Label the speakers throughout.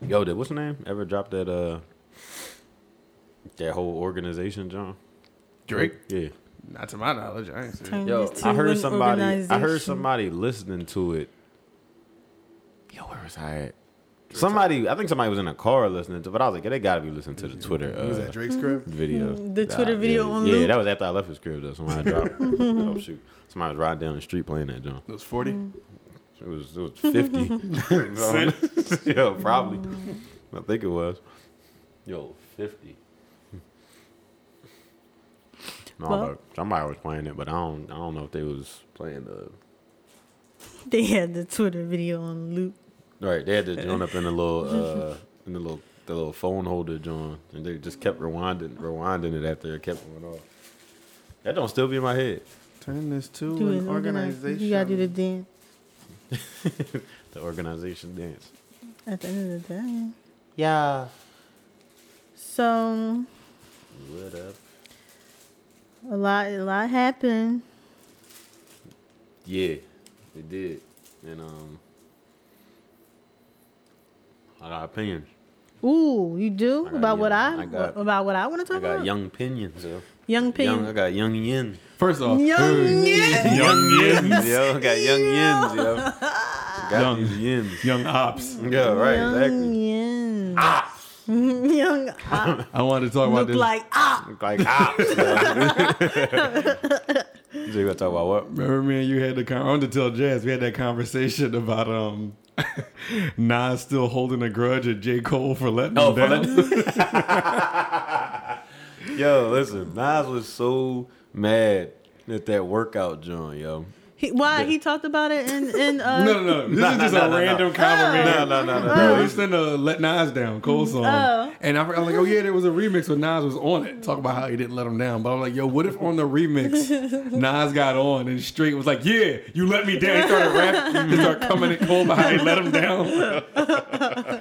Speaker 1: Yo, did what's the name ever drop that uh that whole organization, John?
Speaker 2: Drake?
Speaker 1: Yeah.
Speaker 2: Not to my knowledge. I ain't seen it.
Speaker 3: Turn
Speaker 1: Yo,
Speaker 3: this to
Speaker 1: I heard
Speaker 3: an
Speaker 1: somebody. I heard
Speaker 3: organization.
Speaker 1: somebody listening to it. Yo, where was I at? Somebody, I think somebody was in a car listening to, but I was like, yeah, they gotta be listening to the Twitter
Speaker 2: Who was that,
Speaker 1: uh,
Speaker 2: Drake's crib?
Speaker 1: video.
Speaker 3: Mm, The Twitter video
Speaker 1: yeah,
Speaker 3: on
Speaker 1: Yeah,
Speaker 3: loop.
Speaker 1: that was after I left his crib though. Somebody dropped. oh shoot, somebody was riding down the street playing that John.
Speaker 2: It was 40.
Speaker 3: Mm.
Speaker 1: It was it was fifty. Yo, probably. I think it was. Yo, fifty. No,
Speaker 3: Well-
Speaker 1: but somebody was playing it, but I don't. I don't know if they was playing the
Speaker 3: They had the Twitter video on loop.
Speaker 1: Right, they had to join up in the little uh in the little the little phone holder joint, and they just kept rewinding rewinding it after it kept going off. That don't still be in my head.
Speaker 2: Turn this to
Speaker 3: Do
Speaker 2: an
Speaker 3: it organized.
Speaker 2: organization.
Speaker 3: You gotta do the dance
Speaker 1: The organization dance.
Speaker 3: at the end of the day.
Speaker 1: Yeah.
Speaker 3: So
Speaker 1: What up?
Speaker 3: a lot, a lot happened.
Speaker 1: Yeah, it did, and um, I got opinions.
Speaker 3: Ooh, you do
Speaker 1: I got
Speaker 3: about what
Speaker 1: young-
Speaker 3: I,
Speaker 1: I got-
Speaker 3: about what I want to talk
Speaker 1: I got
Speaker 3: about.
Speaker 1: young opinions. Yo.
Speaker 3: young
Speaker 1: Uh-huh. Young, I
Speaker 3: pin.
Speaker 1: got young yin.
Speaker 2: First off,
Speaker 3: Young, yeah.
Speaker 1: Young yins, yo. I got young yins, yo. Got
Speaker 2: Young.
Speaker 1: these yins.
Speaker 2: young ops.
Speaker 1: Yeah, right,
Speaker 3: young
Speaker 1: exactly. Ah!
Speaker 3: yin. young ah,
Speaker 2: I wanted to talk about
Speaker 3: look
Speaker 2: this.
Speaker 3: like ah.
Speaker 1: Like ops. you gonna talk about what?
Speaker 2: Remember me and you had the con- I wanted to tell Jazz we had that conversation about um Nas still holding a grudge at J Cole Oh, for letting him down.
Speaker 1: Yo, listen, Nas was so mad at that workout joint, yo.
Speaker 3: He, why he talked about it in in uh,
Speaker 2: no, no, no. This
Speaker 1: Nah,
Speaker 2: is
Speaker 1: nah,
Speaker 2: just
Speaker 1: nah,
Speaker 2: a
Speaker 1: nah,
Speaker 2: random
Speaker 1: nah.
Speaker 2: compliment.
Speaker 1: No, no, no, no.
Speaker 2: Bro, he's sending Let Nas Down, Cole song.
Speaker 3: Oh.
Speaker 2: And I, I'm like, oh yeah, there was a remix when Nas was on it. Talk about how he didn't let him down. But I'm like, yo, what if on the remix Nas got on and straight was like, yeah, you let me down. He started rapping. He started coming at Cole behind, let him down.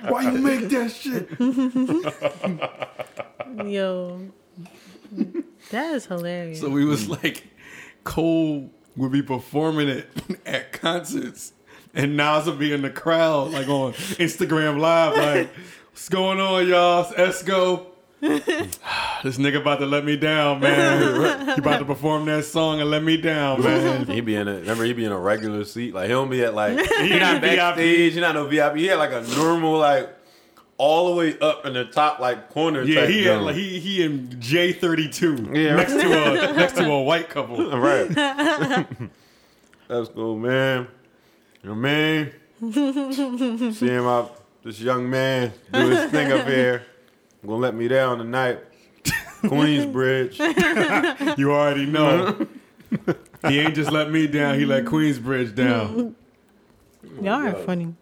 Speaker 2: Why you make that shit?
Speaker 3: yo. That is hilarious.
Speaker 2: So we was like, Cole would be performing it at concerts, and Nas would be in the crowd, like on Instagram Live, like, "What's going on, y'all? It's Esco. this nigga about to let me down, man. He about to perform that song and let me down, man."
Speaker 1: He be in a remember he be in a regular seat. Like he don't be at like he
Speaker 2: in
Speaker 1: not
Speaker 2: VIP.
Speaker 1: backstage, he not no VIP. He had like a normal like all the way up in the top like corner.
Speaker 2: Yeah,
Speaker 1: type
Speaker 2: he had,
Speaker 1: joint.
Speaker 2: like, he he in J thirty two
Speaker 1: Yeah.
Speaker 2: next to a next to a white couple.
Speaker 1: All right. That's cool, man. You know, man. Seeing my this young man do his thing up here. Gonna let me down tonight. Queensbridge.
Speaker 2: You already know. He ain't just let me down. He let Queensbridge down.
Speaker 3: Y'all are funny.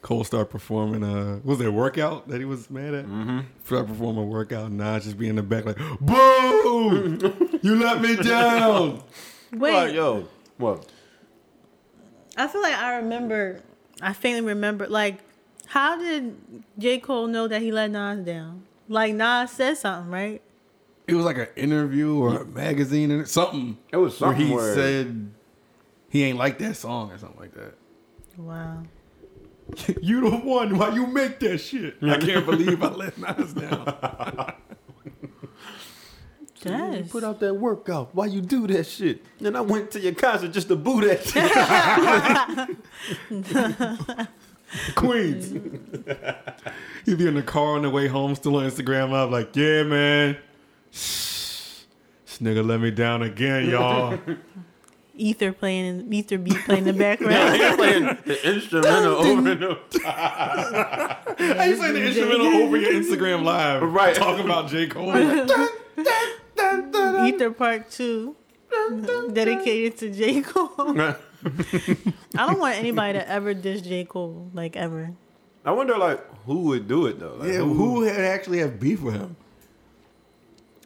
Speaker 2: Cole started performing. Uh, what was there a workout that he was mad at? Mm-hmm. Started performing a workout. and Nas just be in the back like, "Boom! you let me down."
Speaker 3: Wait,
Speaker 1: Like, yo, what?
Speaker 3: I feel like I remember. I faintly remember. Like, how did J Cole know that he let Nas down? Like Nas said something, right?
Speaker 2: It was like an interview or a magazine or something.
Speaker 1: It was something
Speaker 2: where he
Speaker 1: where-
Speaker 2: said he ain't like that song or something like that.
Speaker 3: Wow.
Speaker 2: you the one. Why you make that shit? I can't believe I let Nas down.
Speaker 3: That is,
Speaker 1: Put out that workout. Why you do that shit? Then I went to your concert just to boo that shit.
Speaker 2: Queens. He'd be in the car on the way home, still on Instagram live, like, yeah, man. This nigga let me down again, y'all.
Speaker 3: Ether playing, in- Ether beat playing in the background.
Speaker 1: He's playing the instrumental over and over.
Speaker 2: How you playing the instrumental over your Instagram live?
Speaker 1: Right.
Speaker 2: Talking about J. Cole. That's
Speaker 3: Ether Part Two, dedicated to J Cole. I don't want anybody to ever dish J Cole, like ever.
Speaker 1: I wonder like who would do it though. Like,
Speaker 2: Yeah, who had actually have beef with him?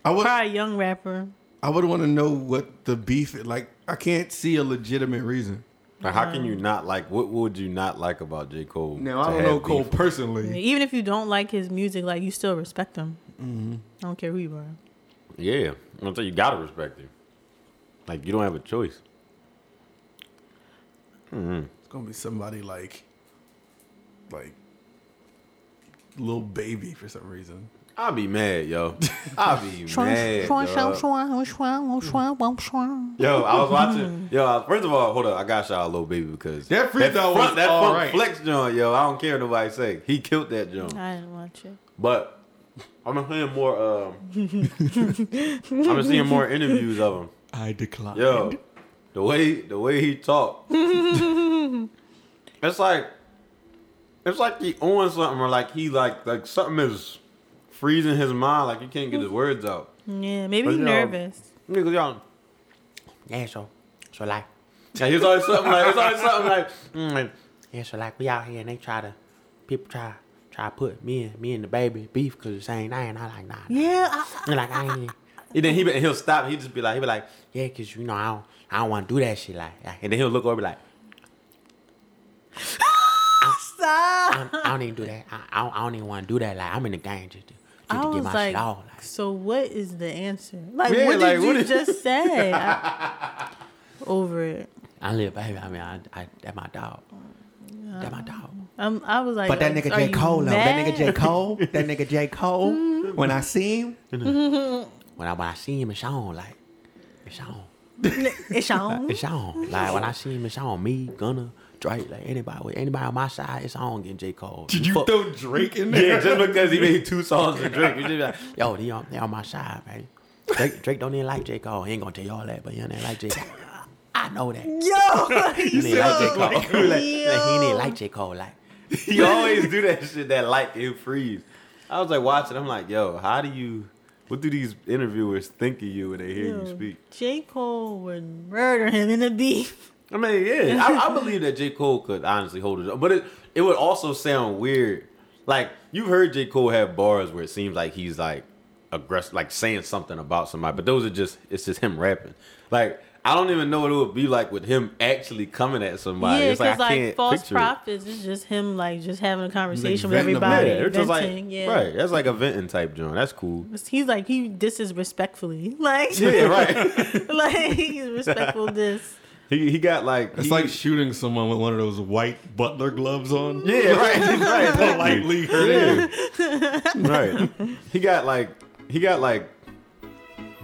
Speaker 2: I would
Speaker 3: Probably a young rapper.
Speaker 2: I would want to know what the beef is. Like, I can't see a legitimate reason.
Speaker 1: Like, how can you not like? What would you not like about J Cole?
Speaker 2: Now, Um, I
Speaker 1: to
Speaker 2: don't
Speaker 1: have
Speaker 2: know Cole
Speaker 1: beef?
Speaker 2: personally.
Speaker 3: Even if you don't like his music, like you still respect him. I don't care who you are.
Speaker 1: Yeah, I'm gonna tell you, you gotta respect him. Like you don't have a choice.
Speaker 2: It's going to be somebody like, like little baby for some reason.
Speaker 1: I'll be mad, yo. I'll be mad. dog.
Speaker 3: That
Speaker 1: Yo, I was watching. Yo, I- first of all, hold up. I got y'all a little baby because
Speaker 2: That free throw was
Speaker 1: that
Speaker 2: all
Speaker 1: funk
Speaker 2: right.
Speaker 1: flex joint, yo. I don't care what nobody say. He killed that joint.
Speaker 3: I didn't watch it.
Speaker 1: But I've been hearing more. Um, I've been seeing more interviews of him.
Speaker 2: I declined.
Speaker 1: Yo, the way the way he talk, it's like it's like he on something or like he like like something is freezing his mind. Like he can't get his words out.
Speaker 3: Yeah, maybe
Speaker 1: But,
Speaker 3: he's
Speaker 1: yo,
Speaker 3: nervous.
Speaker 1: Niggas, y'all. Yeah, so, so like. Yeah, he was always something like, it's always something like, mm, like,
Speaker 4: Yeah, so like we out here and they try to, people try try to put me and me and the baby beef because the same thing. I like nah. nah.
Speaker 3: Yeah, I,
Speaker 4: They like I ain't.
Speaker 1: and then he be, he'll stop. He just be like, he be like,
Speaker 4: Yeah, cause you know I don't I don't want to do that shit like. like
Speaker 1: and then he'll look over and be like,
Speaker 3: stop.
Speaker 4: I, don't- I don't even do that. I, I, don't, I don't even want to do that. Like I'm in the game just to, just
Speaker 3: I
Speaker 4: to get
Speaker 3: was
Speaker 4: my
Speaker 3: like,
Speaker 4: shit off. Like,
Speaker 3: so what is the answer? Like,
Speaker 1: Yeah,
Speaker 3: what did
Speaker 1: like,
Speaker 3: you
Speaker 1: what is-
Speaker 3: just say? I- over it.
Speaker 4: I live, baby. I mean, I, I that my dog. That my dog.
Speaker 3: I'm, I was like,
Speaker 5: But that
Speaker 3: are-
Speaker 5: nigga
Speaker 3: are
Speaker 5: J.
Speaker 3: you
Speaker 5: Cole, though. That
Speaker 3: mad?
Speaker 5: nigga J. Cole. That nigga J. Cole.
Speaker 3: Mm-hmm.
Speaker 5: When I see him,
Speaker 4: When I when I see him, it's on. Like it's on.
Speaker 3: It's on.
Speaker 4: It's on. Like when I see him, it's on. Me, Gunna, Drake, like anybody with anybody on my side, it's on getting J Cole.
Speaker 2: Did you
Speaker 4: Fuck-
Speaker 2: throw Drake in there?
Speaker 1: yeah, just because he made two songs and drink, you just be like,
Speaker 4: Yo, they on, they on my side, man. Drake, Drake don't even like J. Cole. He ain't gonna tell y'all that, but he don't even like J. Cole. I know that. He
Speaker 3: Yo,
Speaker 4: didn't like J.
Speaker 3: sound
Speaker 4: Cole.
Speaker 3: like
Speaker 4: Like,
Speaker 3: him.
Speaker 4: like, he didn't like J. Cole. Like,
Speaker 1: he always do that shit that like he'll freeze. I was like watching. I'm like, yo, how do you? What do these interviewers think of you when they hear
Speaker 3: Yo,
Speaker 1: you speak?
Speaker 3: J. Cole would murder him in a beef.
Speaker 1: I mean, yeah, I, I believe that J. Cole could honestly hold it up, but it it would also sound weird. Like you've heard J. Cole have bars where it seems like he's like aggressive, like saying something about somebody, but those are just it's just him rapping. Like I don't even know what it would be like with him actually coming at somebody.
Speaker 3: yeah,
Speaker 1: it's like I
Speaker 3: because like,
Speaker 1: can't
Speaker 3: false
Speaker 1: picture it.
Speaker 3: prophets is just him like just having a conversation with
Speaker 2: venting about
Speaker 3: everybody,
Speaker 2: it.
Speaker 1: Yeah, they're just like
Speaker 3: venting, yeah.
Speaker 1: right. That's like a venting type joint. That's cool.
Speaker 3: He's like he disses respectfully, like
Speaker 1: Yeah, right.
Speaker 3: like he's respectful this.
Speaker 1: he he got like
Speaker 2: It's
Speaker 1: he-
Speaker 2: like shooting someone with one of those white butler gloves on.
Speaker 1: yeah, right, right,
Speaker 2: Politely hurting. you.
Speaker 1: right. He got like he got like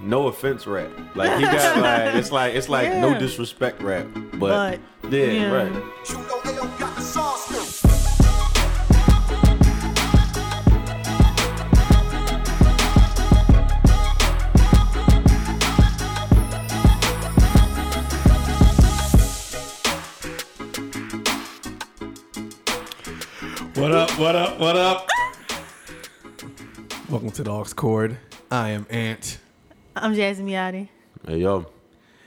Speaker 1: no offense rap. Like he got like it's like it's like
Speaker 3: Yeah.
Speaker 1: no disrespect rap. But,
Speaker 3: But,
Speaker 1: yeah,
Speaker 3: yeah.
Speaker 6: You
Speaker 1: right.
Speaker 6: know they don't got the sauce though.
Speaker 2: What up? What up? What up? Welcome to the Aux Chord. I am Ant.
Speaker 3: I'm Jasmine Miotti.
Speaker 1: Hey yo.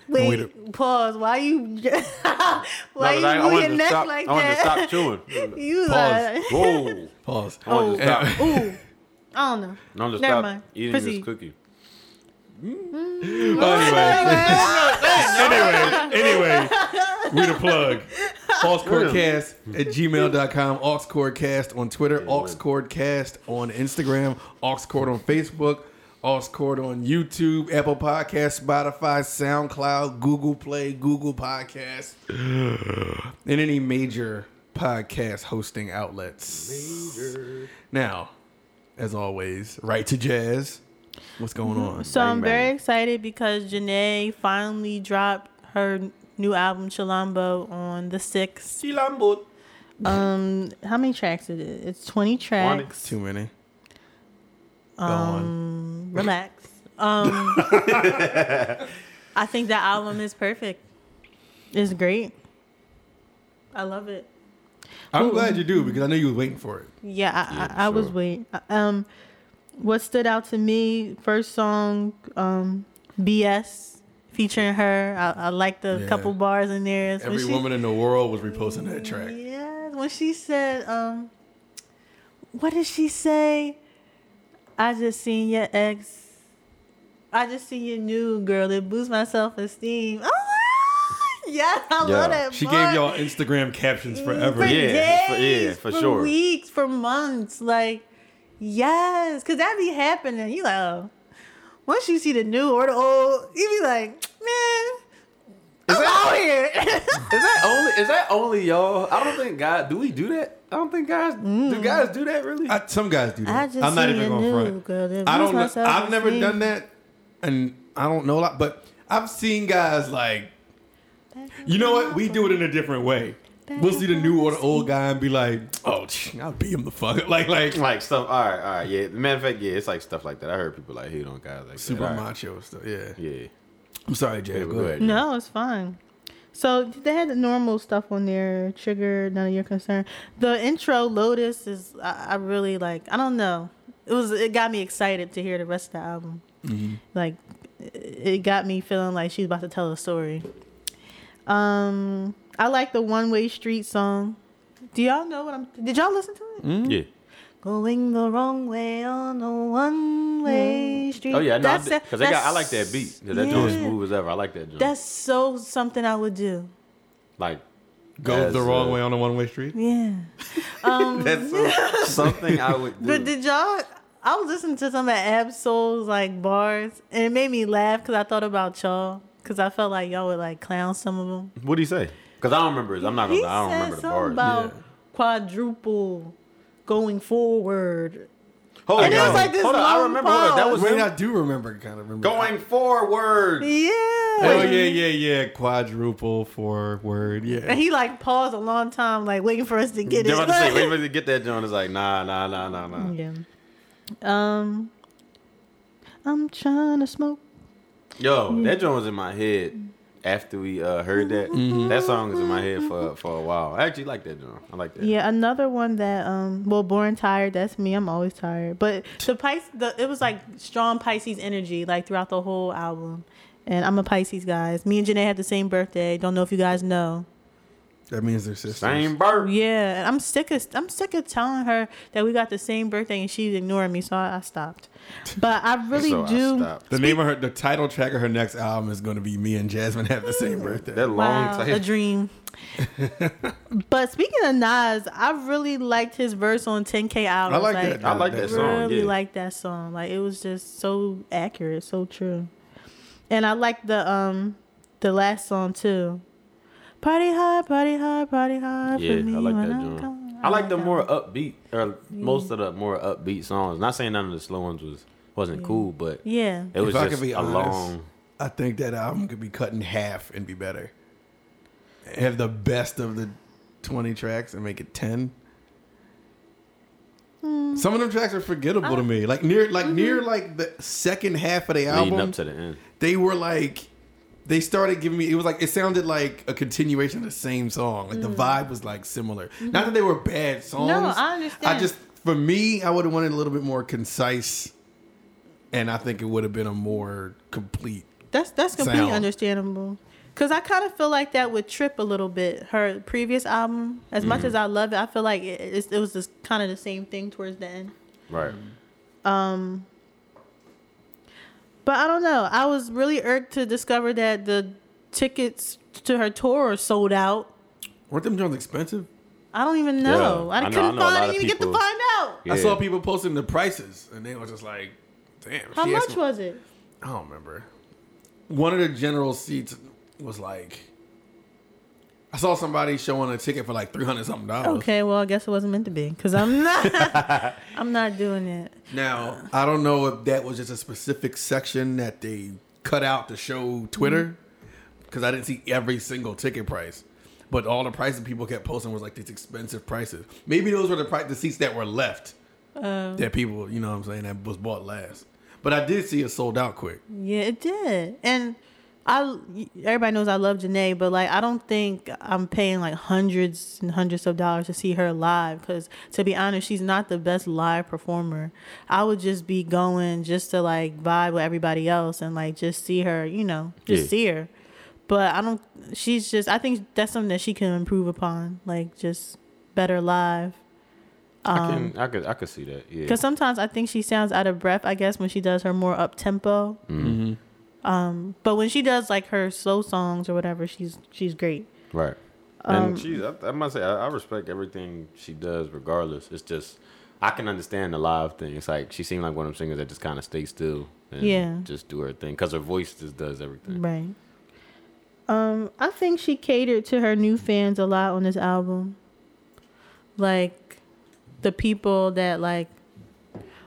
Speaker 3: Wait,
Speaker 2: Wait
Speaker 3: pause. Why you?
Speaker 1: No,
Speaker 3: why
Speaker 1: 'cause
Speaker 3: you
Speaker 1: I, I
Speaker 3: move
Speaker 1: wanted
Speaker 3: your
Speaker 1: to
Speaker 3: neck
Speaker 1: stop,
Speaker 3: like
Speaker 1: I wanted to stop
Speaker 3: that?
Speaker 1: chewing.
Speaker 3: you
Speaker 2: Pause.
Speaker 3: like,
Speaker 1: Whoa.
Speaker 2: Pause.
Speaker 1: I wanted to stop. I
Speaker 3: ooh, I don't know.
Speaker 1: wanted to
Speaker 3: Never
Speaker 1: stop
Speaker 3: mind.
Speaker 1: eating
Speaker 3: Proceed.
Speaker 1: this cookie.
Speaker 2: Anyway, anyway, anyway, we the plug. Auxcordcast at gmail.com, Auxcordcast on Twitter, Auxcordcast on Instagram, Auxcord on Facebook, Auxcord on YouTube, Apple Podcasts, Spotify, SoundCloud, Google Play, Google Podcasts, and any major podcast hosting outlets. Now, as always, right to jazz. What's going on?
Speaker 3: So I'm
Speaker 1: Bang,
Speaker 3: very
Speaker 1: bang.
Speaker 3: excited because Janae finally dropped her new album Chilambo on the sixth.
Speaker 1: Chilambo.
Speaker 3: Um, how many tracks is it? It's 20 tracks.
Speaker 2: Too many.
Speaker 3: Um, Relax. Um, I think that album is perfect. It's great. I love it.
Speaker 2: I'm glad you do because I know you were waiting for it.
Speaker 3: Yeah, I,
Speaker 1: Yeah,
Speaker 3: I, I was
Speaker 1: sure.
Speaker 3: waiting. Um, what stood out to me first song, um, BS featuring her. I, I like the
Speaker 2: Yeah.
Speaker 3: couple bars in there. It's when
Speaker 2: Every
Speaker 3: she-
Speaker 2: woman in the world was reposting that track.
Speaker 3: Yeah, when she said, um, what did she say? I just seen your ex. I just seen your new girl. It boosts my self esteem. Oh, yes, I
Speaker 1: Yeah.
Speaker 3: love that.
Speaker 2: She
Speaker 3: bar.
Speaker 2: gave y'all Instagram captions forever.
Speaker 3: For
Speaker 1: Yeah. for- yeah,
Speaker 3: days,
Speaker 1: for sure.
Speaker 3: Weeks, for months, like yes, cause that be happening. You like, oh, once you see the new or the old, you be like, man, I'm out here.
Speaker 1: Is that only? Is that only y'all? I don't think guys. Do we do that? I don't think guys.
Speaker 3: Mm.
Speaker 1: Do guys do that really?
Speaker 2: I, some guys do
Speaker 3: I
Speaker 2: that.
Speaker 3: just
Speaker 2: I'm not
Speaker 3: seen
Speaker 2: even
Speaker 3: a
Speaker 2: going to
Speaker 3: nude
Speaker 2: front.
Speaker 3: girl that
Speaker 2: I
Speaker 3: abused
Speaker 2: don't. Know,
Speaker 3: myself
Speaker 2: I've never
Speaker 3: esteem.
Speaker 2: done that, and I don't know a lot. But I've seen guys like, you know what? We do it in a different way. We'll see the new or the old guy and be like, "Oh, tch, I'll beat him the fuck." Like, like
Speaker 1: like stuff. All right, all right. Yeah. Matter of fact, yeah. It's like stuff like that. I heard people like hate on guys like
Speaker 2: super
Speaker 1: that. All right.
Speaker 2: macho stuff. Yeah.
Speaker 1: Yeah.
Speaker 2: I'm sorry, Jay.
Speaker 1: Yeah,
Speaker 2: go
Speaker 1: go
Speaker 2: ahead.
Speaker 1: ahead.
Speaker 3: No, it's fine. So they had the normal stuff on there. Trigger, none of your concern. The intro, Lotus, is I, I really like. I don't know. It was. It got me excited to hear the rest of the album.
Speaker 1: Mm-hmm.
Speaker 3: Like, it it got me feeling like she's about to tell a story. Um, I like the One Way Street song. Do y'all know what I'm? Did y'all listen to it?
Speaker 1: Yeah.
Speaker 3: Going the wrong way on a one way street.
Speaker 1: Oh yeah, no,
Speaker 3: That's-
Speaker 1: because I got I like that
Speaker 3: that's-
Speaker 1: beat. 'Cause that joint is
Speaker 3: yeah.
Speaker 1: smooth as ever. I like that joint.
Speaker 3: That's so something I would do.
Speaker 1: like
Speaker 2: Goes the
Speaker 1: As,
Speaker 2: wrong
Speaker 1: uh,
Speaker 2: way on a one-way street.
Speaker 3: Yeah.
Speaker 1: that's something I would do.
Speaker 3: But did y'all? I was listening to some of Ab Soul's like bars, and it made me laugh because I thought about y'all because I felt like y'all would like clown some of them.
Speaker 1: what do you say? Because I don't remember. his- I'm not gonna.
Speaker 3: He
Speaker 1: lie, I don't
Speaker 3: said
Speaker 1: remember the
Speaker 3: something
Speaker 1: bars.
Speaker 3: about
Speaker 2: Yeah.
Speaker 3: quadruple going forward.
Speaker 1: Hold
Speaker 3: And it was like this
Speaker 1: Hold on. I
Speaker 3: long
Speaker 1: remember. Hold on. That was
Speaker 2: Wait,
Speaker 1: him
Speaker 2: I do remember. Kind of remember.
Speaker 1: going forward.
Speaker 3: Yeah.
Speaker 2: Oh yeah, yeah, yeah. Quadruple four word. Yeah.
Speaker 3: And he like paused a long time, like waiting for us to get
Speaker 1: They're
Speaker 3: it.
Speaker 1: about to say, wait, wait, to get that joint. It's like, nah, nah, nah, nah, nah.
Speaker 3: Yeah. Um, I'm trying to smoke.
Speaker 1: Yo, that joint was in my head after we uh, heard that.
Speaker 3: Mm-hmm.
Speaker 1: That song was in my head for for a while. I actually like that joint. I like that.
Speaker 3: Yeah, another one that um, well, born tired. That's me. I'm always tired. But the Pisces, the it was like strong Pisces energy like throughout the whole album. And I'm a Pisces guys. Me and Janae had the same birthday. Don't know if you guys know.
Speaker 2: That means they're sisters.
Speaker 1: Same bird.
Speaker 3: Yeah, and I'm sick of I'm sick of telling her that we got the same birthday and she's ignoring me, so I, I stopped. But I really
Speaker 1: So
Speaker 3: do.
Speaker 1: I stopped.
Speaker 2: The name of her, the title track of her next album is going to be "Me and Jasmine Have the Same Birthday."
Speaker 1: That long
Speaker 3: Wow, a
Speaker 1: title.
Speaker 3: dream. but speaking of Nas, I really liked his verse on 10K Hours.
Speaker 2: I like that.
Speaker 1: I like that song.
Speaker 3: really
Speaker 1: yeah.
Speaker 3: like that song. Like it was just so accurate, so true. And I like the um the last song too. Party hard, party hard, party hard
Speaker 1: Yeah,
Speaker 3: for me
Speaker 1: I like
Speaker 3: when
Speaker 1: that
Speaker 3: I'm
Speaker 1: joint.
Speaker 3: gone.
Speaker 1: I like the
Speaker 3: that
Speaker 1: more
Speaker 3: one.
Speaker 1: upbeat, or most of the more upbeat songs. Not saying none of the slow ones was wasn't cool, but
Speaker 3: Yeah.
Speaker 1: it was
Speaker 2: If I
Speaker 1: just
Speaker 2: could be
Speaker 1: a
Speaker 2: honest,
Speaker 1: long.
Speaker 2: I think that album could be cut in half and be better. Have the best of the twenty tracks and make it ten. Some of them tracks are forgettable to me. Like near, like near, like the second half of the
Speaker 1: Leading
Speaker 2: album,
Speaker 1: up to the end.
Speaker 2: they were like, they started giving me. It was like it sounded like a continuation of the same song. Like the vibe was like similar. Not that they were bad songs.
Speaker 3: Mm. Mm-hmm. I understand.
Speaker 2: I just for me, I would have wanted a little bit more concise, and I think it would have been a more complete.
Speaker 3: That's that's completely
Speaker 2: sound.
Speaker 3: understandable. Cause I kind of feel like that would trip a little bit. Her previous album, as much
Speaker 1: Mm-hmm.
Speaker 3: as I love it, I feel like it, it, it was just kind of the same thing towards the end.
Speaker 1: Right.
Speaker 3: Mm. But I don't know. I was really irked to discover that the tickets to her tour are sold out.
Speaker 2: Weren't them Jones expensive?
Speaker 3: I don't even know.
Speaker 1: Yeah,
Speaker 3: I,
Speaker 1: I know-
Speaker 3: couldn't
Speaker 1: I know a
Speaker 3: find.
Speaker 1: lot
Speaker 3: I
Speaker 1: of
Speaker 3: didn't even get to
Speaker 1: people-
Speaker 3: find out.
Speaker 1: Yeah.
Speaker 2: I saw people posting the prices, and they were just like, "Damn."
Speaker 3: How
Speaker 2: she
Speaker 3: much
Speaker 2: asked me-
Speaker 3: was it?
Speaker 2: I don't remember. One of the general seats was like, I saw somebody showing a ticket for like three hundred something dollars.
Speaker 3: Okay, well I guess it wasn't meant to be because I'm not. I'm not doing it.
Speaker 2: Now, I don't know if that was just a specific section that they cut out to show Twitter because I didn't see every single ticket price. But all the prices people kept posting was like these expensive prices. Maybe those were the pri- the seats that were left that people, you know what I'm saying, that was bought last. But I did see it sold out quick.
Speaker 3: Yeah, it did. And I everybody knows I love Janae, but like I don't think I'm paying like hundreds and hundreds of dollars to see her live cuz to be honest, she's not the best live performer. I would just be going just to like vibe with everybody else and like just see her, you know, just
Speaker 1: Yeah.
Speaker 3: see her. But I don't she's just I think that's something that she can improve upon, like just better live.
Speaker 1: I
Speaker 3: Um,
Speaker 1: can. I could. I could see that. Yeah.
Speaker 3: Because sometimes I think she sounds out of breath, I guess, when she does her more up tempo. Um, but when she does like her slow songs or whatever, she's she's great.
Speaker 1: Right.
Speaker 3: um,
Speaker 1: And she's, I, I must say, I, I respect everything she does, regardless. It's just, I can understand the live thing. It's like she seemed like one of them singers that just kind of stay still and
Speaker 3: Yeah.
Speaker 1: just do her thing because her voice just does everything.
Speaker 3: Right. Um, I think she catered to her new fans a lot on this album. Like the people that like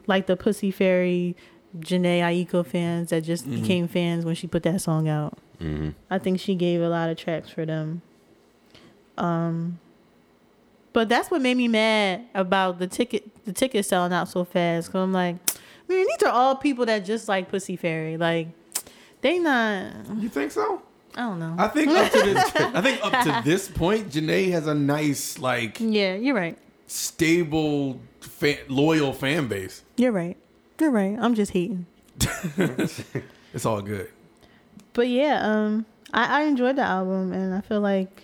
Speaker 3: like the Pussy Fairy Janae Aiko fans that just became fans when she put that song out.
Speaker 1: Mm-hmm.
Speaker 3: I think she gave a lot of tracks for them. Um but that's what made me mad about the ticket the ticket selling out so fast. Cause I'm like, man, these are all people that just like Pussy Fairy. Like they not
Speaker 2: You think so?
Speaker 3: I don't know.
Speaker 2: I think up to this, I think up to this point, Janae has a nice, like,
Speaker 3: yeah, you're right.
Speaker 2: stable, fan, loyal fan base.
Speaker 3: You're right. You're right. I'm just hating.
Speaker 2: It's all good.
Speaker 3: But yeah, um, I, I enjoyed the album and I feel like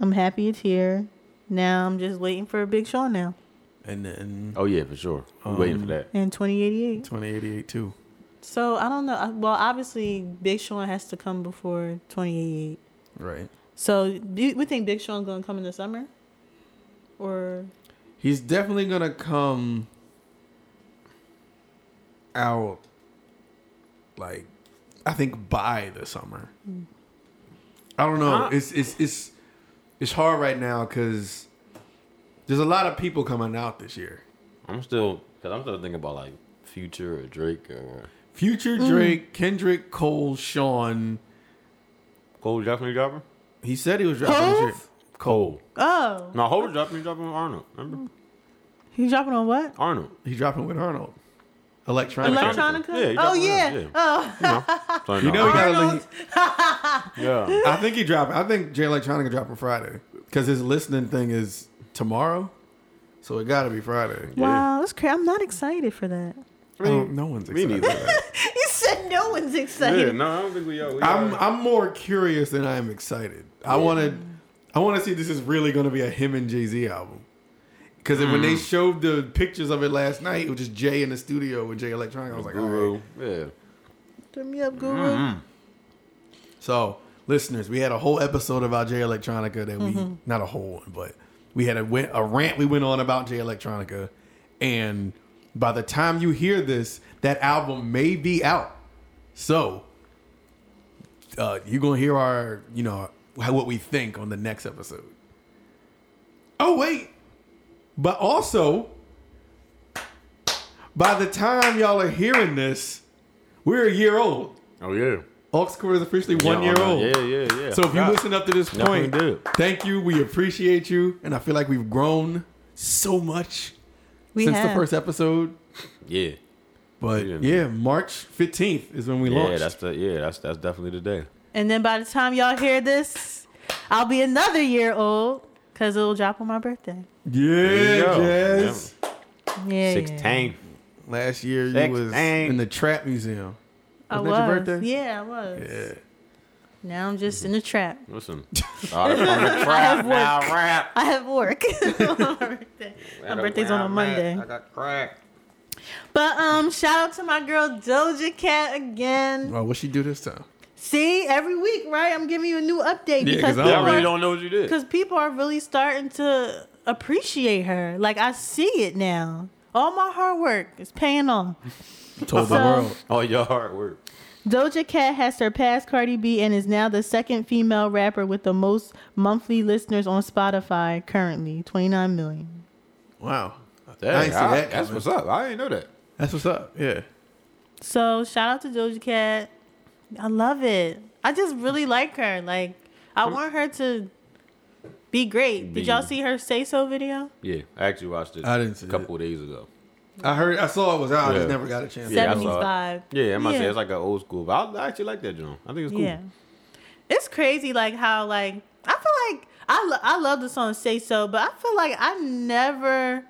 Speaker 3: I'm happy it's here. Now I'm just waiting for a Big Sean now
Speaker 2: And then
Speaker 4: Oh yeah, for sure. We waiting for
Speaker 1: Um,
Speaker 4: that.
Speaker 3: in 2088.
Speaker 2: 2088 too.
Speaker 3: So I don't know. I- Well, obviously Big Sean has to come before 2088.
Speaker 2: Right.
Speaker 3: So do you- we think Big Sean's gonna come in the summer, or
Speaker 2: He's definitely gonna come out like I think by the summer. I don't know. It's it's it's it's hard right now because there's a lot of people coming out this year.
Speaker 4: I'm still, cause I'm still thinking about like Future or Drake or
Speaker 2: Future Drake, Kendrick, Cole, Sean.
Speaker 4: Cole definitely dropping.
Speaker 2: He said he was dropping
Speaker 3: Cole?
Speaker 2: shit. Cole.
Speaker 3: oh,
Speaker 4: No, Cole dropping. He dropping with Arnold. Remember
Speaker 3: he's dropping on what?
Speaker 4: Arnold?
Speaker 2: He dropping with Arnold. Electronic.
Speaker 3: Electronica.
Speaker 4: Yeah, he
Speaker 3: oh
Speaker 4: dropping
Speaker 3: yeah.
Speaker 4: that, yeah.
Speaker 3: Oh,
Speaker 4: So,
Speaker 2: You know he got
Speaker 3: Arnold.
Speaker 2: a.
Speaker 4: yeah.
Speaker 2: I think he dropped. I think Jay Electronica dropping Friday because his listening thing is tomorrow, so it got to be Friday.
Speaker 3: wow, that's crazy. I'm not excited for that.
Speaker 2: I don't, Oh, no one's
Speaker 4: Me
Speaker 2: excited.
Speaker 4: neither.
Speaker 3: You said no one's excited.
Speaker 4: yeah, no, I don't think we are. We
Speaker 2: I'm
Speaker 4: are.
Speaker 2: I'm more curious than I am excited. I want to I want to see if this is really going to be a him and Jay Z album. Because when they
Speaker 4: Mm.
Speaker 2: showed the pictures of it last night, it was just Jay in the studio with Jay Electronica. I was like, all right.
Speaker 4: Guru. Yeah.
Speaker 3: Turn me up, Guru.
Speaker 4: Mm-hmm.
Speaker 2: So, listeners, we had a whole episode about Jay Electronica that we not a whole one, but we had a went, a rant we went on about Jay Electronica, and by the time you hear this, that album may be out. So, uh, you're gonna hear our you know how, what we think on the next episode. Oh wait, but also. By the time y'all are hearing this, we're a year old.
Speaker 4: Oh yeah.
Speaker 2: Oxcore is officially one
Speaker 4: Yeah,
Speaker 2: year
Speaker 4: oh, no.
Speaker 2: old.
Speaker 4: Yeah, yeah, yeah.
Speaker 2: So if you
Speaker 4: Yeah.
Speaker 2: listen up to this
Speaker 4: Definitely
Speaker 2: point,
Speaker 4: did.
Speaker 2: thank you. We appreciate you, and I feel like we've grown so much
Speaker 3: We
Speaker 2: since the
Speaker 3: have.
Speaker 2: first episode.
Speaker 4: yeah.
Speaker 2: But
Speaker 4: Yeah.
Speaker 2: yeah, March fifteenth is when we
Speaker 4: Yeah,
Speaker 2: launched.
Speaker 4: that's the yeah, that's that's definitely the day.
Speaker 3: And then by the time y'all hear this, I'll be another year old because it'll drop on my birthday.
Speaker 2: yeah,
Speaker 4: go.
Speaker 2: Jazz.
Speaker 3: Yeah. Yeah.
Speaker 4: Sixteen.
Speaker 2: Last year you
Speaker 4: Six,
Speaker 2: was
Speaker 4: dang.
Speaker 2: in the trap museum.
Speaker 3: I
Speaker 2: Wasn't that your
Speaker 3: was.
Speaker 2: birthday?
Speaker 3: Yeah, I was.
Speaker 2: Yeah.
Speaker 3: Now I'm just in the trap.
Speaker 4: Listen. Oh, All right, from the crap now rap.
Speaker 3: I have work. my birthday. my birthday's on a Monday.
Speaker 4: got crack.
Speaker 3: But um, shout out to my girl Doja Cat again.
Speaker 2: Oh, what she do this time?
Speaker 3: See, every week, right? I'm giving you a new update
Speaker 2: Yeah,
Speaker 3: because
Speaker 2: 'cause I
Speaker 3: people
Speaker 4: I really
Speaker 3: are-
Speaker 4: don't know what you did.
Speaker 3: because people are really starting to appreciate her. Like I see it now. All my hard work is paying off.
Speaker 2: Told the
Speaker 3: So-
Speaker 2: world.
Speaker 4: All your Oh, hard work.
Speaker 3: Doja Cat has surpassed Cardi B and is now the second female rapper with the most monthly listeners on Spotify currently, 29 million.
Speaker 2: Wow.
Speaker 4: Dang,
Speaker 2: I ain't see
Speaker 4: I-
Speaker 2: that
Speaker 4: that's
Speaker 2: coming.
Speaker 4: what's up. I didn't know that.
Speaker 2: That's what's up. Yeah.
Speaker 3: So shout out to Doja Cat. I love it. I just really like her. Like I want her to be great. Did y'all see her say so video?
Speaker 4: Yeah, I actually watched it.
Speaker 2: I didn't see
Speaker 4: a couple days ago.
Speaker 2: I heard. I saw it was out. I
Speaker 4: Yeah.
Speaker 2: just never got a chance.
Speaker 4: Yeah, I
Speaker 3: Seventies
Speaker 4: saw it.
Speaker 3: vibe.
Speaker 4: Yeah, I'm gonna say it's like an old school, but I, I actually like that joint. I think it's cool.
Speaker 3: Yeah. It's crazy, like how like I feel like I lo- I love the song "Say So," but I feel like I never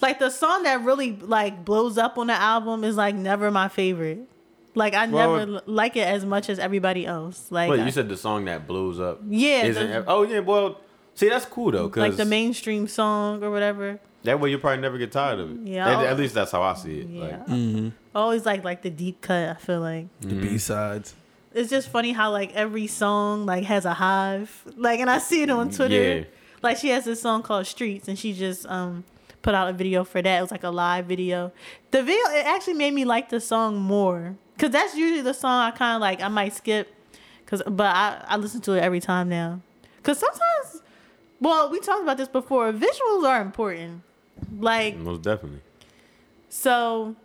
Speaker 3: like the song that really like blows up on the album is like never my favorite. Like I
Speaker 4: Well,
Speaker 3: never l- like it as much as everybody else. Like
Speaker 4: Wait,
Speaker 3: I-
Speaker 4: you said the song that blows up?
Speaker 3: Yeah,
Speaker 4: Isn't
Speaker 3: the-
Speaker 4: oh yeah. Well, see, that's cool though, cause
Speaker 3: like the mainstream song or whatever.
Speaker 4: that way you probably never get tired of it.
Speaker 3: Yeah.
Speaker 4: At, at least that's how I see it.
Speaker 3: Yeah,
Speaker 4: Like,
Speaker 3: I always like like the deep cut. I feel like
Speaker 2: The
Speaker 4: Mm-hmm.
Speaker 2: B sides.
Speaker 3: it's just funny how like every song like has a hive like and i see it on twitter
Speaker 4: Mm, Yeah.
Speaker 3: like she has this song called streets and she just um put out a video for that it was like a live video the video it actually made me like the song more because that's usually the song i kind of like i might skip Cause, but I, I listen to it every time now. Cause sometimes, well, we talked about this before. Visuals are important. Like
Speaker 1: Most definitely.
Speaker 3: so,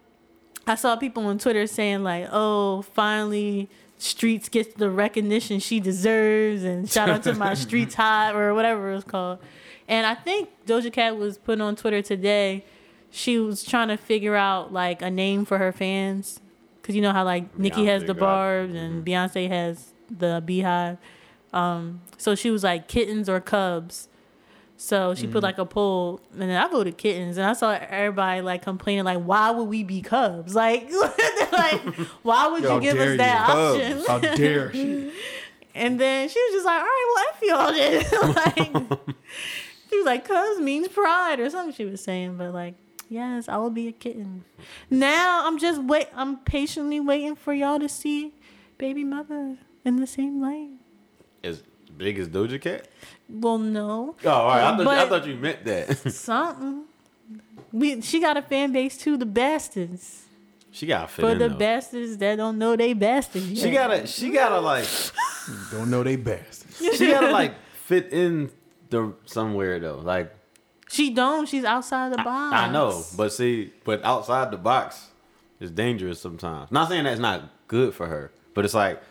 Speaker 3: I saw people on Twitter saying like, "Oh, finally." Streets gets the recognition she deserves, and shout out to my Streets Hot or whatever it was called. And I think Doja Cat was put on Twitter today. She was trying to figure out like a name for her fans, because you know how like Nicki has
Speaker 1: Beyonce
Speaker 3: the
Speaker 1: got- Mhm.
Speaker 3: barbs and Beyonce has the beehive. Um, so she was like kittens or cubs. So she put like a poll, and then I voted kittens, and I saw everybody like complaining, like, "Why would we be cubs? Like, they're like why would
Speaker 2: How
Speaker 3: you give
Speaker 2: dare
Speaker 3: us that
Speaker 1: you?
Speaker 3: option?"
Speaker 2: How dare she?
Speaker 3: And then she was just like, "All right, well, I feel all this." like, she was like, "Cubs means pride" or something. She was saying, but like, yes, I will be a kitten. Now I'm just wait. I'm patiently waiting for y'all to see baby mother in the same light.
Speaker 1: As big as Doja Cat?
Speaker 3: Well, no.
Speaker 1: Oh, all right. I thought, I
Speaker 3: But-
Speaker 1: thought you meant that.
Speaker 3: something. We she got a fan base too, the bastards.
Speaker 1: she got fit
Speaker 3: For
Speaker 1: in
Speaker 3: the
Speaker 1: though.
Speaker 3: bastards that don't know they bastards.
Speaker 1: She
Speaker 3: yet.
Speaker 1: gotta. She gotta like.
Speaker 2: Don't know they best.
Speaker 1: She gotta like fit in the somewhere though. Like
Speaker 3: She don't. She's outside the box.
Speaker 1: I know, but see, but outside the box is dangerous sometimes. Not saying that's not good for her, but it's like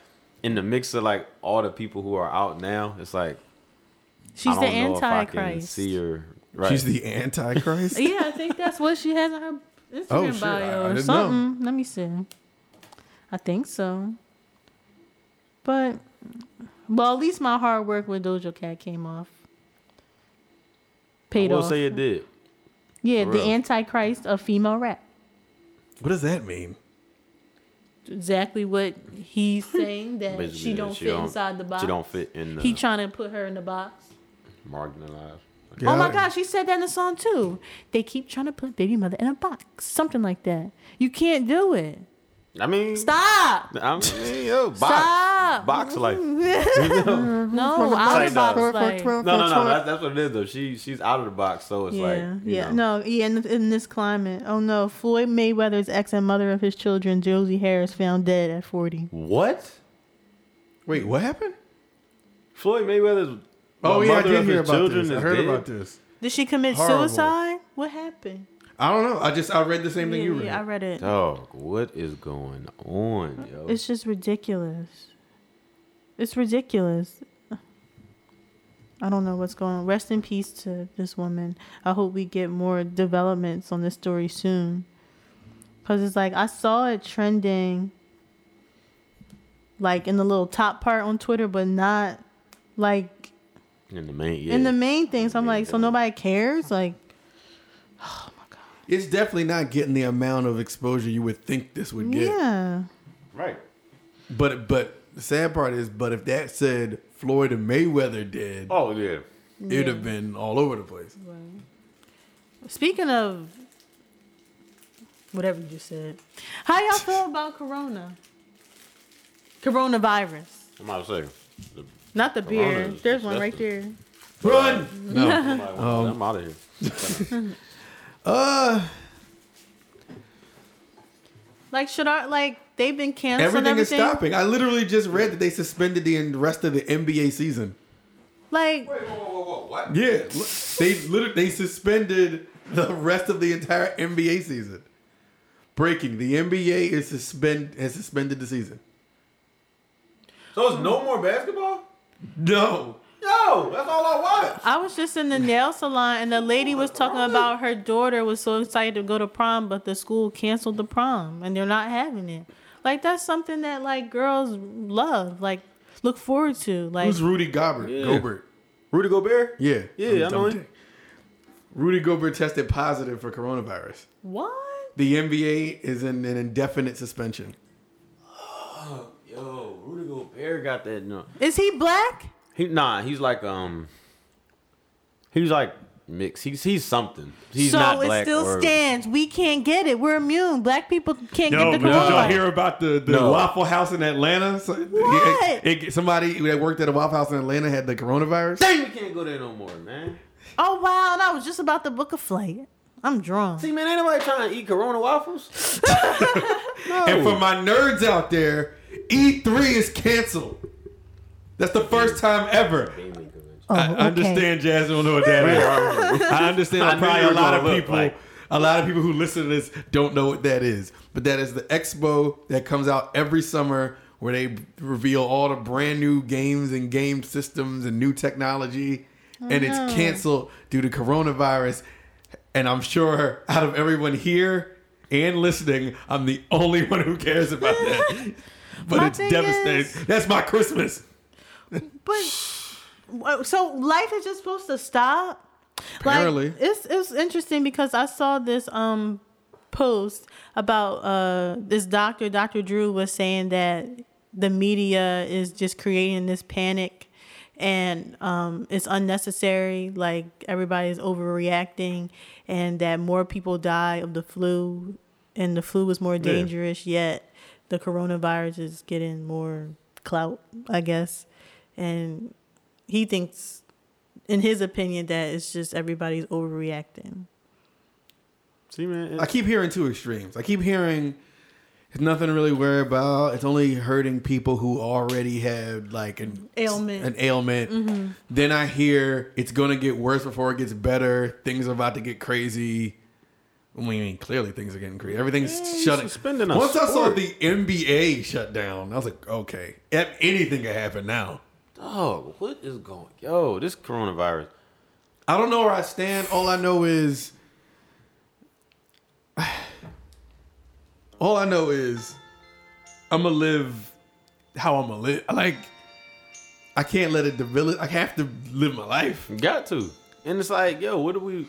Speaker 1: in the mix of like all the people who are out now, it's like
Speaker 3: She's
Speaker 1: I
Speaker 3: the
Speaker 1: don't know if I can
Speaker 3: antichrist.
Speaker 1: see her. Right.
Speaker 2: She's the Antichrist.
Speaker 3: yeah, I think that's what she has in her Instagram
Speaker 2: Oh, shit, I- I
Speaker 3: bio or
Speaker 2: didn't
Speaker 3: something. Let me see. I think so. But well, at least my hard work with Dojo Cat came off.
Speaker 1: I
Speaker 3: Paid
Speaker 1: will
Speaker 3: off.
Speaker 1: say it did.
Speaker 3: yeah,
Speaker 1: for
Speaker 3: the
Speaker 1: real.
Speaker 3: antichrist of female rap.
Speaker 2: What does that mean?
Speaker 3: exactly what he's saying that
Speaker 1: Basically,
Speaker 3: she don't fit inside the box.
Speaker 1: She don't fit in the
Speaker 3: He trying to put her in the box.
Speaker 1: marginalized.
Speaker 3: Oh my gosh, he said that in the song too. They keep trying to put baby mother in a box, something like that. You can't do it.
Speaker 1: I mean,
Speaker 3: Stop.
Speaker 1: I mean, yo, box,
Speaker 3: Stop.
Speaker 1: box life. No,
Speaker 3: No, out of the box. Like,
Speaker 1: no, no. That's, that's what it is though. She she's out of the box, so it's like
Speaker 3: yeah,
Speaker 1: you
Speaker 3: yeah,
Speaker 1: know.
Speaker 3: no, yeah. In, in this climate, oh no, Floyd Mayweather's ex and mother of his children, Josie Harris, found dead at forty.
Speaker 1: What?
Speaker 2: Wait, what happened?
Speaker 1: Floyd Mayweather's
Speaker 2: Oh
Speaker 1: the
Speaker 2: yeah, I
Speaker 1: mother
Speaker 2: did
Speaker 1: of
Speaker 2: hear
Speaker 1: his
Speaker 2: about
Speaker 1: children
Speaker 2: this. I
Speaker 1: is
Speaker 2: heard
Speaker 1: dead?
Speaker 2: about this.
Speaker 3: Did she commit
Speaker 2: Horrible.
Speaker 3: suicide? What happened?
Speaker 2: I don't know. I just I read the same thing
Speaker 3: yeah,
Speaker 2: you read.
Speaker 3: yeah, I read it.
Speaker 1: Dog, what is going on, yo?
Speaker 3: It's just ridiculous. It's ridiculous. I don't know what's going on. Rest in peace to this woman. I hope we get more developments on this story soon. Cause it's like I saw it trending like in the little top part on Twitter, but not like
Speaker 1: in the main, yeah.
Speaker 3: in the main thing. So I'm like, so
Speaker 1: Yeah.
Speaker 3: nobody cares? Like
Speaker 2: It's definitely not getting the amount of exposure you would think this would get.
Speaker 3: yeah.
Speaker 1: right.
Speaker 2: But but the sad part is, but if that said Floyd and Mayweather did,
Speaker 1: Oh yeah.
Speaker 2: it'd have been all over the place.
Speaker 3: Speaking of whatever you just said, how y'all feel about Corona? Coronavirus,
Speaker 1: I'm about to say. the-
Speaker 3: not the beer.
Speaker 1: Corona is
Speaker 3: There's one right there.
Speaker 1: disgusting.
Speaker 2: Run.
Speaker 1: I'm, out of here.
Speaker 2: Uh,
Speaker 3: Like, should I like they've been canceling
Speaker 2: everything,
Speaker 3: everything?
Speaker 2: is stopping. I literally just read that they suspended the en- rest of the NBA season.
Speaker 3: Like,
Speaker 2: Yeah, li- they literally they suspended the rest of the entire NBA season. Breaking: The NBA is suspend has suspended the season.
Speaker 1: So it's no more basketball?
Speaker 2: No,
Speaker 1: No, that's all I watch.
Speaker 3: I was just in the nail salon and the lady was talking about her daughter was so excited to go to prom, but the school canceled the prom and they're not having it. Like that's something that like girls love, like look forward to. Like
Speaker 2: who's Rudy Gobert?
Speaker 1: Yeah.
Speaker 2: Gobert.
Speaker 1: Rudy Gobert?
Speaker 2: Yeah,
Speaker 1: Yeah, I know him.
Speaker 2: Rudy Gobert tested positive for coronavirus.
Speaker 3: what?
Speaker 2: The NBA is in an indefinite suspension.
Speaker 1: Yo, Rudy Gobert got that. No,
Speaker 3: Is he black?
Speaker 1: he nah. He's like um. He's like mixed. He's he's something. He's
Speaker 3: so
Speaker 1: not
Speaker 3: it
Speaker 1: black
Speaker 3: still
Speaker 1: or-
Speaker 3: stands. We can't get it. We're immune. Black people can't get the
Speaker 2: Oh, did y'all
Speaker 3: coronavirus.
Speaker 2: hear about the, the
Speaker 1: No.
Speaker 2: Waffle House in Atlanta? So-
Speaker 3: What?
Speaker 2: it- it- somebody that worked at a Waffle House in Atlanta had the coronavirus.
Speaker 1: Dang, we can't go there no more, man.
Speaker 3: oh wow! And I was just about to book a flight. I'm drunk.
Speaker 1: See, man, ain't nobody trying to eat Corona waffles.
Speaker 2: And for my nerds out there, E3 is E canceled. That's the first time ever.
Speaker 7: Oh,
Speaker 2: I understand Jasmine don't know what that is. I understand
Speaker 1: I knew
Speaker 2: probably
Speaker 1: you
Speaker 2: a
Speaker 1: were
Speaker 2: lot
Speaker 1: gonna
Speaker 2: of
Speaker 1: look
Speaker 2: people
Speaker 1: like-
Speaker 2: a lot of people who listen to this don't know what that is. But that is the expo that comes out every summer where they reveal all the brand new games and game systems and new technology. and it's canceled due to coronavirus. And I'm sure out of everyone here and listening, I'm the only one who cares about that. But
Speaker 3: My
Speaker 2: it's
Speaker 3: thing
Speaker 2: devastating.
Speaker 3: is-
Speaker 2: That's my Christmas.
Speaker 3: But uh, so life is just supposed to stop.
Speaker 2: Apparently.
Speaker 3: Like, it's it's interesting because I saw this um post about uh this doctor, Dr. Drew was saying that the media is just creating this panic and um it's unnecessary like everybody's overreacting and that more people die of the flu and the flu is more dangerous yet the coronavirus is getting more clout, I guess. And he thinks, in his opinion, that it's just everybody's overreacting.
Speaker 1: See, man.
Speaker 2: I keep hearing two extremes. I keep hearing it's nothing to really worry about. It's only hurting people who already have like an
Speaker 3: Ailment.
Speaker 2: An ailment.
Speaker 1: Mm-hmm.
Speaker 2: Then I hear it's gonna get worse before it gets better. Things are about to get crazy. I mean, clearly things are getting crazy. Everything's shutting.
Speaker 1: suspending a
Speaker 2: Once I saw
Speaker 1: sport.
Speaker 2: the NBA shut down, I was like, okay, if anything can happen now.
Speaker 1: Dog, what is going? Yo, this coronavirus.
Speaker 2: I don't know where I stand. All I know is, all I know is, I'm gonna live how I'm gonna live. Like, I can't let it develop. I have to live my life.
Speaker 1: Got to. And it's like, yo, what do we?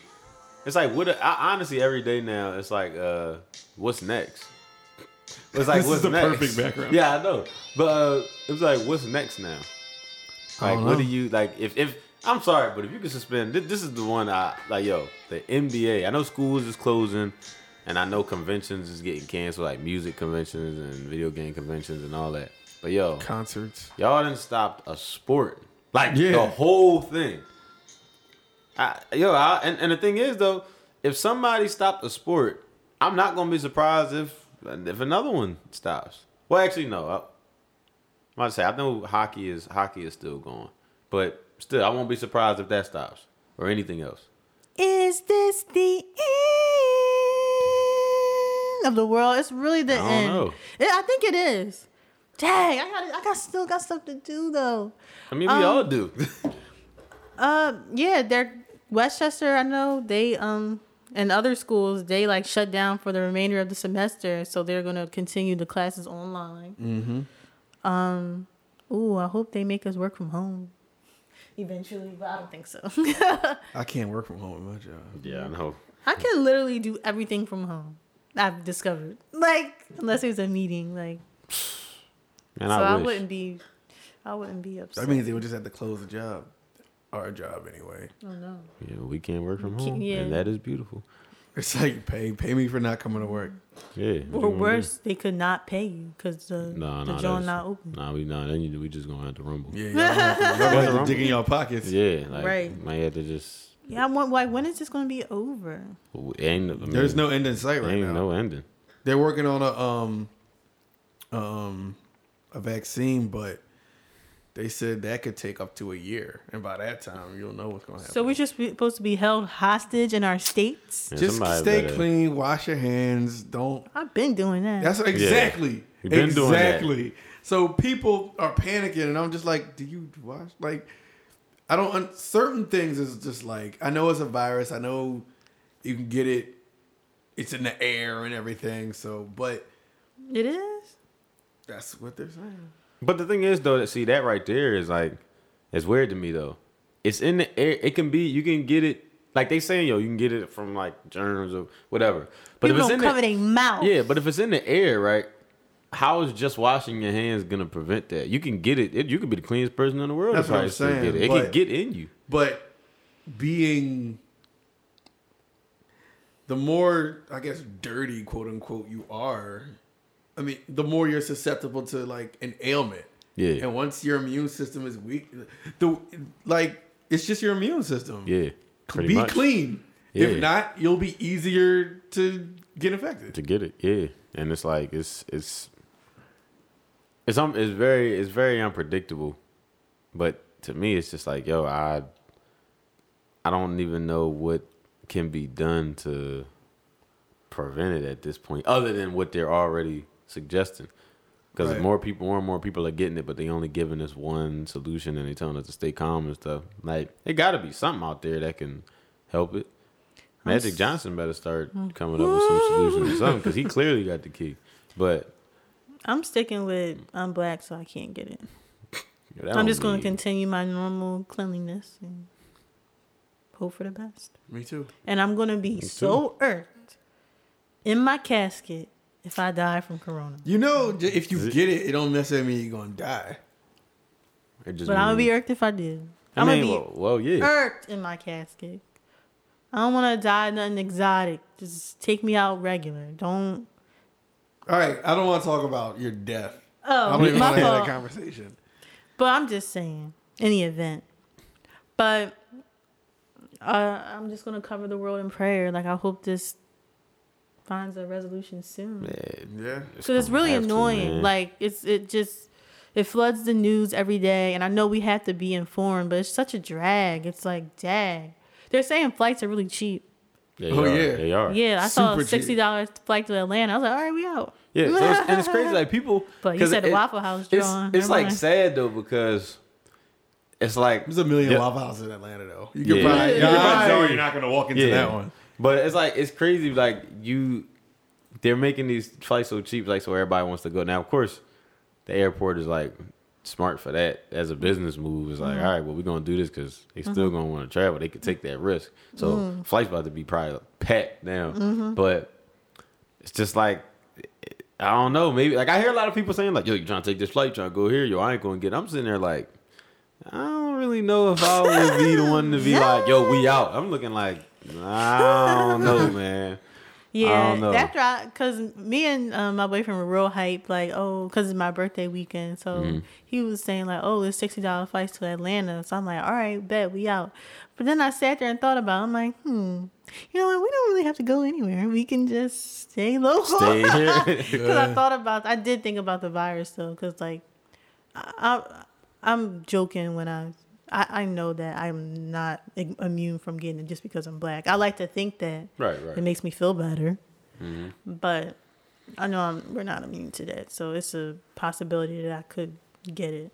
Speaker 1: It's like, what? do- I, honestly, every day now, it's like, uh, what's next? It's like,
Speaker 2: This is
Speaker 1: what's
Speaker 2: the
Speaker 1: next?
Speaker 2: perfect background.
Speaker 1: Yeah, I know. But uh, it was like, what's next now? Like,
Speaker 2: don't
Speaker 1: what
Speaker 2: know.
Speaker 1: do you like? If if I'm sorry, but if you could suspend, this, this is the one I like. Yo, the NBA. I know schools is closing, and I know conventions is getting canceled, like music conventions and video game conventions and all that. But yo,
Speaker 2: Concerts.
Speaker 1: Y'all done stopped a sport. Like
Speaker 2: Yeah.
Speaker 1: the whole thing. I, yo, I, and, and the thing is though, if somebody stopped a sport, I'm not gonna be surprised if if another one stops. Well, actually, no. I, I'm about to say I know hockey is hockey is still going, but still, I won't be surprised if that stops or anything else.
Speaker 3: Is this the end of the world? It's really the
Speaker 1: I don't
Speaker 3: end.
Speaker 1: know.
Speaker 3: It- I think it is. Dang, I got I got still got stuff to do though.
Speaker 1: I mean, we
Speaker 3: Um,
Speaker 1: all do.
Speaker 3: Uh, yeah, they're Westchester. I know they um and other schools they like shut down for the remainder of the semester, so they're gonna continue the classes online. Mm-hmm. Um, ooh, I hope they make us work from home eventually, but I don't think so.
Speaker 2: I can't work from home with my job.
Speaker 1: yeah, I know.
Speaker 3: I can literally do everything from home. I've discovered, like unless there's a meeting, like
Speaker 1: And
Speaker 3: so
Speaker 1: I,
Speaker 3: I,
Speaker 1: wish.
Speaker 3: wouldn't be, I wouldn't be upset.
Speaker 2: That means they would just have to close the job, our job anyway.
Speaker 3: I don't know.
Speaker 1: Yeah, we can't work from
Speaker 3: Ki-
Speaker 1: home,
Speaker 3: yeah.
Speaker 1: and that is beautiful.
Speaker 2: It's like pay pay me for not coming to work.
Speaker 1: Yeah. what you
Speaker 3: Or
Speaker 1: gonna do?
Speaker 3: worse, they could not pay you because the
Speaker 1: Nah,
Speaker 3: the
Speaker 1: nah, that's-
Speaker 3: joint not open.
Speaker 1: Nah, we not. Then you, we just gonna have to rumble.
Speaker 2: Yeah, y'all have to, y'all have to dig in your pockets.
Speaker 1: Yeah, like
Speaker 3: Right.
Speaker 1: might have to just
Speaker 3: Yeah, I want like when is this gonna be over?
Speaker 1: end. I mean,
Speaker 2: There's no end in sight right
Speaker 1: ain't
Speaker 2: now.
Speaker 1: no ending.
Speaker 2: they're working on a um um a vaccine, but they said that could take up to a year, and by that time you'll know what's going to happen.
Speaker 3: So we're just be- supposed to be held hostage in our states.
Speaker 1: Man,
Speaker 2: just
Speaker 1: somebody
Speaker 2: stay
Speaker 1: better-
Speaker 2: clean, wash your hands, don't.
Speaker 3: I've been doing that.
Speaker 2: That's exactly
Speaker 1: We've been doing that.
Speaker 2: exactly. So people are panicking, and I'm just like, do you wash like? I don't. Un- certain things is just like I know it's a virus. I know you can get it. It's in the air and everything. So, but
Speaker 3: it is.
Speaker 2: that's what they're saying.
Speaker 1: But the thing is, though, that see that right there is like, it's weird to me though. It's in the air. It can be. You can get it. Like they saying, yo, you can get it from like germs or whatever. But if
Speaker 3: People
Speaker 1: it's
Speaker 3: don't
Speaker 1: in
Speaker 3: cover
Speaker 1: the,
Speaker 3: their mouth.
Speaker 1: yeah, but if it's in the air, right? How is just washing your hands gonna prevent that? You can get it. it you could be the cleanest person in the world.
Speaker 2: That's
Speaker 1: if
Speaker 2: what
Speaker 1: I
Speaker 2: I'm
Speaker 1: still
Speaker 2: saying,
Speaker 1: Get it it
Speaker 2: but-
Speaker 1: can get in you.
Speaker 2: but being the more i guess dirty quote unquote you are i mean the more you're susceptible to like an ailment
Speaker 1: Yeah.
Speaker 2: and once your immune system is weak the like it's just your immune system
Speaker 1: Yeah. Pretty
Speaker 2: be
Speaker 1: much.
Speaker 2: clean
Speaker 1: Yeah.
Speaker 2: if not you'll be easier to get infected
Speaker 1: to get it. Yeah, and it's like it's it's it's um it's very it's very unpredictable. But to me, it's just like, yo, I, I don't even know what can be done to prevent it at this point, other than what they're already suggesting. Because
Speaker 2: Right.
Speaker 1: more people, more and more people are getting it, but they only giving us one solution, and they telling us to stay calm and stuff. Like, it got to be something out there that can help it. Magic Johnson better start
Speaker 3: Hmm.
Speaker 1: coming up with some solution or something, because he clearly got the key. But
Speaker 3: I'm sticking with I'm black, so I can't get it.
Speaker 1: yo, that
Speaker 3: I'm
Speaker 1: don't
Speaker 3: just going
Speaker 1: mean-
Speaker 3: to continue my normal cleanliness and hope for the best.
Speaker 2: Me too.
Speaker 3: And I'm going to be so irked in my casket if I die from corona.
Speaker 2: You know, j- if you get it, it don't necessarily mean you're gonna die.
Speaker 1: It just
Speaker 3: But I'm going to
Speaker 1: mean-
Speaker 3: be irked if I did.
Speaker 1: I
Speaker 3: I'm
Speaker 1: mean,
Speaker 3: going to
Speaker 1: well, well,
Speaker 3: be er
Speaker 1: yeah.
Speaker 3: irked in my casket. I don't want to die nothing exotic. Just take me out regular. Don't.
Speaker 2: All right, I don't want to talk about your death. I
Speaker 3: Oh,
Speaker 2: don't even
Speaker 3: my
Speaker 2: want to have that
Speaker 3: fault.
Speaker 2: conversation.
Speaker 3: But I'm just saying, any event. But uh, I'm just gonna cover the world in prayer. Like I hope this finds a resolution soon.
Speaker 1: Yeah,
Speaker 2: Yeah.
Speaker 3: So it's
Speaker 1: gonna
Speaker 3: really
Speaker 1: have to,
Speaker 3: annoying.
Speaker 1: man.
Speaker 3: like it's it just it floods the news every day, and I know we have to be informed, but it's such a drag. It's like dang. They're saying flights are really cheap.
Speaker 1: They
Speaker 2: Oh,
Speaker 1: are.
Speaker 2: yeah.
Speaker 1: They are.
Speaker 3: Yeah, I saw a
Speaker 2: Super cheap.
Speaker 3: sixty dollars flight to Atlanta. I was like, all right, we out.
Speaker 1: Yeah, so it's, and it's crazy. Like people,
Speaker 3: But you
Speaker 1: 'cause
Speaker 3: said the Waffle House
Speaker 1: It's,
Speaker 3: drawing.
Speaker 1: it's
Speaker 3: Never
Speaker 1: like
Speaker 3: mind.
Speaker 1: sad though because it's like
Speaker 2: There's a million
Speaker 1: Yeah.
Speaker 2: love houses in Atlanta, though. You can
Speaker 1: Yeah.
Speaker 2: probably,
Speaker 1: Yeah.
Speaker 2: you can probably tell
Speaker 1: Yeah.
Speaker 2: you're not gonna walk into
Speaker 1: yeah,
Speaker 2: that one.
Speaker 1: But it's like it's crazy. Like you, they're making these flights so cheap, like so everybody wants to go. Now, of course, the airport is like smart for that as a business move. It's
Speaker 2: Mm-hmm.
Speaker 1: like, all right, well, we're gonna do this because they still gonna want to travel. They could take that risk. So
Speaker 2: Mm-hmm.
Speaker 1: flights about to be probably packed now. But it's just like. I don't know. Maybe like I hear a lot of people saying like, "Yo, you trying to take this flight? You trying to go here? Yo, I ain't going to get." it." I'm sitting there like, I don't really know if I would be the one to be like, "Yo, we out." I'm looking like, I don't know, man.
Speaker 3: Yeah,
Speaker 1: don't know.
Speaker 3: after I, cause me and um, my boyfriend were real hype, like, oh, cause it's my birthday weekend, so
Speaker 1: Mm-hmm.
Speaker 3: he was saying like, oh, it's sixty dollars flights to Atlanta, so I'm like, all right, bet we out. But then I sat there and thought about, it. I'm like, hmm, you know what? We don't really have to go anywhere. We can just stay local.
Speaker 1: Stay here.
Speaker 3: Because I thought about, I did think about the virus though, because like, I, I, I'm joking when I, I, I know that I'm not im- immune from getting it just because I'm black. I like to think that.
Speaker 1: Right, Mm-hmm.
Speaker 3: It
Speaker 1: right.
Speaker 3: makes me feel better. But I know I'm, we're not immune to that, so it's a possibility that I could get it,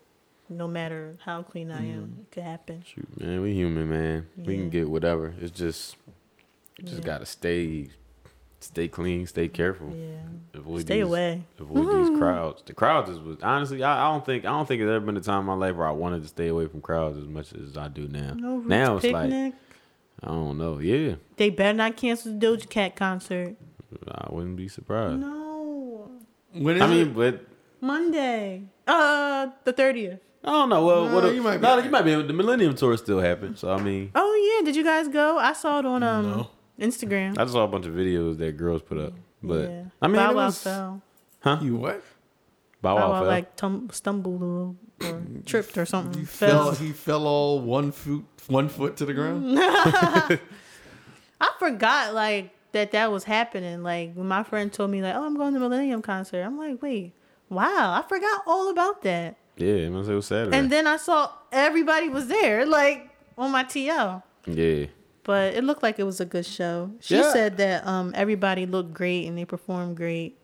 Speaker 3: no matter how clean I am.
Speaker 1: Mm.
Speaker 3: It could happen.
Speaker 1: Shoot, man, we human, man. We
Speaker 3: Yeah.
Speaker 1: can get whatever. It's just, you just
Speaker 3: Yeah.
Speaker 1: gotta stay, stay clean, stay careful.
Speaker 3: Yeah,
Speaker 1: Avoid
Speaker 3: stay
Speaker 1: these-
Speaker 3: away.
Speaker 1: Avoid these
Speaker 3: Hmm.
Speaker 1: crowds. The crowds is was honestly, I, I don't think I don't think there's ever been a time in my life where I wanted to stay away from crowds as much as I do now.
Speaker 3: No Roots
Speaker 1: now it's like
Speaker 3: picnic.
Speaker 1: I don't know. Yeah,
Speaker 3: they better not cancel the Doja Cat concert.
Speaker 1: I wouldn't be surprised.
Speaker 3: No,
Speaker 2: When is
Speaker 1: I mean, but
Speaker 3: Monday, uh, the thirtieth.
Speaker 1: I don't know. Well,
Speaker 2: No,
Speaker 1: what a,
Speaker 2: you
Speaker 1: you
Speaker 2: might be
Speaker 1: might no,
Speaker 2: right.
Speaker 1: you might be. The Millennium Tour still happened, so I mean,
Speaker 3: Oh yeah, did you guys go? I saw it on um
Speaker 2: No.
Speaker 3: Instagram.
Speaker 1: I just saw a bunch of videos that girls put up. But
Speaker 3: yeah.
Speaker 1: I mean,
Speaker 3: Bow
Speaker 1: it
Speaker 3: Wow
Speaker 1: was,
Speaker 3: fell.
Speaker 2: it? You what?
Speaker 1: Bow
Speaker 3: Bow
Speaker 1: Wow
Speaker 3: Wow
Speaker 1: fell.
Speaker 3: like tum- stumbled or, or tripped or something.
Speaker 2: He fell.
Speaker 3: Mm. fell.
Speaker 2: He fell all one foot, one foot to the ground.
Speaker 3: I forgot like that that was happening. Like when my friend told me like, "Oh, I'm going to Millennium concert." I'm like, "Wait, wow! I forgot all about that."
Speaker 1: yeah, I mean, it was Saturday.
Speaker 3: And then I saw everybody was there, like on my TL.
Speaker 1: yeah,
Speaker 3: But it looked like it was a good show. She
Speaker 1: Yeah.
Speaker 3: said that um everybody looked great and they performed great.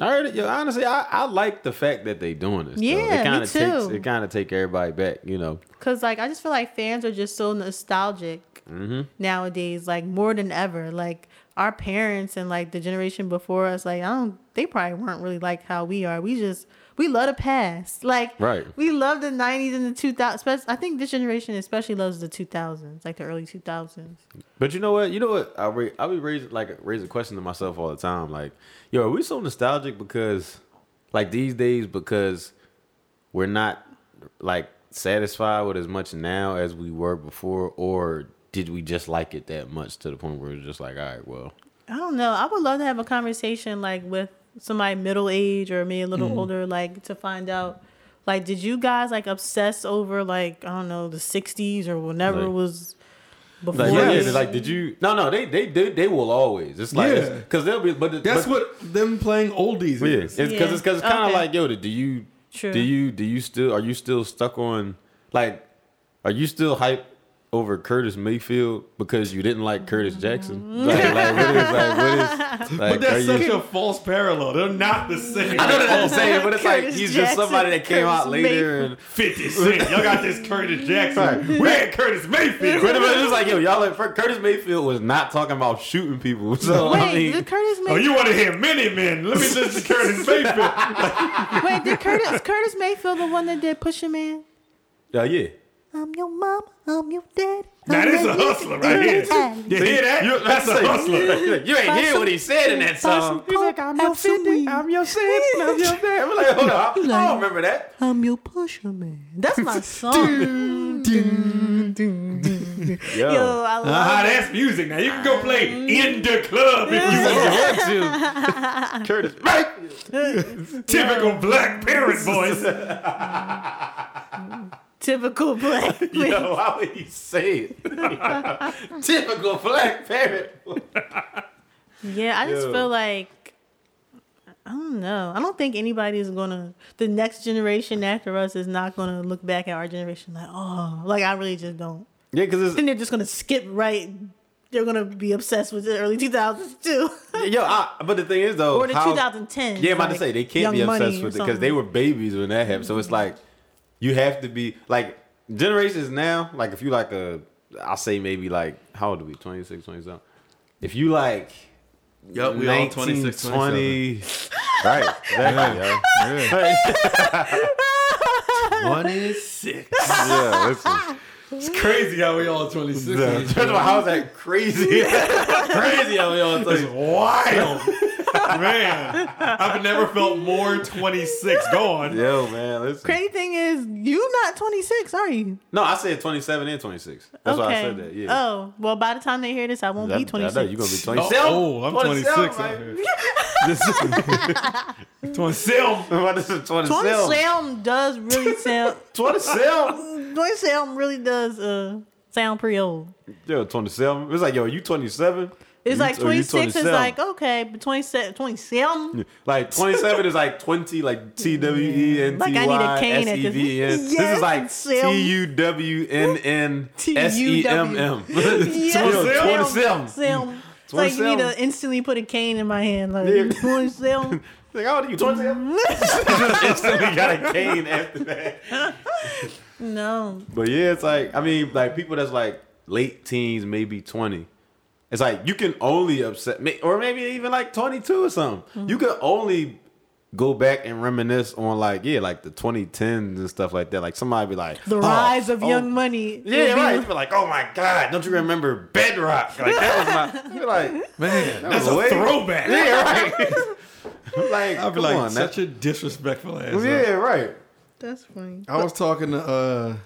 Speaker 1: I heard it. Yo, honestly, I, I like the fact that they doing this. though.
Speaker 3: Yeah,
Speaker 1: it
Speaker 3: me
Speaker 1: kind of takes
Speaker 3: too.
Speaker 1: it kind of take everybody back. You know,
Speaker 3: Cause like I just feel like fans are just so nostalgic nowadays, like more than ever. Like our parents and like the generation before us, like I don't, they probably weren't really like how we are. We just we love the past, like
Speaker 1: Right.
Speaker 3: We love the '90s and the 2000s. I think this generation especially loves the 2000s, like the early 2000s.
Speaker 1: But you know what? You know what? I re- I be raising like raise a question to myself all the time. Like, yo, are we so nostalgic because, like these days, because we're not like satisfied with as much now as we were before, or did we just like it that much to the point where it's just like, all right, well,
Speaker 3: I don't know. I would love to have a conversation like with somebody middle age or maybe a little
Speaker 1: Mm-hmm.
Speaker 3: older, like to find out, like, did you guys like obsess over like I don't know the '60s or whenever
Speaker 1: Like-
Speaker 3: was before?
Speaker 1: like, yeah,
Speaker 2: Yes.
Speaker 1: yeah, like, did you? No, no, they they they, they will always. It's like
Speaker 2: Yeah.
Speaker 1: because they'll be, but
Speaker 2: That's
Speaker 1: but,
Speaker 2: what them playing oldies
Speaker 1: Yeah,
Speaker 2: is.
Speaker 1: it's because it's, cause it's kind of
Speaker 3: Okay.
Speaker 1: like yo, do you
Speaker 3: True.
Speaker 1: do you do you still are you still stuck on Like, are you still hype over Curtis Mayfield because you didn't like Curtis Jackson? Like, like, what is, like, what is, like,
Speaker 2: But that's
Speaker 1: are you-
Speaker 2: such a false parallel. They're not the same.
Speaker 1: I know that I'm saying, but it's like
Speaker 3: Curtis
Speaker 1: he's just
Speaker 3: Jackson,
Speaker 1: somebody that came out
Speaker 3: Curtis
Speaker 1: later and
Speaker 2: 50 Cent. Y'all got this Curtis Jackson. We had Curtis Mayfield.
Speaker 1: But it was just like, yo, y'all like Fur- Curtis Mayfield was not talking about shooting people. So
Speaker 3: Wait,
Speaker 1: I mean,
Speaker 3: did Curtis
Speaker 2: Oh,
Speaker 3: Mayfield?
Speaker 2: you want to hear many men? Let me listen to Curtis Mayfield.
Speaker 3: wait, did Curtis is Curtis Mayfield the one that did Pusha Man?
Speaker 1: yeah, yeah.
Speaker 3: I'm your mom. I'm your dad.
Speaker 2: Now
Speaker 3: I'm
Speaker 2: this a
Speaker 3: your niece,
Speaker 2: hustler right here.
Speaker 3: and
Speaker 2: You hear that?
Speaker 1: You-
Speaker 2: that's a
Speaker 1: like-
Speaker 2: hustler.
Speaker 1: You ain't hear what he said in that song.
Speaker 3: He's like, I'm your I'm your
Speaker 1: I'm just there. I'm like, hold on, I don't remember that.
Speaker 3: I'm your Pusha Man. That's my song.
Speaker 1: Yo, Uh-huh,
Speaker 3: Yo, I love
Speaker 2: Ah,
Speaker 3: it.
Speaker 2: that's music. Now you can go play in the club if you want.
Speaker 1: Curtis.
Speaker 2: Typical black parent voice.
Speaker 3: Typical black. man.
Speaker 1: Yo, how would he say it? Typical black parent.
Speaker 3: Yeah, I just
Speaker 1: Yo.
Speaker 3: feel like I don't know. I don't think anybody is gonna. The next generation after us is not gonna look back at our generation like, oh, like I really just don't.
Speaker 1: Yeah, because
Speaker 3: Then they're just gonna skip right. They're gonna be obsessed with the early 2000s too,
Speaker 1: yo. I, but the thing is though,
Speaker 3: or the
Speaker 1: how-
Speaker 3: 2010s.
Speaker 1: Yeah, I'm about
Speaker 3: like,
Speaker 1: to say they
Speaker 3: Young
Speaker 1: can't be
Speaker 3: Money
Speaker 1: obsessed
Speaker 3: or
Speaker 1: with it because
Speaker 3: something.
Speaker 1: they were babies when that happened. So it's like you have to be like generations now. Like if you like a, I'll say maybe like how old are we? 26, 27. If you like,
Speaker 2: Yup, we all 26,
Speaker 1: 20, right? Exactly. yo. Like,
Speaker 8: One is sick.
Speaker 1: yeah, listen.
Speaker 2: It's crazy how we all 26.
Speaker 1: First of all, how is that crazy? crazy how we all
Speaker 2: That's wild. Man, I've never felt more 26. Go on.
Speaker 1: Yo, man, listen.
Speaker 3: Crazy thing is, you not 26, are you?
Speaker 1: No, I said 27 and 26. That's why I said that. Yeah.
Speaker 3: Oh, well, by the time they hear this, I won't
Speaker 1: I- I
Speaker 3: be
Speaker 1: know
Speaker 3: 26.
Speaker 1: You're going to be 27.
Speaker 2: Oh, oh, I'm 26. out here. 27.
Speaker 1: What is it? 27.
Speaker 3: Twenty-seven does really sound.
Speaker 1: 27.
Speaker 3: Twenty-seven really does uh, sound pretty old.
Speaker 1: Yo, 27. It's like, yo, you 27?
Speaker 3: It's
Speaker 1: You-
Speaker 3: like
Speaker 1: you
Speaker 3: 26 is
Speaker 1: 27.
Speaker 3: like, okay, but 27, 27
Speaker 1: Like 27 is like 20, like T W E N
Speaker 3: Like,
Speaker 1: T
Speaker 3: I need a
Speaker 1: Y
Speaker 3: cane at
Speaker 1: S
Speaker 3: this-
Speaker 1: E V E N. This
Speaker 3: Yes,
Speaker 1: is like
Speaker 3: Sam.
Speaker 1: T U W N N S E M M.
Speaker 3: Yes,
Speaker 1: Yo,
Speaker 3: Sam.
Speaker 1: 27.
Speaker 3: Sam. It's like you need
Speaker 1: 27.
Speaker 3: to instantly put a cane in my hand.
Speaker 1: Mm. Yeah.
Speaker 3: Like, 27.
Speaker 1: Like, how old are you? 27? You just instantly got a cane after that.
Speaker 3: No.
Speaker 1: But yeah, it's like, I mean, like people that's like late teens, maybe 20. It's like you can only upset me, or maybe even like 22 or something. You can only go back and reminisce on like, yeah, like the 2010s and stuff like that. Like somebody be like,
Speaker 3: The
Speaker 1: "Oh,
Speaker 3: rise of
Speaker 1: oh,
Speaker 3: young money.
Speaker 1: Yeah, right. You be like, oh my God, don't you remember Bedrock? Like that was my, you be like, man, that
Speaker 2: That's
Speaker 1: was way-
Speaker 2: a throwback.
Speaker 1: Yeah, right. I'm like,
Speaker 2: I'd be
Speaker 1: come
Speaker 2: like,
Speaker 1: on,
Speaker 2: such
Speaker 1: that's
Speaker 2: a disrespectful ass.
Speaker 1: yeah, right.
Speaker 3: That's funny.
Speaker 2: I was talking to uh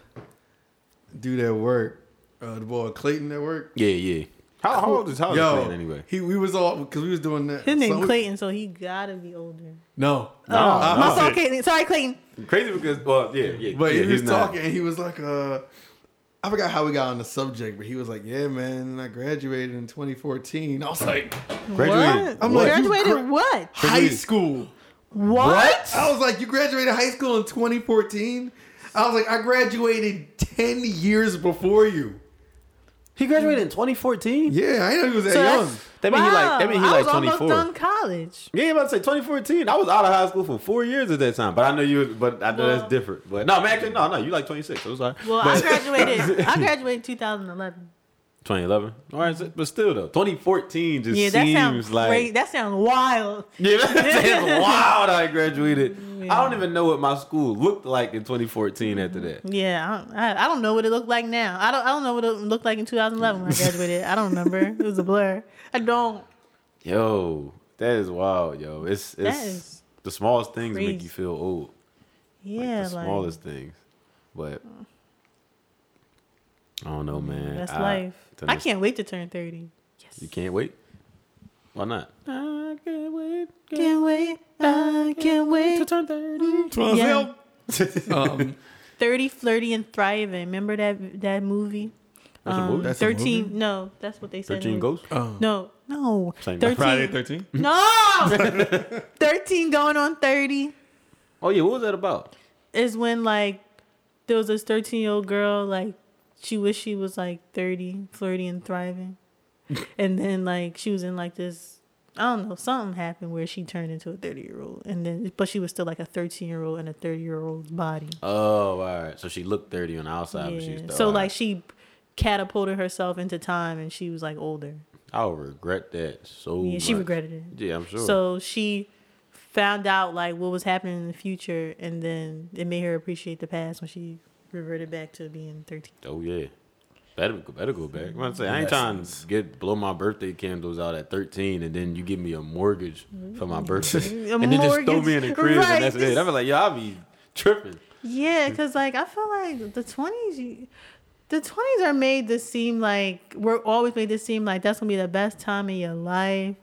Speaker 2: dude at work, uh, the boy Clayton at work.
Speaker 1: Yeah, yeah. How, how old is how old is
Speaker 2: Yo,
Speaker 1: man anyway?
Speaker 2: he we was all because we was doing that.
Speaker 3: His name
Speaker 2: so we-
Speaker 3: Clayton, so he gotta be older.
Speaker 2: No,
Speaker 3: Oh,
Speaker 2: I-
Speaker 3: my
Speaker 2: I-
Speaker 3: fault, Clayton. Sorry, Clayton.
Speaker 1: Crazy because, well, yeah, yeah.
Speaker 2: But
Speaker 1: yeah,
Speaker 2: he was
Speaker 1: he's not-
Speaker 2: talking, and he was like, uh, I forgot how we got on the subject, but he was like, "Yeah, man, I graduated in 2014." I was like,
Speaker 1: Graduated.
Speaker 3: What?
Speaker 2: I'm like, you
Speaker 3: graduated
Speaker 2: gra-
Speaker 3: what?
Speaker 2: "High school?
Speaker 3: What?
Speaker 2: I was like, you graduated high school in 2014." I was like, "I graduated 10 years before you."
Speaker 1: He graduated in 2014.
Speaker 2: Yeah, I didn't know he was that
Speaker 3: So
Speaker 2: young.
Speaker 3: that's-
Speaker 1: That mean he like- that
Speaker 3: wow,
Speaker 1: mean he
Speaker 3: I
Speaker 1: like
Speaker 3: was almost
Speaker 1: 24.
Speaker 3: done college.
Speaker 1: Yeah, I'm about to say 2014. I was out of high school for four years at that time, but I know you. But I know
Speaker 3: Well-
Speaker 1: that's different. But no, man, actually, no, no, you like 26. I'm sorry.
Speaker 3: Well, I
Speaker 1: but,
Speaker 3: graduated. I graduated 2011.
Speaker 1: 2011. All right, so- but still though, 2014 just
Speaker 3: Yeah, that
Speaker 1: seems
Speaker 3: sounds
Speaker 1: like
Speaker 3: great. That sounds wild.
Speaker 1: yeah, that's wild. I graduated. I don't even know what my school looked like in 2014 after that.
Speaker 3: Yeah, I don't, I, I don't know what it looked like now. I don't. I don't know what it looked like in 2011 when I graduated. I don't remember. It was a blur. I don't.
Speaker 1: Yo, that is wild, yo. It's it's
Speaker 3: is
Speaker 1: the smallest things make
Speaker 3: crazy.
Speaker 1: you feel old.
Speaker 3: Yeah,
Speaker 1: the
Speaker 3: like,
Speaker 1: smallest things. But I don't know, man.
Speaker 3: Mm, that's
Speaker 1: I-
Speaker 3: life.
Speaker 1: the
Speaker 3: I
Speaker 1: nos-
Speaker 3: can't wait to turn 30.
Speaker 1: You can't wait. Why not? I can't wait.
Speaker 3: Can't wait. I can't wait.
Speaker 1: turn thirty.
Speaker 3: Yeah.
Speaker 2: Um,
Speaker 3: 30, flirty, and thriving. Remember that that movie?
Speaker 1: That's
Speaker 3: Um,
Speaker 1: a movie.
Speaker 2: That's a
Speaker 3: 13.
Speaker 2: movie?
Speaker 3: No, that's what they said.
Speaker 1: Thirteen
Speaker 3: in the-
Speaker 1: ghosts.
Speaker 3: No, no.
Speaker 1: Same.
Speaker 3: 13.
Speaker 2: Friday 13.
Speaker 3: No! 13 going on 30
Speaker 1: Oh yeah, what was that about?
Speaker 3: is when, like, there was this 13 year old girl, like, she wished she was like 30, flirty and thriving. and then, like, she was in like this, I don't know, something happened where she turned into a 30 year old. And then, but she was still like a 13 year old in a 30 year old's body.
Speaker 1: Oh, all right. So she looked 30 on the outside, but she's
Speaker 3: yeah.
Speaker 1: still
Speaker 3: So,
Speaker 1: all
Speaker 3: like,
Speaker 1: right.
Speaker 3: she catapulted herself into time and she was like older.
Speaker 1: I'll regret that so
Speaker 3: Yeah, she
Speaker 1: much.
Speaker 3: regretted it.
Speaker 1: Yeah, I'm sure.
Speaker 3: So she found out like what was happening in the future, and then it made her appreciate the past when she reverted back to being thirteen.
Speaker 1: oh yeah. Better, better go back. I'm say, I ain't trying to get blow my birthday candles out at 13, and then you give me a mortgage for my birthday,
Speaker 3: A
Speaker 1: and then just throw
Speaker 3: mortgage.
Speaker 1: me in the crib,
Speaker 3: Right,
Speaker 1: and that's
Speaker 3: this-
Speaker 1: it. I'm like, yo, I'll be tripping.
Speaker 3: Yeah, because like I feel like the twenties, the twenties are made to seem like we're always made to seem like that's gonna be the best time in your life.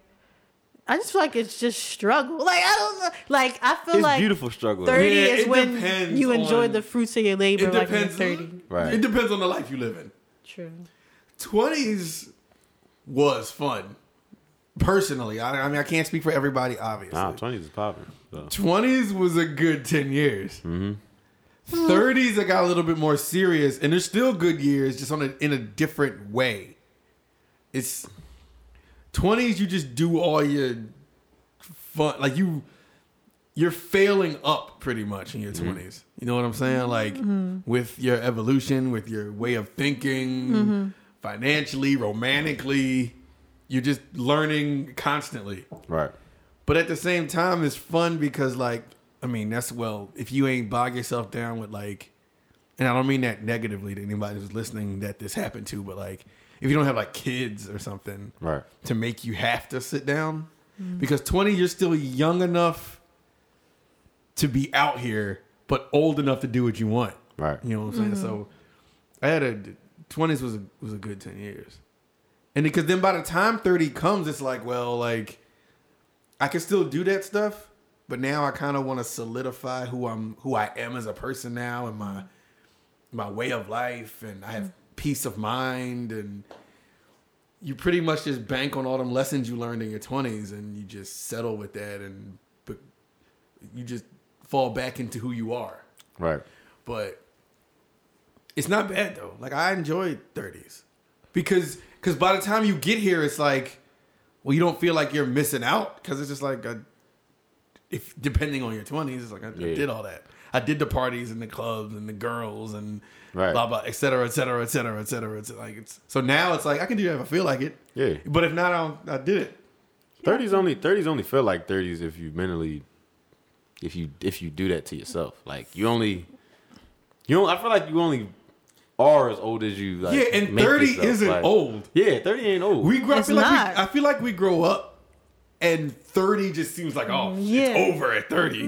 Speaker 3: I just feel like it's just struggle. Like I don't know. Like I feel
Speaker 1: It's
Speaker 3: like
Speaker 1: beautiful struggle,
Speaker 3: thirty
Speaker 2: Yeah,
Speaker 3: is
Speaker 2: it
Speaker 3: when
Speaker 2: depends
Speaker 3: you enjoy
Speaker 2: on-
Speaker 3: the fruits of your labor.
Speaker 2: It
Speaker 3: Like when you're
Speaker 2: depends.
Speaker 3: thirty.
Speaker 1: Right.
Speaker 2: It depends on the life you live in.
Speaker 3: True.
Speaker 2: Twenties was fun. Personally, I, I mean, I can't speak for everybody, obviously.
Speaker 1: Nah, 20s is popping. So.
Speaker 2: 20s was a good 10 years. 30s, I got a little bit more serious, and they're still good years, just on a, in a different way. It's 20s, you just do all your fun, like you, you're failing up pretty much in your 20s. You know what I'm saying? Like with your evolution, with your way of thinking, financially, romantically, you're just learning constantly.
Speaker 1: Right.
Speaker 2: But at the same time, it's fun because, like, I mean, that's well, if you ain't bog yourself down with, like, and I don't mean that negatively to anybody who's listening that this happened to, but, like, if you don't have, like, kids or something
Speaker 1: Right.
Speaker 2: to make you have to sit down, because 20, you're still young enough to be out here, but old enough to do what you want.
Speaker 1: Right.
Speaker 2: You know what I'm saying? So I had a 20s was a, was a good 10 years. And because then by the time 30 comes, it's like, well, like I can still do that stuff, but now I kind of want to solidify who I'm who I am as a person now and my my way of life and I have peace of mind and you pretty much just bank on all them lessons you learned in your 20s and you just settle with that and but you just fall back into who you are
Speaker 1: Right.
Speaker 2: but it's not bad though. Like I enjoyed 30s because because by the time you get here, it's like well, you don't feel like you're missing out because it's just like a, if depending on your 20s, it's like I, I
Speaker 1: Yeah.
Speaker 2: did all that. I did the parties and the clubs and the girls and
Speaker 1: Right.
Speaker 2: blah blah et cetera et cetera et cetera et cetera. It's like it's so now it's like I can do that if I feel like it.
Speaker 1: Yeah.
Speaker 2: But if not, I, don't, I did it.
Speaker 1: 30s only 30s only feel like 30s if you mentally if you if you do that to yourself. Like you only you don't I feel like you only are as old as you like
Speaker 2: yeah, and
Speaker 1: make
Speaker 2: 30
Speaker 1: yourself,
Speaker 2: isn't
Speaker 1: like-
Speaker 2: old.
Speaker 1: Yeah, 30 ain't old.
Speaker 2: We grow. I
Speaker 3: It's
Speaker 2: feel, like
Speaker 3: not.
Speaker 2: we, I feel like we grow up, and thirty just seems like oh,
Speaker 3: Yeah.
Speaker 2: it's over at thirty.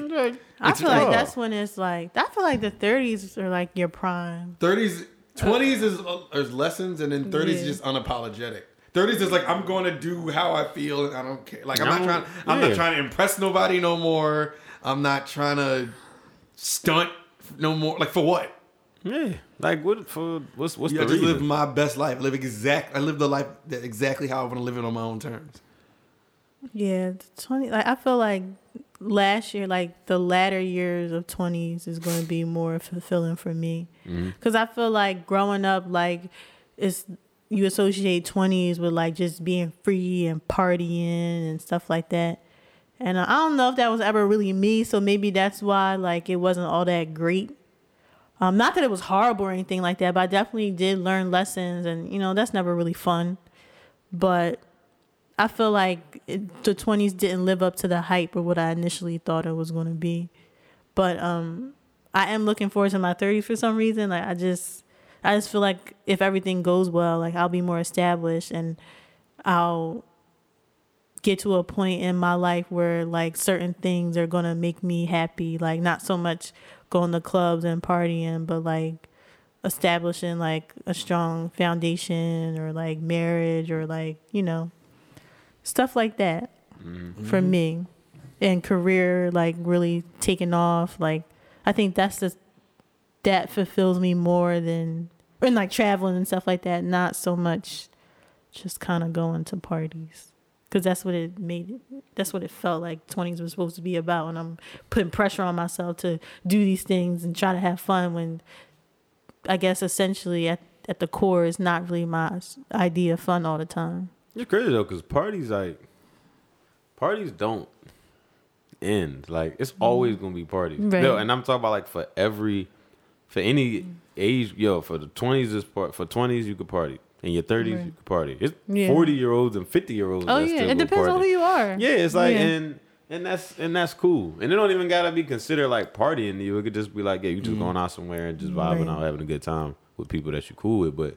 Speaker 3: I
Speaker 2: It's
Speaker 3: feel like
Speaker 2: raw.
Speaker 3: that's when it's like I feel like the thirties are like your prime.
Speaker 2: Thirties, twenties is uh, is lessons, and then thirties
Speaker 3: Uh, Yeah.
Speaker 2: is just unapologetic. Thirties is like I'm going to do how I feel, and I don't care. Like I'm
Speaker 1: No,
Speaker 2: not trying. I'm not
Speaker 1: yeah.
Speaker 2: trying to impress nobody no more. I'm not trying to stunt no more. Like for what?
Speaker 1: yeah. Like what for what's what's
Speaker 2: Yeah, I
Speaker 1: the
Speaker 2: just live
Speaker 1: reason?
Speaker 2: my best life. I live exact. I live the life that exactly how I want to live it on my own terms.
Speaker 3: Yeah, the twenty. Like I feel like last year, like the latter years of twenties, is going to be more fulfilling for me because I feel like growing up, like it's you associate twenties with like just being free and partying and stuff like that. And I don't know if that was ever really me, so maybe that's why like it wasn't all that great. Um, not that it was horrible or anything like that, but I definitely did learn lessons, and you know that's never really fun. But I feel like it, the twenties didn't live up to the hype or what I initially thought it was going to be. But um, I am looking forward to my thirties for some reason. Like I just, I just feel like if everything goes well, like I'll be more established and I'll get to a point in my life where like certain things are going to make me happy. Like not so much going to clubs and partying, but like establishing like a strong foundation or like marriage or like you know stuff like that for me and career like really taking off like i think that's the that fulfills me more than and like traveling and stuff like that not so much just kind of going to parties because that's what it made that's what it felt like 20s was supposed to be about and i'm putting pressure on myself to do these things and try to have fun when I guess essentially at, at the core is not really my s- idea of fun all the time.
Speaker 1: It's crazy though, cause parties like parties don't end. Like it's always gonna be parties.
Speaker 3: Mm. Right.
Speaker 1: Yo, and I'm talking about like for every for any age, yo, for the twenties is part for twenties you could party. In your thirties you could party. It's
Speaker 3: Yeah.
Speaker 1: forty year olds and fifty year olds.
Speaker 3: Oh yeah, it depends on who you are.
Speaker 1: Yeah, it's like
Speaker 3: Yeah.
Speaker 1: and and that's and that's cool. And it don't even gotta be considered like partying to you. It could just be like, yeah, you just going out somewhere and just vibing
Speaker 3: Mm. Right.
Speaker 1: out, having a good time with people that you cool with. But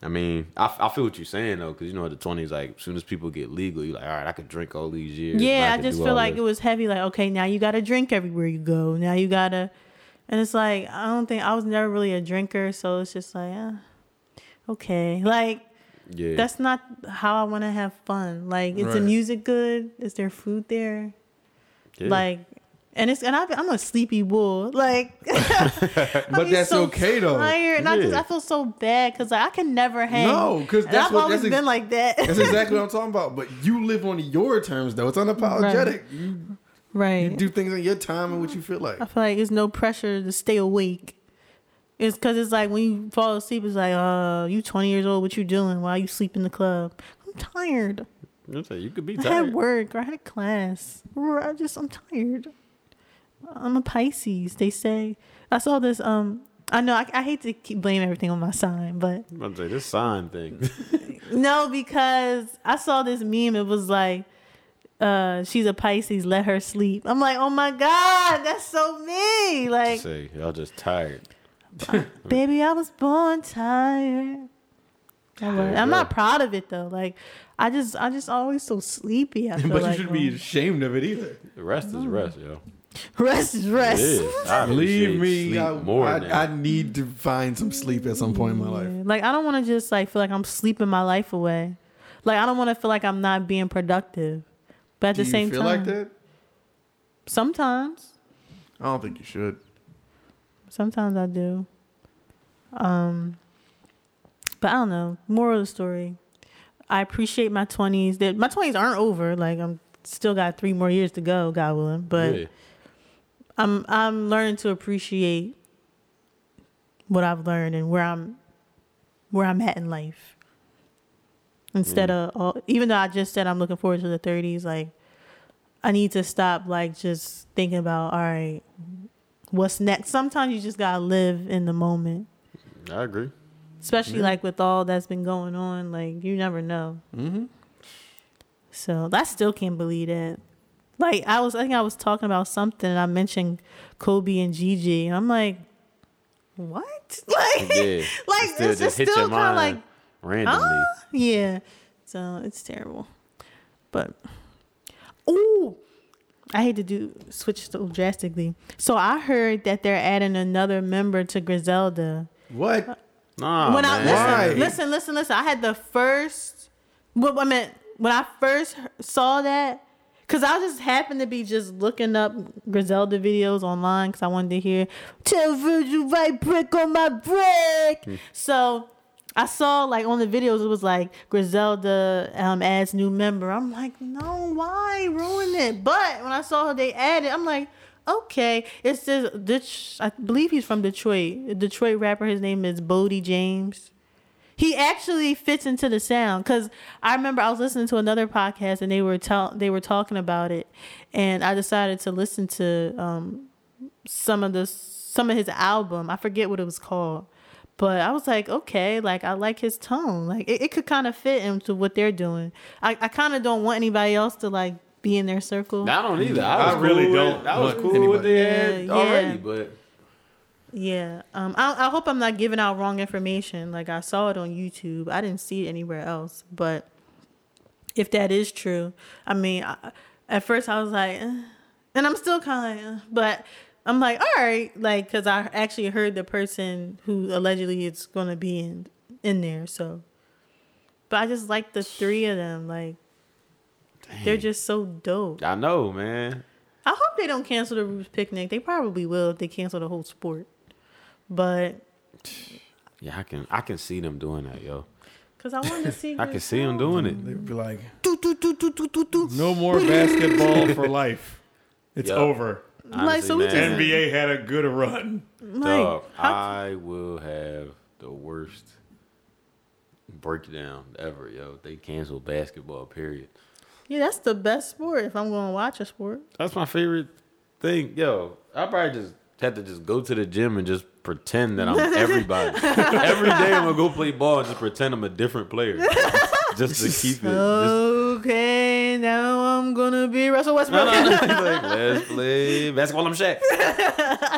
Speaker 1: I mean, I, f- I feel what you're saying though, because you know at the twenties, like as soon as people get legal, you're like, all right, I could drink all these years. and
Speaker 3: Yeah, I
Speaker 1: could
Speaker 3: just
Speaker 1: do
Speaker 3: feel
Speaker 1: all
Speaker 3: like
Speaker 1: this."
Speaker 3: it was heavy. Like, okay, now you got to drink everywhere you go. Now you gotta, and it's like I don't think I was never really a drinker, so it's just like, uh, okay, like
Speaker 1: yeah.
Speaker 3: that's not how I want to have fun. Like, is the
Speaker 2: Right.
Speaker 3: music good? Is there food there?
Speaker 1: yeah.
Speaker 3: Like, and it's and I, I'm a sleepy bull. Like,
Speaker 2: But that's okay, though.
Speaker 3: Tired, and I just
Speaker 1: Yeah.
Speaker 3: I feel so bad because like, I can never hang.
Speaker 2: No, 'cause
Speaker 3: And
Speaker 2: that's
Speaker 3: I've
Speaker 2: what-
Speaker 3: always
Speaker 2: that's ex-
Speaker 3: been like that.
Speaker 2: That's exactly what I'm talking about. But you live on your terms, though. It's unapologetic. You,
Speaker 3: right.
Speaker 2: you do things on your time and what you feel like.
Speaker 3: I feel like it's no pressure to stay awake. It's because it's like when you fall asleep, it's like, uh, you 20 years old, what you doing? Why you sleep in the club? I'm tired.
Speaker 1: You say you could be
Speaker 3: I had
Speaker 1: tired.
Speaker 3: work or I had a class. Or I just, I'm tired. I'm a Pisces. They say, I saw this, um, I know I, I hate to keep blame everything on my sign, but
Speaker 1: I'm about to say this sign thing.
Speaker 3: no, because I saw this meme. It was like, uh, she's a Pisces. Let her sleep. I'm like, oh my god, that's so me. Like,
Speaker 1: say y'all just tired.
Speaker 3: Baby, I was born tired. I was. I'm not proud of it though. Like, I just, I just always so sleepy. I feel
Speaker 2: But you
Speaker 3: like
Speaker 2: shouldn't be ashamed of it either.
Speaker 1: The rest is rest, yo.
Speaker 3: rest is rest.
Speaker 1: Yeah, I
Speaker 2: Believe
Speaker 1: appreciate
Speaker 2: me,
Speaker 1: sleep
Speaker 2: I,
Speaker 1: more
Speaker 2: I,
Speaker 1: now.
Speaker 2: I need to find some sleep at some point in my life.
Speaker 3: Like, I don't want to just like feel like I'm sleeping my life away. Like, I don't want to feel like I'm not being productive. But at
Speaker 2: Do
Speaker 3: the
Speaker 2: you
Speaker 3: same
Speaker 2: feel
Speaker 3: time,
Speaker 2: like that?
Speaker 3: sometimes,
Speaker 2: I don't think you should.
Speaker 3: sometimes I do. Um, but I don't know. Moral of the story: I appreciate my twenties. That my twenties aren't over. Like, I'm still got three more years to go, God willing. But
Speaker 1: Yeah.
Speaker 3: I'm I'm learning to appreciate what I've learned and where I'm where I'm at in life. Instead of all, even though I just said I'm looking forward to the 30s, like I need to stop like just thinking about all right, what's next. Sometimes you just gotta live in the moment,
Speaker 1: I agree.
Speaker 3: especially like with all that's been going on. Like you never know. Mm-hmm. So I still can't believe that. Like I was, I think I was talking about something, and I mentioned Kobe and Gigi, and I'm like, what? Like,
Speaker 1: Yeah.
Speaker 3: like
Speaker 1: Still
Speaker 3: it's just
Speaker 1: hit your
Speaker 3: still kind of
Speaker 1: mind
Speaker 3: like,
Speaker 1: randomly.
Speaker 3: huh? yeah. So it's terrible, but oh, I hate to do switch so drastically. So I heard that they're adding another member to Griselda
Speaker 2: What?
Speaker 1: Nah,
Speaker 3: when
Speaker 1: Oh, man.
Speaker 3: I
Speaker 2: Why?
Speaker 3: listen, listen, listen, listen, I had the first. What I meant when I first he- saw that, because I just happened to be just looking up Griselda videos online because I wanted to hear "Tell Virgil Right Brick on My Brick." so I saw like on the videos it was like Griselda um adds new member. I'm like, no, why ruin it? But when I saw they added, I'm like. Okay, it's this. Det- I believe he's from Detroit. A Detroit rapper. His name is Bodie James. He actually fits into the sound because I remember I was listening to another podcast and they were tell they were talking about it, and I decided to listen to um, some of the some of his album. I forget what it was called, but I was like, okay, like I like his tone. Like it, it could kind of fit into what they're doing. I, I kind of don't want anybody else to like be in their circle.
Speaker 1: I don't either. I,
Speaker 2: I
Speaker 1: was
Speaker 2: really
Speaker 1: cool
Speaker 2: don't
Speaker 1: With, I was
Speaker 2: want
Speaker 1: cool with
Speaker 2: anybody.
Speaker 1: the ad
Speaker 3: Yeah, yeah.
Speaker 1: already, but
Speaker 3: Yeah. Um. I, I hope I'm not giving out wrong information. Like I saw it on YouTube. I didn't see it anywhere else. But if that is true, I mean, I, at first I was like, eh. and I'm still kind of, like, eh. but I'm like, all right, like, because I actually heard the person who allegedly it's gonna be in in there. So, but I just like the three of them. Like, they're just so dope.
Speaker 1: I know, man.
Speaker 3: I hope they don't cancel the Roots picnic. They probably will if they cancel the whole sport. But
Speaker 1: Yeah, I can. I can see them doing that, yo.
Speaker 3: Cause I wanted to see.
Speaker 1: I can see them doing it.
Speaker 2: They would be like,
Speaker 3: Do, do, do, do, do, do, do.
Speaker 2: no more basketball for life. It's
Speaker 1: Yeah.
Speaker 2: over.
Speaker 3: Like, so
Speaker 1: Honestly,
Speaker 3: we just-
Speaker 1: man,
Speaker 2: NBA had a good run.
Speaker 3: Like,
Speaker 1: dog,
Speaker 3: how,
Speaker 1: I will have the worst breakdown ever, yo. They canceled basketball, period.
Speaker 3: yeah, that's the best sport if I'm going to watch a sport.
Speaker 1: That's my favorite thing, yo. I probably just had to just go to the gym and just pretend that I'm everybody. Every day I'm gonna go play ball and just pretend I'm a different player, just to keep it. Just,
Speaker 3: Okay, now I'm going to be Russell Westbrook.
Speaker 1: like, let's play basketball. I'm Shaq. shooting,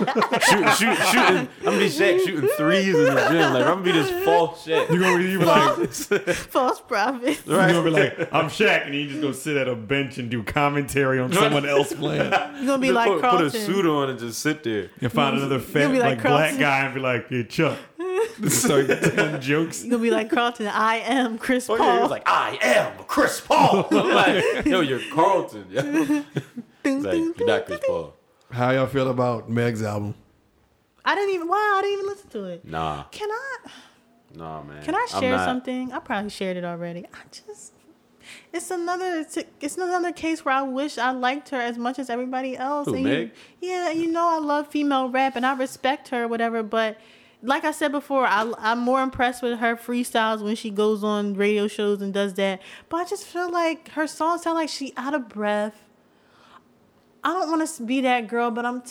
Speaker 1: shooting, shooting. I'm gonna be Shaq shooting threes in the gym. Like I'm gonna be this false Shaq.
Speaker 2: You're gonna be, you be like,
Speaker 3: False prophet.
Speaker 2: you're gonna be like, I'm Shaq, and you just go sit at a bench and do commentary on someone else playing.
Speaker 3: You're going to be
Speaker 1: Just
Speaker 3: like
Speaker 1: put, put
Speaker 3: Carlton.
Speaker 1: a suit on and just sit there.
Speaker 2: You find another fat
Speaker 3: You'll be
Speaker 2: like,
Speaker 3: like
Speaker 2: black
Speaker 3: Carlton.
Speaker 2: guy and be like, "Hey Chuck," start telling jokes.
Speaker 3: You're going to be like Carlton. I am Chris
Speaker 1: Oh,
Speaker 3: Paul.
Speaker 1: yeah, he was like, I am Chris Paul. I'm like, yo, you're Carlton. Yo. He's like, you're not Chris Paul.
Speaker 2: How y'all feel about Meg's album?
Speaker 3: I didn't even, wow, I didn't even listen to it.
Speaker 1: Nah,
Speaker 3: Can I,
Speaker 1: nah, man.
Speaker 3: can I
Speaker 1: I'm
Speaker 3: share
Speaker 1: not-
Speaker 3: something? I probably shared it already. I just, it's another, it's another case where I wish I liked her as much as everybody else.
Speaker 1: Who,
Speaker 3: and you-
Speaker 1: Meg?
Speaker 3: yeah, you know I love female rap and I respect her, whatever. But like I said before, I, I'm more impressed with her freestyles when she goes on radio shows and does that. But I just feel like her songs sound like she out of breath. I don't want to be that girl, but I'm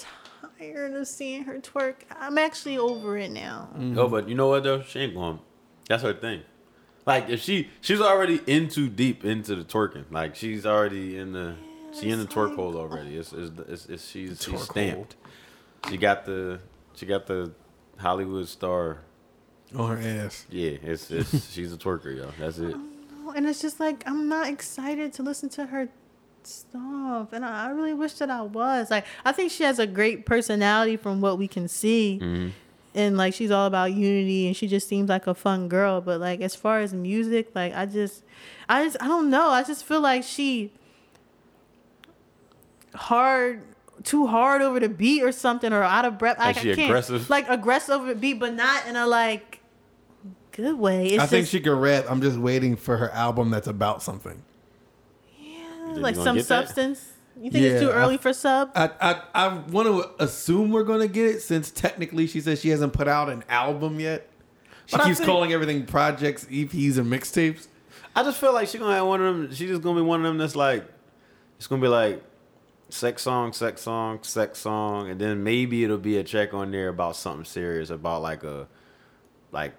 Speaker 3: tired of seeing her twerk. I'm actually over it now.
Speaker 1: Oh, but you know what though? She ain't going. That's her thing. Like if she she's already in too deep into the twerking. Like she's already in the she in the
Speaker 3: it's
Speaker 1: twerk
Speaker 3: like-
Speaker 1: hole already. It's it's, it's, it's she's, she's
Speaker 2: hole.
Speaker 1: stamped. She got the she got the Hollywood star.
Speaker 2: On her ass.
Speaker 1: Yeah, it's it's she's a twerker, yo. That's it.
Speaker 3: And it's just like I'm not excited to listen to her stuff, and I I really wish that I was. Like I think she has a great personality from what we can see, and like she's all about unity, and she just seems like a fun girl. But like as far as music, like I just, I just I don't know. I just feel like she hard. Too hard over the beat or something, or out of breath. Like,
Speaker 1: she
Speaker 3: I can't,
Speaker 1: aggressive?
Speaker 3: Like aggressive over the beat, but not in a like good way. It's
Speaker 2: I think
Speaker 3: just-
Speaker 2: she could rap. I'm just waiting for her album that's about something.
Speaker 1: think
Speaker 3: like
Speaker 1: we gonna
Speaker 3: some
Speaker 1: get that?
Speaker 3: substance. You think it's too
Speaker 2: Yeah, I-
Speaker 3: early for sub?
Speaker 2: I I, I want to assume we're gonna get it since technically she says she hasn't put out an album yet. She
Speaker 1: But I
Speaker 2: keeps
Speaker 1: think-
Speaker 2: calling everything projects, EPs, and mixtapes.
Speaker 1: I just feel like she gonna have one of them. She just gonna be one of them that's like, it's gonna be like, sex song, sex song, sex song, and then maybe it'll be a check on there about something serious, about like a, like,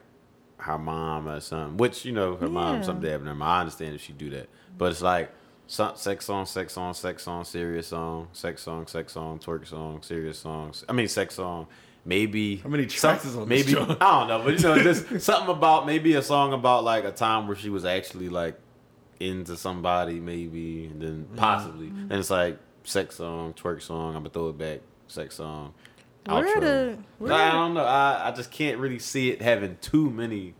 Speaker 1: her mom or something. Which you know, her mom
Speaker 3: Yeah.
Speaker 1: something happened to her mom. I understand if she do that, but it's like. Some, sex song, sex song, sex song, serious song, sex song, sex song, twerk song, serious songs. I mean, sex song. Maybe how
Speaker 2: many tracks is on this
Speaker 1: maybe
Speaker 2: joint?
Speaker 1: I don't know, but you know, just something about maybe a song about like a time where she was actually like into somebody, maybe, and then
Speaker 2: Mm-hmm.
Speaker 1: possibly, and it's like sex song, twerk song. I'm gonna throw it back, sex song.
Speaker 3: Where
Speaker 1: outro.
Speaker 3: the- where
Speaker 1: I
Speaker 3: the-
Speaker 1: don't know. I, I just can't really see it having too many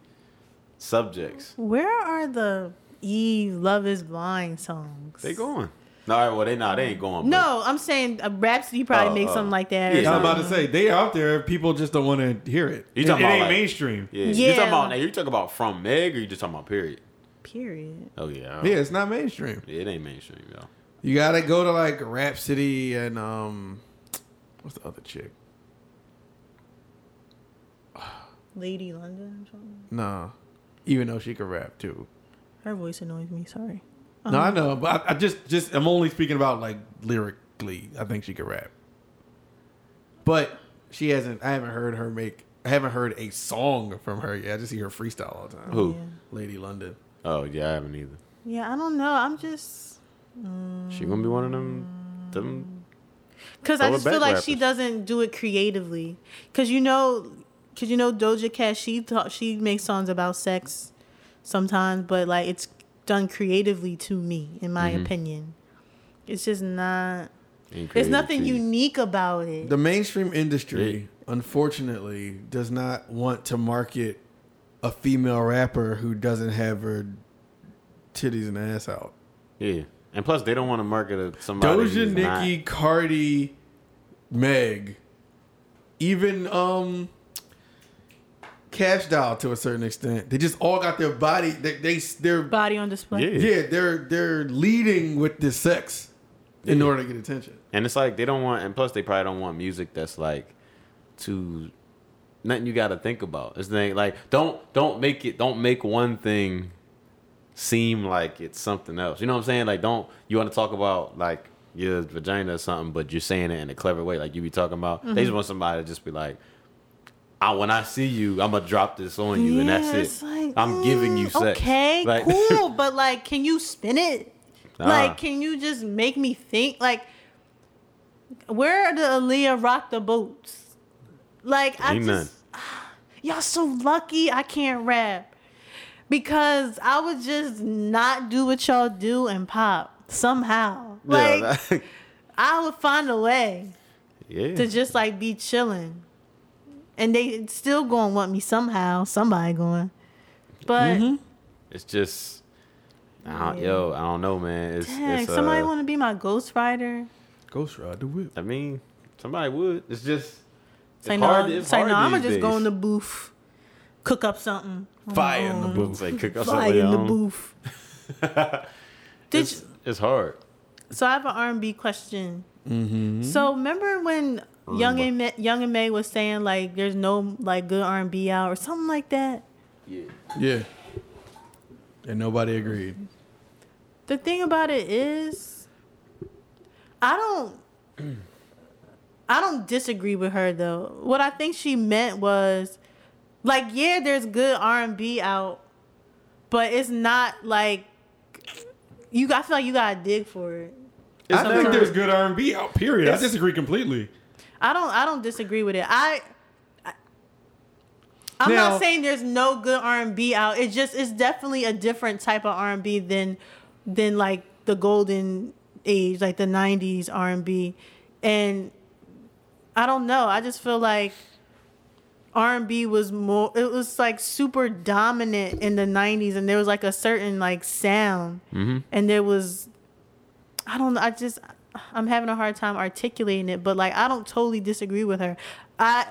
Speaker 1: subjects.
Speaker 3: Where are the Eve Love Is Blind songs?
Speaker 1: They going. No, all right, well they not. They ain't going. but-
Speaker 3: No, I'm saying a Rhapsody probably
Speaker 1: Oh,
Speaker 3: made
Speaker 1: oh.
Speaker 3: something like that.
Speaker 1: Yeah,
Speaker 3: or
Speaker 2: Yeah, I'm
Speaker 3: something.
Speaker 2: about to say they out there. People just don't want to hear it.
Speaker 1: You
Speaker 2: It-
Speaker 1: talking
Speaker 2: it
Speaker 1: about
Speaker 2: ain't
Speaker 1: like-
Speaker 2: mainstream.
Speaker 1: yeah. You
Speaker 3: Yeah.
Speaker 1: talking about now? You talking about from Meg or you just talking about period?
Speaker 3: Period.
Speaker 1: Oh yeah. I don't-
Speaker 2: Yeah, it's not mainstream.
Speaker 1: It ain't mainstream, yo.
Speaker 2: You gotta go to like Rhapsody and um, what's the other chick?
Speaker 3: Lady London. or something.
Speaker 2: No, even though she could rap too.
Speaker 3: Her voice annoys me. Sorry.
Speaker 2: No, I know, but I, I just just I'm only speaking about like lyrically. I think she could rap, but she hasn't. I haven't heard her make. I haven't heard a song from her yet. I just hear her freestyle all the time.
Speaker 1: Who?
Speaker 2: Lady London.
Speaker 1: Oh yeah, I haven't either.
Speaker 3: Yeah, I don't know. I'm just
Speaker 1: She gonna be one of them. Them.
Speaker 3: because I
Speaker 1: Throw it
Speaker 3: just feel
Speaker 1: back,
Speaker 3: like she
Speaker 1: rappers.
Speaker 3: doesn't do it creatively. Because you know, because you know Doja Cat, she taught, she makes songs about sex sometimes, but like it's done creatively to me, in my
Speaker 1: Mm-hmm.
Speaker 3: opinion. It's just not.
Speaker 1: ain't
Speaker 3: There's
Speaker 1: creative
Speaker 3: nothing
Speaker 1: cheese.
Speaker 3: unique about it.
Speaker 2: The mainstream industry, unfortunately, does not want to market a female rapper who doesn't have her titties and ass out.
Speaker 1: Yeah, and plus they don't want to market a, somebody.
Speaker 2: Doja,
Speaker 1: who's not-
Speaker 2: Nikki, Cardi, Meg, even um, Cash Doll to a certain extent. They just all got their body. They they they're
Speaker 3: Body on display.
Speaker 1: Yeah.
Speaker 2: yeah they're they're leading with the sex. in order to get attention.
Speaker 1: And it's like they don't want, and plus they probably don't want music that's like too nothing you got to think about. It's like like don't don't make it don't make one thing seem like it's something else. You know what I'm saying? Like don't you want to talk about like your vagina or something, but you're saying it in a clever way. Like you be talking about. They
Speaker 3: Mm-hmm.
Speaker 1: just want somebody to just be like. I, when I see you, I'm gonna drop this on you, and that's
Speaker 3: Yeah, it's
Speaker 1: it.
Speaker 3: like,
Speaker 1: I'm giving you
Speaker 3: mm,
Speaker 1: sex.
Speaker 3: Okay,
Speaker 1: Like-
Speaker 3: cool, but like, can you spin it?
Speaker 1: Nah.
Speaker 3: Like, can you just make me think? Like, where are the Aaliyah rock the boats? Like, I
Speaker 1: Ain't
Speaker 3: just
Speaker 1: none.
Speaker 3: y'all so lucky I can't rap because I would just not do what y'all do and pop somehow. Like,
Speaker 1: yeah, that-
Speaker 3: I would find a way
Speaker 1: yeah.
Speaker 3: to just like be chilling. And they still gonna want me somehow, somebody going. But
Speaker 1: Mm-hmm. It's just, I don't,
Speaker 3: Yeah.
Speaker 1: yo, I don't know, man. It's,
Speaker 3: dang,
Speaker 1: it's,
Speaker 3: somebody
Speaker 1: uh,
Speaker 3: wanna be my ghostwriter?
Speaker 2: Ghost Rod the whip.
Speaker 1: I mean, somebody would. It's just it's
Speaker 3: Say
Speaker 1: hard.
Speaker 3: no,
Speaker 1: it's
Speaker 3: say
Speaker 1: hard
Speaker 3: no, I'ma
Speaker 1: these
Speaker 3: just go
Speaker 1: days.
Speaker 3: in the booth, cook up something. on my
Speaker 2: Fire in the
Speaker 3: own.
Speaker 2: booth.
Speaker 1: It's like cook up
Speaker 3: Fire
Speaker 1: something
Speaker 3: in the
Speaker 1: on.
Speaker 3: booth. Did
Speaker 1: It's, it's hard.
Speaker 3: So I have an R and B question.
Speaker 2: Mm-hmm.
Speaker 3: So remember when Young and May, Young and May was saying like there's no like good R and B out or something like that.
Speaker 2: Yeah. And nobody agreed.
Speaker 3: The thing about it is, I don't, I don't disagree with her though. What I think she meant was, like, yeah, there's good R and B out, but it's not like you. I feel like you gotta dig for it.
Speaker 2: I
Speaker 3: not
Speaker 2: think
Speaker 3: true.
Speaker 2: there's good R and B out. Period. I
Speaker 3: It's-
Speaker 2: disagree completely.
Speaker 3: I don't I don't disagree with it. I, I am
Speaker 2: Now-
Speaker 3: not saying there's no good R&B out. It just it's definitely a different type of R&B than than like the golden age, like the 90s R&B. And I don't know. I just feel like R&B was more it was like super dominant in the 90s and there was like a certain like sound. And there was I don't know. I just I'm having a hard time articulating it, but like I don't totally disagree with her. I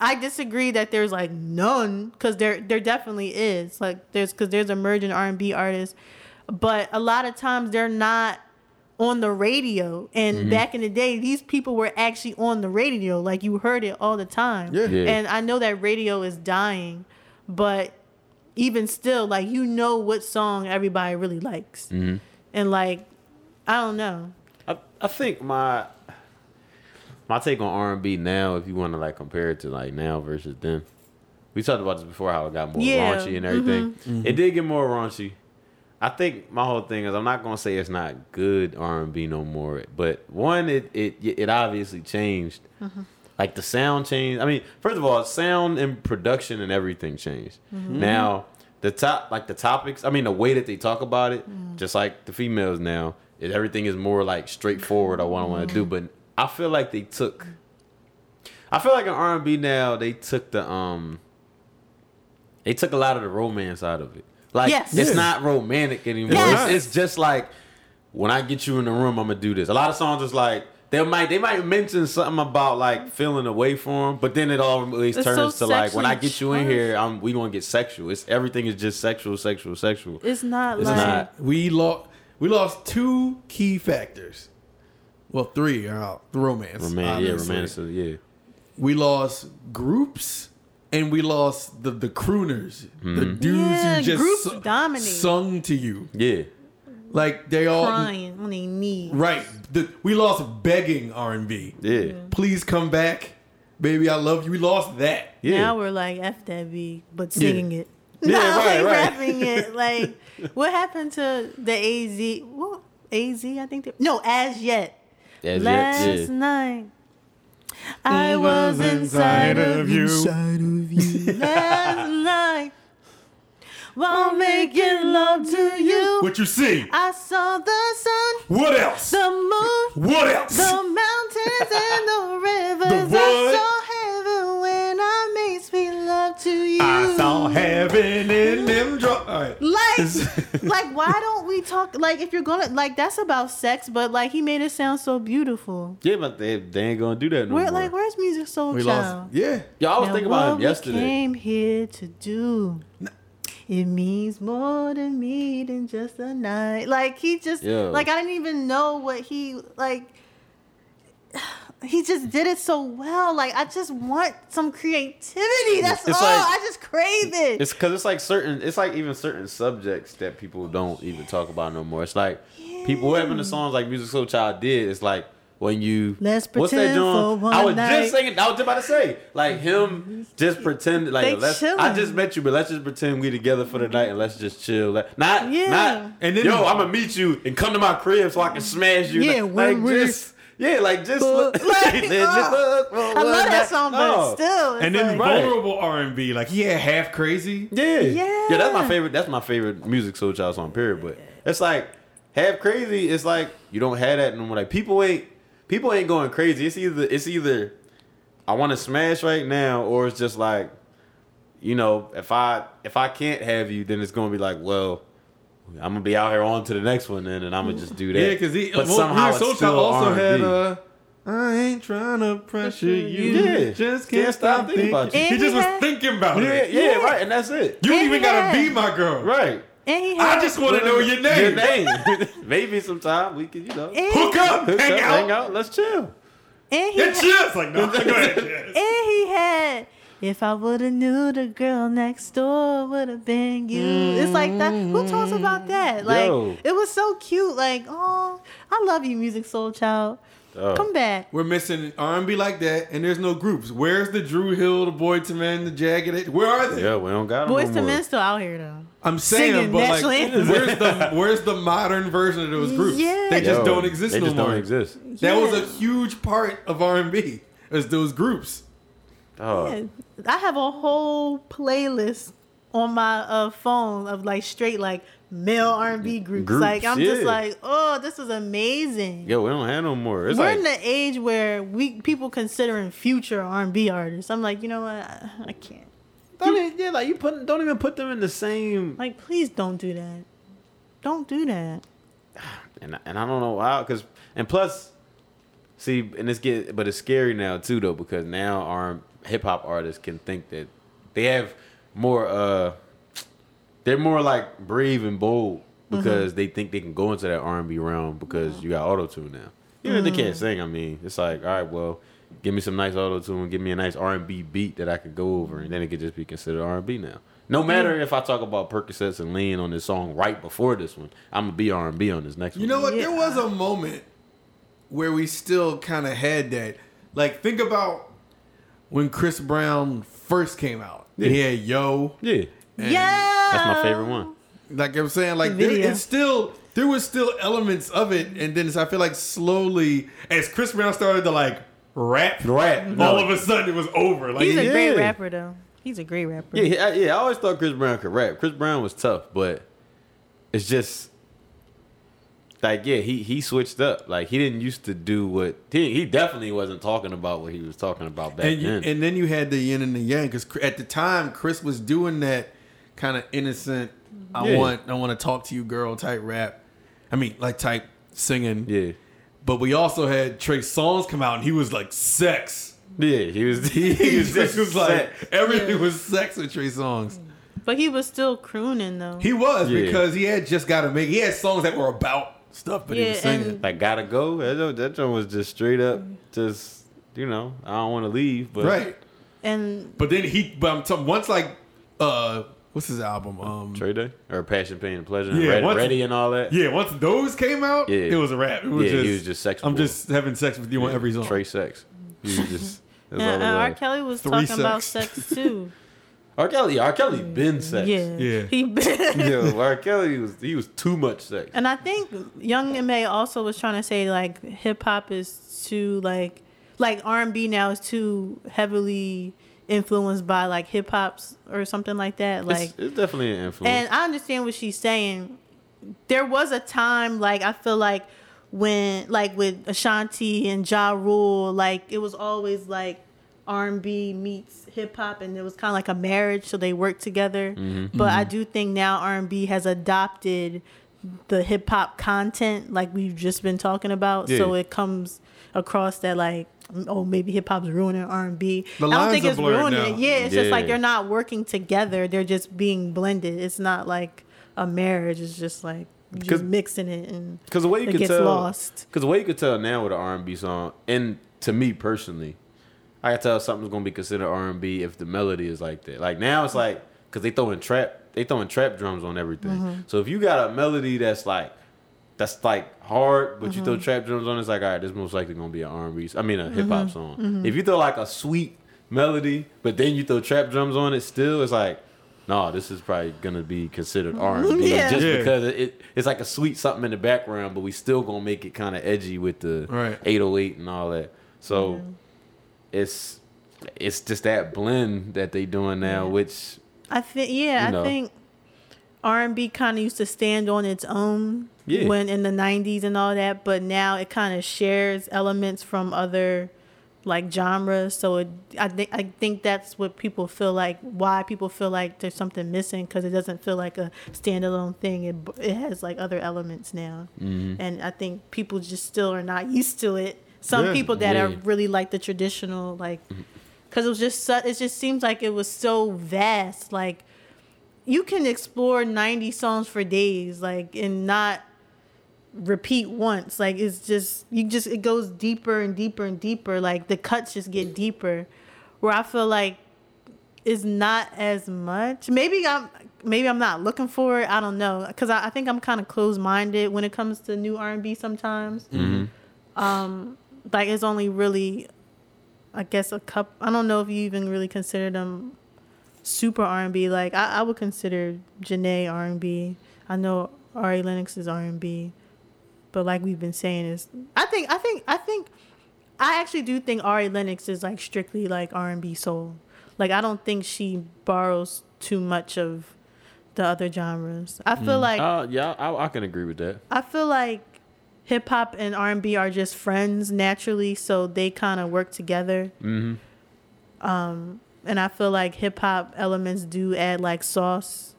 Speaker 3: I disagree that there's like none because there there definitely is like there's because there's emerging R and B artists, but a lot of times they're not on the radio. And back in the day, these people were actually on the radio. Like you heard it all the time.
Speaker 2: Yeah.
Speaker 1: Yeah.
Speaker 3: And I know that radio is dying, but even still, like you know what song everybody really likes, and like I don't know.
Speaker 1: I, I think my my take on R and B now, if you want to like compare it to like now versus then, we talked about this before how it got more
Speaker 3: Yeah,
Speaker 1: raunchy and everything. It did get more raunchy. I think my whole thing is I'm not gonna say it's not good R and B no more, but one, it it it obviously changed. Like the sound changed. I mean, first of all, sound and production and everything changed.
Speaker 3: Mm-hmm.
Speaker 1: Now the top, like the topics. I mean, the way that they talk about it,
Speaker 3: Mm-hmm.
Speaker 1: just like the females now, is everything is more like straightforward. I want to want to do,
Speaker 3: Mm-hmm.
Speaker 1: but I feel like they took. I feel like in R and B now they took the um. They took a lot of the romance out of it. Like
Speaker 3: Yes.
Speaker 1: it's
Speaker 3: Yeah.
Speaker 1: not romantic anymore.
Speaker 3: Yes.
Speaker 1: It's- it's just like when I get you in the room, I'm gonna do this. A lot of songs is like they might they might mention something about like feeling away from, but then it always
Speaker 3: It's
Speaker 1: turns
Speaker 3: so
Speaker 1: to like when I
Speaker 3: sexually
Speaker 1: get you in here, I'm we gonna get sexual. It's everything is just sexual, sexual, sexual.
Speaker 3: It's not
Speaker 1: It's
Speaker 3: like
Speaker 1: not.
Speaker 2: We lost. We lost two key factors. Well, three are out. The romance.
Speaker 1: Roman, yeah,
Speaker 2: obviously.
Speaker 1: romantic, yeah.
Speaker 2: We lost groups, and we lost the the crooners,
Speaker 1: Mm-hmm.
Speaker 2: the dudes
Speaker 3: Yeah,
Speaker 2: who just
Speaker 3: groups
Speaker 2: su-
Speaker 3: dominate.
Speaker 2: sung to you.
Speaker 1: Yeah.
Speaker 2: Like they all right.
Speaker 3: crying on their knees.
Speaker 2: The, we lost begging R and B.
Speaker 1: Yeah.
Speaker 2: Please come back, baby. I love you. We lost that.
Speaker 1: Yeah.
Speaker 3: Now we're like F that B, but singing it.
Speaker 1: Yeah,
Speaker 3: Now
Speaker 1: right,
Speaker 3: we
Speaker 1: right.
Speaker 3: rapping it. Like what happened to the A Z what A Z I think they, no, as yet.
Speaker 1: As
Speaker 3: Last
Speaker 1: yet, yeah.
Speaker 3: night. I was inside of you. Last night. While making love to you,
Speaker 2: What you see?
Speaker 3: I saw the sun,
Speaker 2: What else?
Speaker 3: the moon,
Speaker 2: What else?
Speaker 3: The mountains and the rivers
Speaker 2: The
Speaker 3: I
Speaker 2: wood.
Speaker 3: saw heaven when I made sweet love to you.
Speaker 2: I saw heaven in them dro- All right.
Speaker 3: like, like, why don't we talk? Like, if you're gonna, like, that's about sex, but like, he made it sound so beautiful.
Speaker 1: Yeah, but they, they ain't gonna do that no
Speaker 3: Where,
Speaker 1: more.
Speaker 3: like, where's music soul
Speaker 2: Mm-hmm. We
Speaker 3: child?
Speaker 2: lost. Yeah.
Speaker 1: Yo, I was
Speaker 3: Now
Speaker 1: thinking about
Speaker 3: what
Speaker 1: him
Speaker 3: we
Speaker 1: yesterday.
Speaker 3: came here to do it means more to me than just a night. Like he just
Speaker 1: Yo.
Speaker 3: like I didn't even know what he like he just did it so well. Like I just want some creativity. That's
Speaker 1: It's
Speaker 3: all.
Speaker 1: like-
Speaker 3: I just crave it.
Speaker 1: It's because it's like certain, it's like even certain subjects that people don't even talk about no more. It's like people having the songs like Music Soul Child did. It's like when you
Speaker 3: Let's pretend for one
Speaker 1: I was
Speaker 3: night.
Speaker 1: just singing. I was just about to say like him just pretend
Speaker 3: They
Speaker 1: like let's, I
Speaker 3: chilling.
Speaker 1: just met you, but let's just pretend we together for the night and let's just chill. Like, not
Speaker 3: Yeah.
Speaker 1: not
Speaker 2: And
Speaker 1: and
Speaker 2: then-
Speaker 1: then, yo, I'm gonna meet you and come to my crib so I can smash you.
Speaker 3: Yeah,
Speaker 1: like,
Speaker 3: when
Speaker 1: like
Speaker 3: we-
Speaker 1: just yeah, like just
Speaker 3: Fuck.
Speaker 1: look, like,
Speaker 3: Like,
Speaker 1: just
Speaker 3: uh,
Speaker 1: look, for one
Speaker 3: I love
Speaker 1: night.
Speaker 3: that song, but
Speaker 1: Oh.
Speaker 3: still, it's
Speaker 2: And then
Speaker 3: like,
Speaker 1: Right.
Speaker 2: vulnerable R and B, like yeah, half crazy.
Speaker 1: Yeah.
Speaker 3: Yeah.
Speaker 1: Yeah, that's my favorite that's my favorite music soul child song, period. But it's like half crazy, it's like you don't have that no more. Like people ain't people ain't going crazy. It's either it's either I wanna smash right now, or it's just like, you know, if I if I can't have you, then it's gonna be like, well, I'm gonna be out here on to the next one then and I'm gonna just do that.
Speaker 2: Yeah, because he
Speaker 1: but
Speaker 2: well,
Speaker 1: somehow
Speaker 2: Weird
Speaker 1: it's
Speaker 2: Soul
Speaker 1: still
Speaker 2: Child also
Speaker 1: R&B.
Speaker 2: had uh, I ain't trying to pressure you.
Speaker 1: Yeah.
Speaker 2: Just can't, stop thinking about you.
Speaker 3: And
Speaker 2: He just
Speaker 3: he
Speaker 2: was
Speaker 3: had-
Speaker 2: thinking about
Speaker 1: yeah,
Speaker 2: it.
Speaker 1: yeah, right, and that's it.
Speaker 2: You
Speaker 3: And
Speaker 2: ain't
Speaker 3: he
Speaker 2: even gotta
Speaker 3: had-
Speaker 2: be my girl.
Speaker 1: Right.
Speaker 3: and he had,
Speaker 2: I just want to know your name.
Speaker 1: Your name. Maybe sometime we can, you know.
Speaker 3: and,
Speaker 2: Hook up,
Speaker 1: Hook
Speaker 2: hang
Speaker 1: up,
Speaker 2: out.
Speaker 1: hang out, let's chill.
Speaker 3: and he
Speaker 2: Your
Speaker 3: had-
Speaker 2: chest, like no. go ahead, Jess.
Speaker 3: And he had. If I woulda knew the girl next door woulda been you. It's like that. Who talks about that? Like
Speaker 1: Mm-hmm. Yo.
Speaker 3: it was so cute. Like oh, I love you, music soul child.
Speaker 1: Oh.
Speaker 3: Come back.
Speaker 2: We're missing R and B like that, and there's no groups. Where's the Drew Hill, the Boy to Men, the Jagged? Edge? Where are they?
Speaker 1: Yeah, we don't got 'em
Speaker 3: Boys
Speaker 1: no
Speaker 3: to
Speaker 1: more.
Speaker 3: Men still out here though.
Speaker 2: I'm saying,
Speaker 3: Singing
Speaker 2: but like,
Speaker 3: national anthems.
Speaker 2: where's the where's the modern version of those groups?
Speaker 3: Yeah.
Speaker 2: They just
Speaker 1: Yo,
Speaker 2: don't exist
Speaker 1: They
Speaker 2: no
Speaker 1: just
Speaker 2: more.
Speaker 1: don't exist.
Speaker 2: That was
Speaker 3: Yeah.
Speaker 2: a huge part of R and B. Is those groups?
Speaker 1: Oh,
Speaker 3: I have a whole playlist on my uh, phone of like straight like male R and B groups.
Speaker 1: Groups,
Speaker 3: Like I'm just
Speaker 1: yeah.
Speaker 3: like, oh, this is amazing.
Speaker 1: yo, we don't have no more. It's
Speaker 3: We're
Speaker 1: like
Speaker 3: in the age where we people considering future R and B artists. I'm like, you know what? I, I can't.
Speaker 1: don't even, yeah, like you put don't even put them in the same.
Speaker 3: Like, please don't do that. Don't do that.
Speaker 1: And I- and I don't know why, cause and plus, see, and it's get but it's scary now too though because now our hip hop artists can think that they have more. uh They're more like brave and bold because they think they can go into that R and B realm because you got auto tune now. Even if they can't sing, I mean, it's like all right, well. Give me some nice auto tune. Give me a nice R and B beat that I could go over, and then it could just be considered R and B now. No matter if I talk about Percocets and Lean on this song right before this one, I'm gonna be R and B on this next one.
Speaker 2: You know what? There
Speaker 3: Yeah.
Speaker 2: was a moment where we still kind of had that. Like, think about when Chris Brown first came out. Yeah,
Speaker 1: Yeah.
Speaker 2: yo.
Speaker 1: Yeah,
Speaker 2: and-
Speaker 3: yeah.
Speaker 1: that's my favorite one.
Speaker 2: Like I'm saying, like
Speaker 3: The
Speaker 2: there,
Speaker 3: video.
Speaker 2: it's still there was still elements of it, and then it's- I feel like slowly as Chris Brown started to like rap,
Speaker 1: Rap, no.
Speaker 2: all of a sudden it was over. Like
Speaker 3: He's a
Speaker 2: he-
Speaker 3: great
Speaker 1: Yeah.
Speaker 3: rapper though. He's a great rapper.
Speaker 1: Yeah, yeah, I- yeah. I always thought Chris Brown could rap. Chris Brown was tough, but it's just like yeah, he he switched up. Like he didn't used to do what he he definitely wasn't talking about what he was talking about back
Speaker 2: and you,
Speaker 1: then.
Speaker 2: and then you had the yin and the yang because at the time Chris was doing that kind of innocent, I
Speaker 1: Yeah.
Speaker 2: want I want to talk to you, girl type rap. I mean, like type singing.
Speaker 1: yeah,
Speaker 2: But we also had Trey Songz come out, and he was like sex.
Speaker 1: yeah. He was he,
Speaker 2: He
Speaker 1: was
Speaker 2: was,
Speaker 1: just
Speaker 2: like
Speaker 1: set.
Speaker 2: everything was sex with Trey Songz.
Speaker 3: But he was still crooning though.
Speaker 2: He was
Speaker 1: Yeah.
Speaker 2: because he had just got to make. He had songs that were about stuff, but he
Speaker 3: Yeah,
Speaker 2: was singing.
Speaker 3: and-
Speaker 1: like gotta go. That joint- That joint was just straight up, just you know, I don't want to leave, but
Speaker 2: right.
Speaker 3: and
Speaker 2: But then he, but I'm talking once like, uh, what's his album? Um,
Speaker 1: Trey Day or passion, pain, and pleasure,
Speaker 2: Yeah,
Speaker 1: and
Speaker 2: once-
Speaker 1: ready, ready and all that.
Speaker 2: yeah, once those came out,
Speaker 1: Yeah.
Speaker 2: it was a rap. It was
Speaker 1: Yeah,
Speaker 2: just,
Speaker 1: he was just sex
Speaker 2: I'm
Speaker 1: boy.
Speaker 2: just having sex with you on every song.
Speaker 1: Trey sex. He was just. that's all
Speaker 3: and,
Speaker 1: it
Speaker 3: and R.
Speaker 1: was.
Speaker 3: Kelly was
Speaker 2: Three
Speaker 3: talking about
Speaker 2: sucks.
Speaker 3: sex too.
Speaker 1: R. Kelly, R. Kelly been sex.
Speaker 3: Mm, Yeah.
Speaker 2: Yeah.
Speaker 3: He
Speaker 1: Yo, R. Kelly was he was too much sex.
Speaker 3: And I think Young MA also was trying to say like hip hop is too like like R and B now is too heavily influenced by like hip hops or something like that. Like
Speaker 1: it's, it's definitely an influence.
Speaker 3: and I understand what she's saying. There was a time like I feel like when like with Ashanti and Ja Rule, like it was always like R and B meets hip hop, and it was kind of like a marriage, so they worked together.
Speaker 2: Mm-hmm.
Speaker 3: But I do think now R and B has adopted the hip hop content, like we've just been talking about, so
Speaker 1: Yeah.
Speaker 3: it comes across that like oh maybe hip hop's ruining R and B. I
Speaker 2: The
Speaker 3: don't
Speaker 2: lines
Speaker 3: think
Speaker 2: are
Speaker 3: it's
Speaker 2: blurred
Speaker 3: ruining
Speaker 2: now.
Speaker 3: it. Yeah, it's just like
Speaker 1: Yeah.
Speaker 3: they're not working together. They're just being blended. It's not like a marriage. It's just like you just
Speaker 1: 'Cause-
Speaker 3: mixing it and
Speaker 1: Because the way you
Speaker 3: it
Speaker 1: can
Speaker 3: gets
Speaker 1: tell,
Speaker 3: lost.
Speaker 1: Because the way you could tell now with an R and B song, and to me personally, I can tell if something's gonna be considered R and B if the melody is like that. Like now it's like because they throwing trap, they throwing trap drums on everything.
Speaker 3: Mm-hmm.
Speaker 1: So if you got a melody that's like that's like hard, but you
Speaker 3: Mm-hmm.
Speaker 1: throw trap drums on, it's like all right, this most likely gonna be an R and B. I mean a hip hop song.
Speaker 3: Mm-hmm.
Speaker 1: If you throw like a sweet melody, but then you throw trap drums on it, still it's like. No, this is probably gonna be considered R and B
Speaker 3: Yeah.
Speaker 1: just
Speaker 2: Yeah.
Speaker 1: because it, it- it's like a sweet something in the background, but we still gonna make it kind of edgy with the
Speaker 2: Right.
Speaker 1: 808 and all that. So it's it's just that blend that they doing now, which
Speaker 3: I think yeah,
Speaker 1: You
Speaker 3: I
Speaker 1: know.
Speaker 3: think R and B kind of used to stand on its own
Speaker 1: Yeah.
Speaker 3: when in the '90s and all that, but now it kind of shares elements from other like genres. So it, I think I think that's what people feel like. Why people feel like there's something missing because it doesn't feel like a standalone thing. It b- it has like other elements now, and I think people just still are not used to it. Some
Speaker 2: Yeah.
Speaker 3: people that are
Speaker 1: Yeah.
Speaker 3: really like the traditional like because it was just su- it just seems like it was so vast like you can explore 90 songs for days like and not repeat once like it's just you just it goes deeper and deeper and deeper like the cuts just get deeper where i feel like it's not as much maybe i'm maybe i'm not looking for it i don't know because I, I think i'm kind of closed-minded when it comes to new r&b sometimes um like it's only really I guess a cup. I don't know if you even really consider them super R and B. Like I, I would consider Janae R and B. I know Ari Lennox is R and B, but like we've been saying, is I think I think I think I actually do think Ari Lennox is like strictly like R and B soul. Like I don't think she borrows too much of the other genres. I feel like
Speaker 1: uh, yeah, I, I can agree with that.
Speaker 3: I feel like hip hop and R and B are just friends naturally, so they kind of work together. Mm-hmm. Um,
Speaker 1: Mm-hmm.
Speaker 3: and I feel like hip hop elements do add like sauce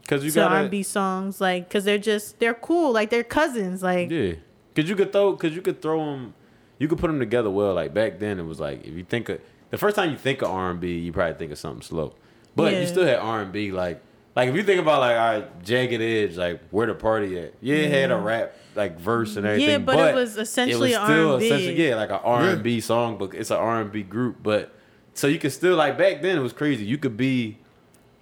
Speaker 1: Because you
Speaker 3: to
Speaker 1: got
Speaker 3: R and B songs, like because they're just they're cool, like they're cousins, like
Speaker 1: Yeah, cause you could throw, cause you could throw them, you could put them together well. Like back then, it was like if you think of the first time you think of R and B, you probably think of something slow, but
Speaker 3: Yeah.
Speaker 1: you still had R and B. Like, like if you think about like all right, jagged edge, like where the party at? Yeah, it had a rap like verse and everything.
Speaker 3: but it was essentially R&B.
Speaker 1: yeah, like an R and B song, but it's an R and B group. But so you could still like back then it was crazy. You could be,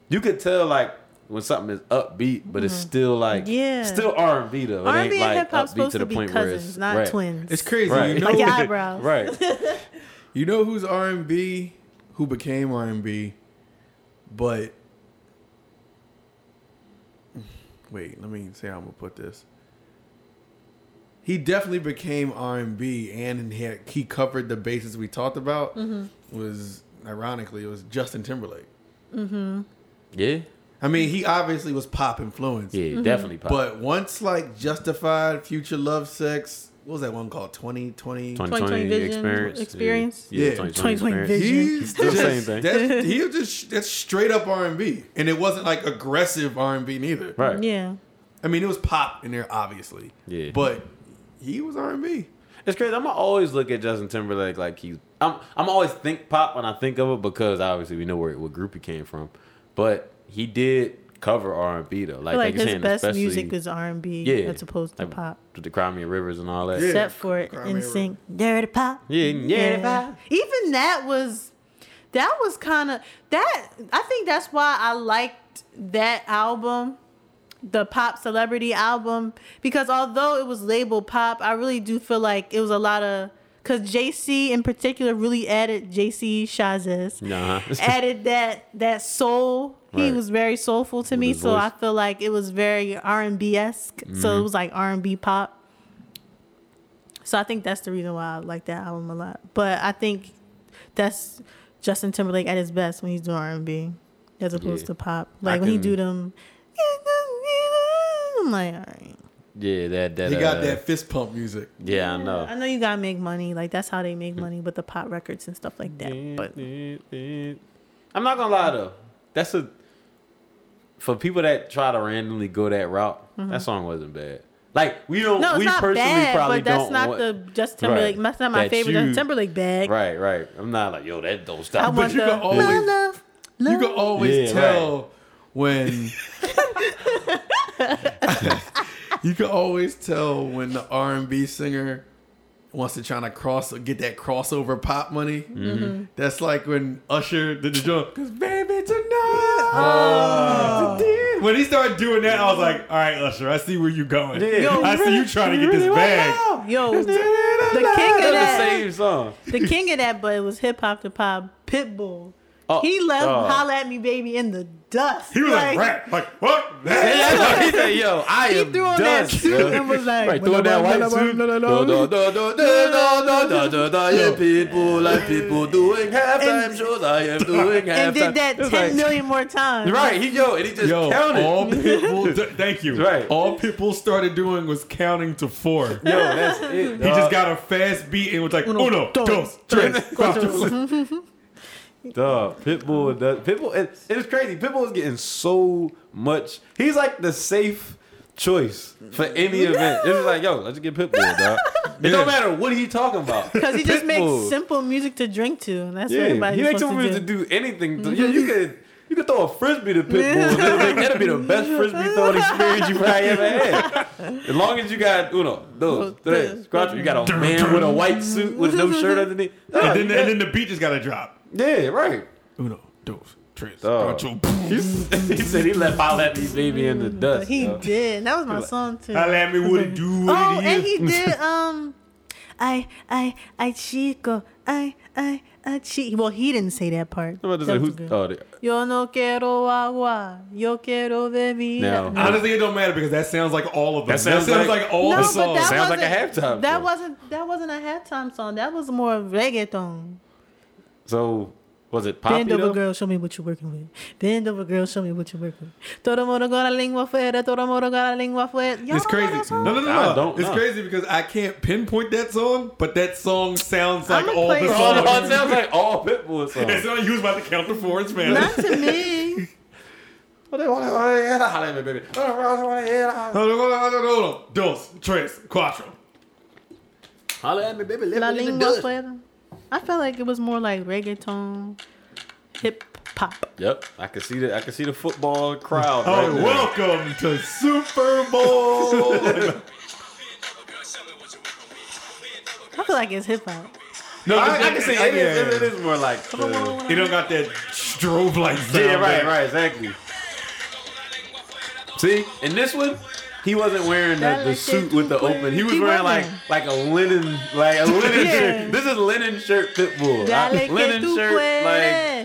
Speaker 1: you could tell like. When something is upbeat, but it's still like
Speaker 3: Mm-hmm. Yeah.
Speaker 1: still R and B though. It
Speaker 3: R and
Speaker 1: ain't,
Speaker 3: B and
Speaker 1: like,
Speaker 3: hip hop's
Speaker 1: upbeat
Speaker 3: supposed to, be cousins, not
Speaker 1: right.
Speaker 3: twins.
Speaker 2: It's crazy.
Speaker 1: Right.
Speaker 2: You know,
Speaker 3: Like your eyebrows.
Speaker 1: Right.
Speaker 2: you know who's R and B, who became R and B, but wait, let me see how I'm gonna put this. He definitely became R and B, and he had- he covered the bases we talked about. Was ironically, it was Justin Timberlake.
Speaker 1: Yeah.
Speaker 2: I mean, he obviously was pop influenced.
Speaker 1: Yeah,
Speaker 3: Mm-hmm.
Speaker 1: definitely pop.
Speaker 2: But once like Justified, Future Love Sex, what was that one called? 2020.
Speaker 1: 2020
Speaker 3: 2020 vision
Speaker 1: experience.
Speaker 3: experience.
Speaker 1: Yeah.
Speaker 2: Yeah.
Speaker 1: yeah 2020
Speaker 3: 2020
Speaker 1: experience.
Speaker 3: vision.
Speaker 2: He's
Speaker 1: Still the
Speaker 2: just-
Speaker 1: same thing.
Speaker 2: That's, he was just that's straight up R and B, and it wasn't like aggressive R and B neither.
Speaker 1: Right.
Speaker 3: yeah.
Speaker 2: I mean, it was pop in there, obviously.
Speaker 1: Yeah.
Speaker 2: But he was R and B.
Speaker 1: It's crazy. I'm gonna always look at Justin Timberlake like he's. I'm. I'm always think pop when I think of it because obviously we know where what group he came from, but he did cover R and B though. Like,
Speaker 3: I feel like
Speaker 1: you're
Speaker 3: his
Speaker 1: saying,
Speaker 3: best
Speaker 1: especially
Speaker 3: music is R and B
Speaker 1: Yeah.
Speaker 3: as opposed to
Speaker 1: Like,
Speaker 3: pop.
Speaker 1: with the Crimea Rivers and all that.
Speaker 2: Yeah.
Speaker 3: except for it
Speaker 2: Cry Me a
Speaker 3: in
Speaker 2: River.
Speaker 3: sync. Dirty pop.
Speaker 1: Yeah, yeah, dirty pop.
Speaker 3: Even that was that was kind of that. I think that's why I liked that album, the pop celebrity album, because although it was labeled pop, I really do feel like it was a lot of because JC in particular really added JC Shazes
Speaker 1: Nah.
Speaker 3: added that that soul. He
Speaker 1: Right.
Speaker 3: was very soulful to me,
Speaker 1: his
Speaker 3: so
Speaker 1: voice. Mm-hmm.
Speaker 3: I feel like it was very R and B esque. So it was like R and B pop. So I think that's the reason why I like that album a lot. But I think that's Justin Timberlake at his best when he's doing R and B, as opposed
Speaker 1: Yeah.
Speaker 3: to pop.
Speaker 1: I
Speaker 3: Like when he
Speaker 1: can-
Speaker 3: do them, I'm like, all right.
Speaker 1: yeah, that that.
Speaker 2: He
Speaker 1: uh,
Speaker 2: got that fist pump music.
Speaker 1: Yeah, I know.
Speaker 3: I know you gotta make money. Like that's how they make
Speaker 1: Mm.
Speaker 3: money with the pop records and stuff like that. But
Speaker 1: mm. I'm not gonna lie though. That's a for people that try to randomly go that route. That song wasn't bad. Like we don't.
Speaker 3: Mm-hmm. No, it's
Speaker 1: we
Speaker 3: not
Speaker 1: personally
Speaker 3: bad,
Speaker 1: probably
Speaker 3: but that's
Speaker 1: don't
Speaker 3: not
Speaker 1: want-
Speaker 3: the Justin Timberlake.
Speaker 1: Right.
Speaker 3: That's not my
Speaker 1: That
Speaker 3: favorite
Speaker 1: you-
Speaker 3: Justin Timberlake bag.
Speaker 1: Right, right. I'm not like yo. That don't
Speaker 3: I
Speaker 1: stop.
Speaker 3: want
Speaker 2: you
Speaker 3: the
Speaker 2: can always-
Speaker 3: love, love,
Speaker 2: You
Speaker 3: love.
Speaker 2: can always
Speaker 1: Yeah,
Speaker 2: tell when. you can always tell when the R and B singer wants to try to cross get that crossover pop money. That's like when Usher did the joke because baby tonight. Tonight." When he started doing that, I was like, "All right, Usher, I see where you going.
Speaker 3: Yo,
Speaker 2: I see you trying to get this bag."
Speaker 3: Yo, the king of
Speaker 1: the
Speaker 3: that,
Speaker 1: same song.
Speaker 3: the king of that, but it was hip hop to pop. Pitbull.
Speaker 1: Oh,
Speaker 3: he left
Speaker 1: oh.
Speaker 3: "Holla at Me, Baby" in the dust.
Speaker 2: He was like, "Rap, like fuck that."
Speaker 1: he said, "Yo, I
Speaker 3: He
Speaker 1: am
Speaker 3: threw on
Speaker 1: done."
Speaker 3: that suit
Speaker 1: bro.
Speaker 3: and was like,
Speaker 1: Right, throwing that white suit. Da, da, da, da, da, da, da, da, da, yeah, people like people doing halftime shows. I am doing halftime.
Speaker 3: and did that
Speaker 1: It's
Speaker 3: ten million
Speaker 1: like-
Speaker 3: more times.
Speaker 1: Right, he yo, and he just
Speaker 2: Yo,
Speaker 1: counted.
Speaker 2: all people. thank you.
Speaker 1: Right.
Speaker 2: All people started doing was counting to four.
Speaker 1: yo, that's it.
Speaker 2: He just got a fast beat and was like, uno, dos, tres, cuatro.
Speaker 1: Duh, Pitbull. Does, Pitbull. It, it was crazy. Pitbull is getting so much. He's like the safe choice for any event. It was like, yo, let's get Pitbull, dog. It
Speaker 2: Yeah.
Speaker 1: don't matter what he talking about.
Speaker 3: Because he just
Speaker 1: Pitbull.
Speaker 3: makes simple music to drink to, and that's what
Speaker 1: Yeah,
Speaker 3: everybody's
Speaker 1: he makes
Speaker 3: supposed
Speaker 1: movies
Speaker 3: to
Speaker 1: to
Speaker 3: do. Mm-hmm.
Speaker 1: do anything. to- Yeah, you could you could throw a frisbee to Pitbull. and that'd, make- that'd be the best frisbee throwing experience you probably ever had. As long as you got uno, dos, tres, cuatro. You got a man with a white suit with no shirt underneath. Dog,
Speaker 2: And then,
Speaker 1: you
Speaker 2: and then the beat just got to
Speaker 1: got-
Speaker 2: drop.
Speaker 1: yeah, right.
Speaker 2: Uno, dos, tres,
Speaker 1: Oh.
Speaker 2: cuatro.
Speaker 1: He said he left out that baby in the
Speaker 3: Mm, But
Speaker 1: dust. Oh.
Speaker 3: he
Speaker 1: yo.
Speaker 3: did. and That was my song too.
Speaker 2: Holla at me, what it do, what
Speaker 3: Oh,
Speaker 2: it
Speaker 3: and
Speaker 2: is.
Speaker 3: he did. Um, I, I, I, Chico, I, I, I, Chico. Well, he didn't say that part.
Speaker 1: I'm about to
Speaker 3: That
Speaker 1: say,
Speaker 3: was
Speaker 1: who's-
Speaker 3: good.
Speaker 1: oh, the-
Speaker 3: Yo no quiero agua, yo quiero bebida.
Speaker 1: Now-
Speaker 2: Honestly, it don't matter because that sounds like all of them. That
Speaker 1: That
Speaker 2: sounds,
Speaker 1: sounds
Speaker 2: like,
Speaker 1: like-
Speaker 2: all the songs.
Speaker 1: Sounds like a
Speaker 3: wasn't-
Speaker 1: halftime
Speaker 3: That
Speaker 1: song.
Speaker 3: wasn't that wasn't a halftime song. That was more reggaeton.
Speaker 1: So was it Poppy?
Speaker 3: Bend over,
Speaker 1: though?
Speaker 3: girl. Show me what you're working with. Bend over, girl. Show me what you're working with. Todo mundo con la lengua fuera. Todo mundo con la lengua fuera. Y'all
Speaker 2: It's
Speaker 3: don't know
Speaker 2: crazy.
Speaker 3: that
Speaker 2: No,
Speaker 3: song?
Speaker 2: no, no,
Speaker 1: I
Speaker 2: no.
Speaker 1: don't
Speaker 2: it's
Speaker 1: know.
Speaker 2: crazy because I can't pinpoint that song, but that song sounds like
Speaker 3: I'ma
Speaker 2: all the
Speaker 3: play it.
Speaker 1: Oh, no, it
Speaker 2: songs.
Speaker 1: sounds like all Pitbull songs.
Speaker 2: It's not you was about to count the four in Spanish.
Speaker 3: Not to me.
Speaker 1: Well, Oh, they want to holler at me, baby. Oh, Holler
Speaker 2: Uno, dos, tres, cuatro.
Speaker 1: at me, baby.
Speaker 3: La
Speaker 1: Let me in the
Speaker 3: lengua
Speaker 1: dust.
Speaker 3: fuera. I felt like it was more like reggaeton, hip hop.
Speaker 1: Yep, I can see the I can see the football crowd.
Speaker 2: Oh,
Speaker 1: right there.
Speaker 2: welcome to Super Bowl.
Speaker 3: I feel like it's hip hop.
Speaker 2: no,
Speaker 1: I, I can see it,
Speaker 2: yeah,
Speaker 1: is, it
Speaker 2: yeah.
Speaker 1: is more like the,
Speaker 2: He don't got that strobe light sound.
Speaker 1: yeah, right,
Speaker 2: there.
Speaker 1: right, exactly. See, in this one, he wasn't wearing the, the suit with the open. He was
Speaker 3: He
Speaker 1: wearing like
Speaker 3: wasn't.
Speaker 1: like a linen like a linen
Speaker 3: Yeah.
Speaker 1: shirt. This is linen shirt pitbull.
Speaker 3: Dale que
Speaker 1: linen
Speaker 3: tú
Speaker 1: shirt
Speaker 3: puedes.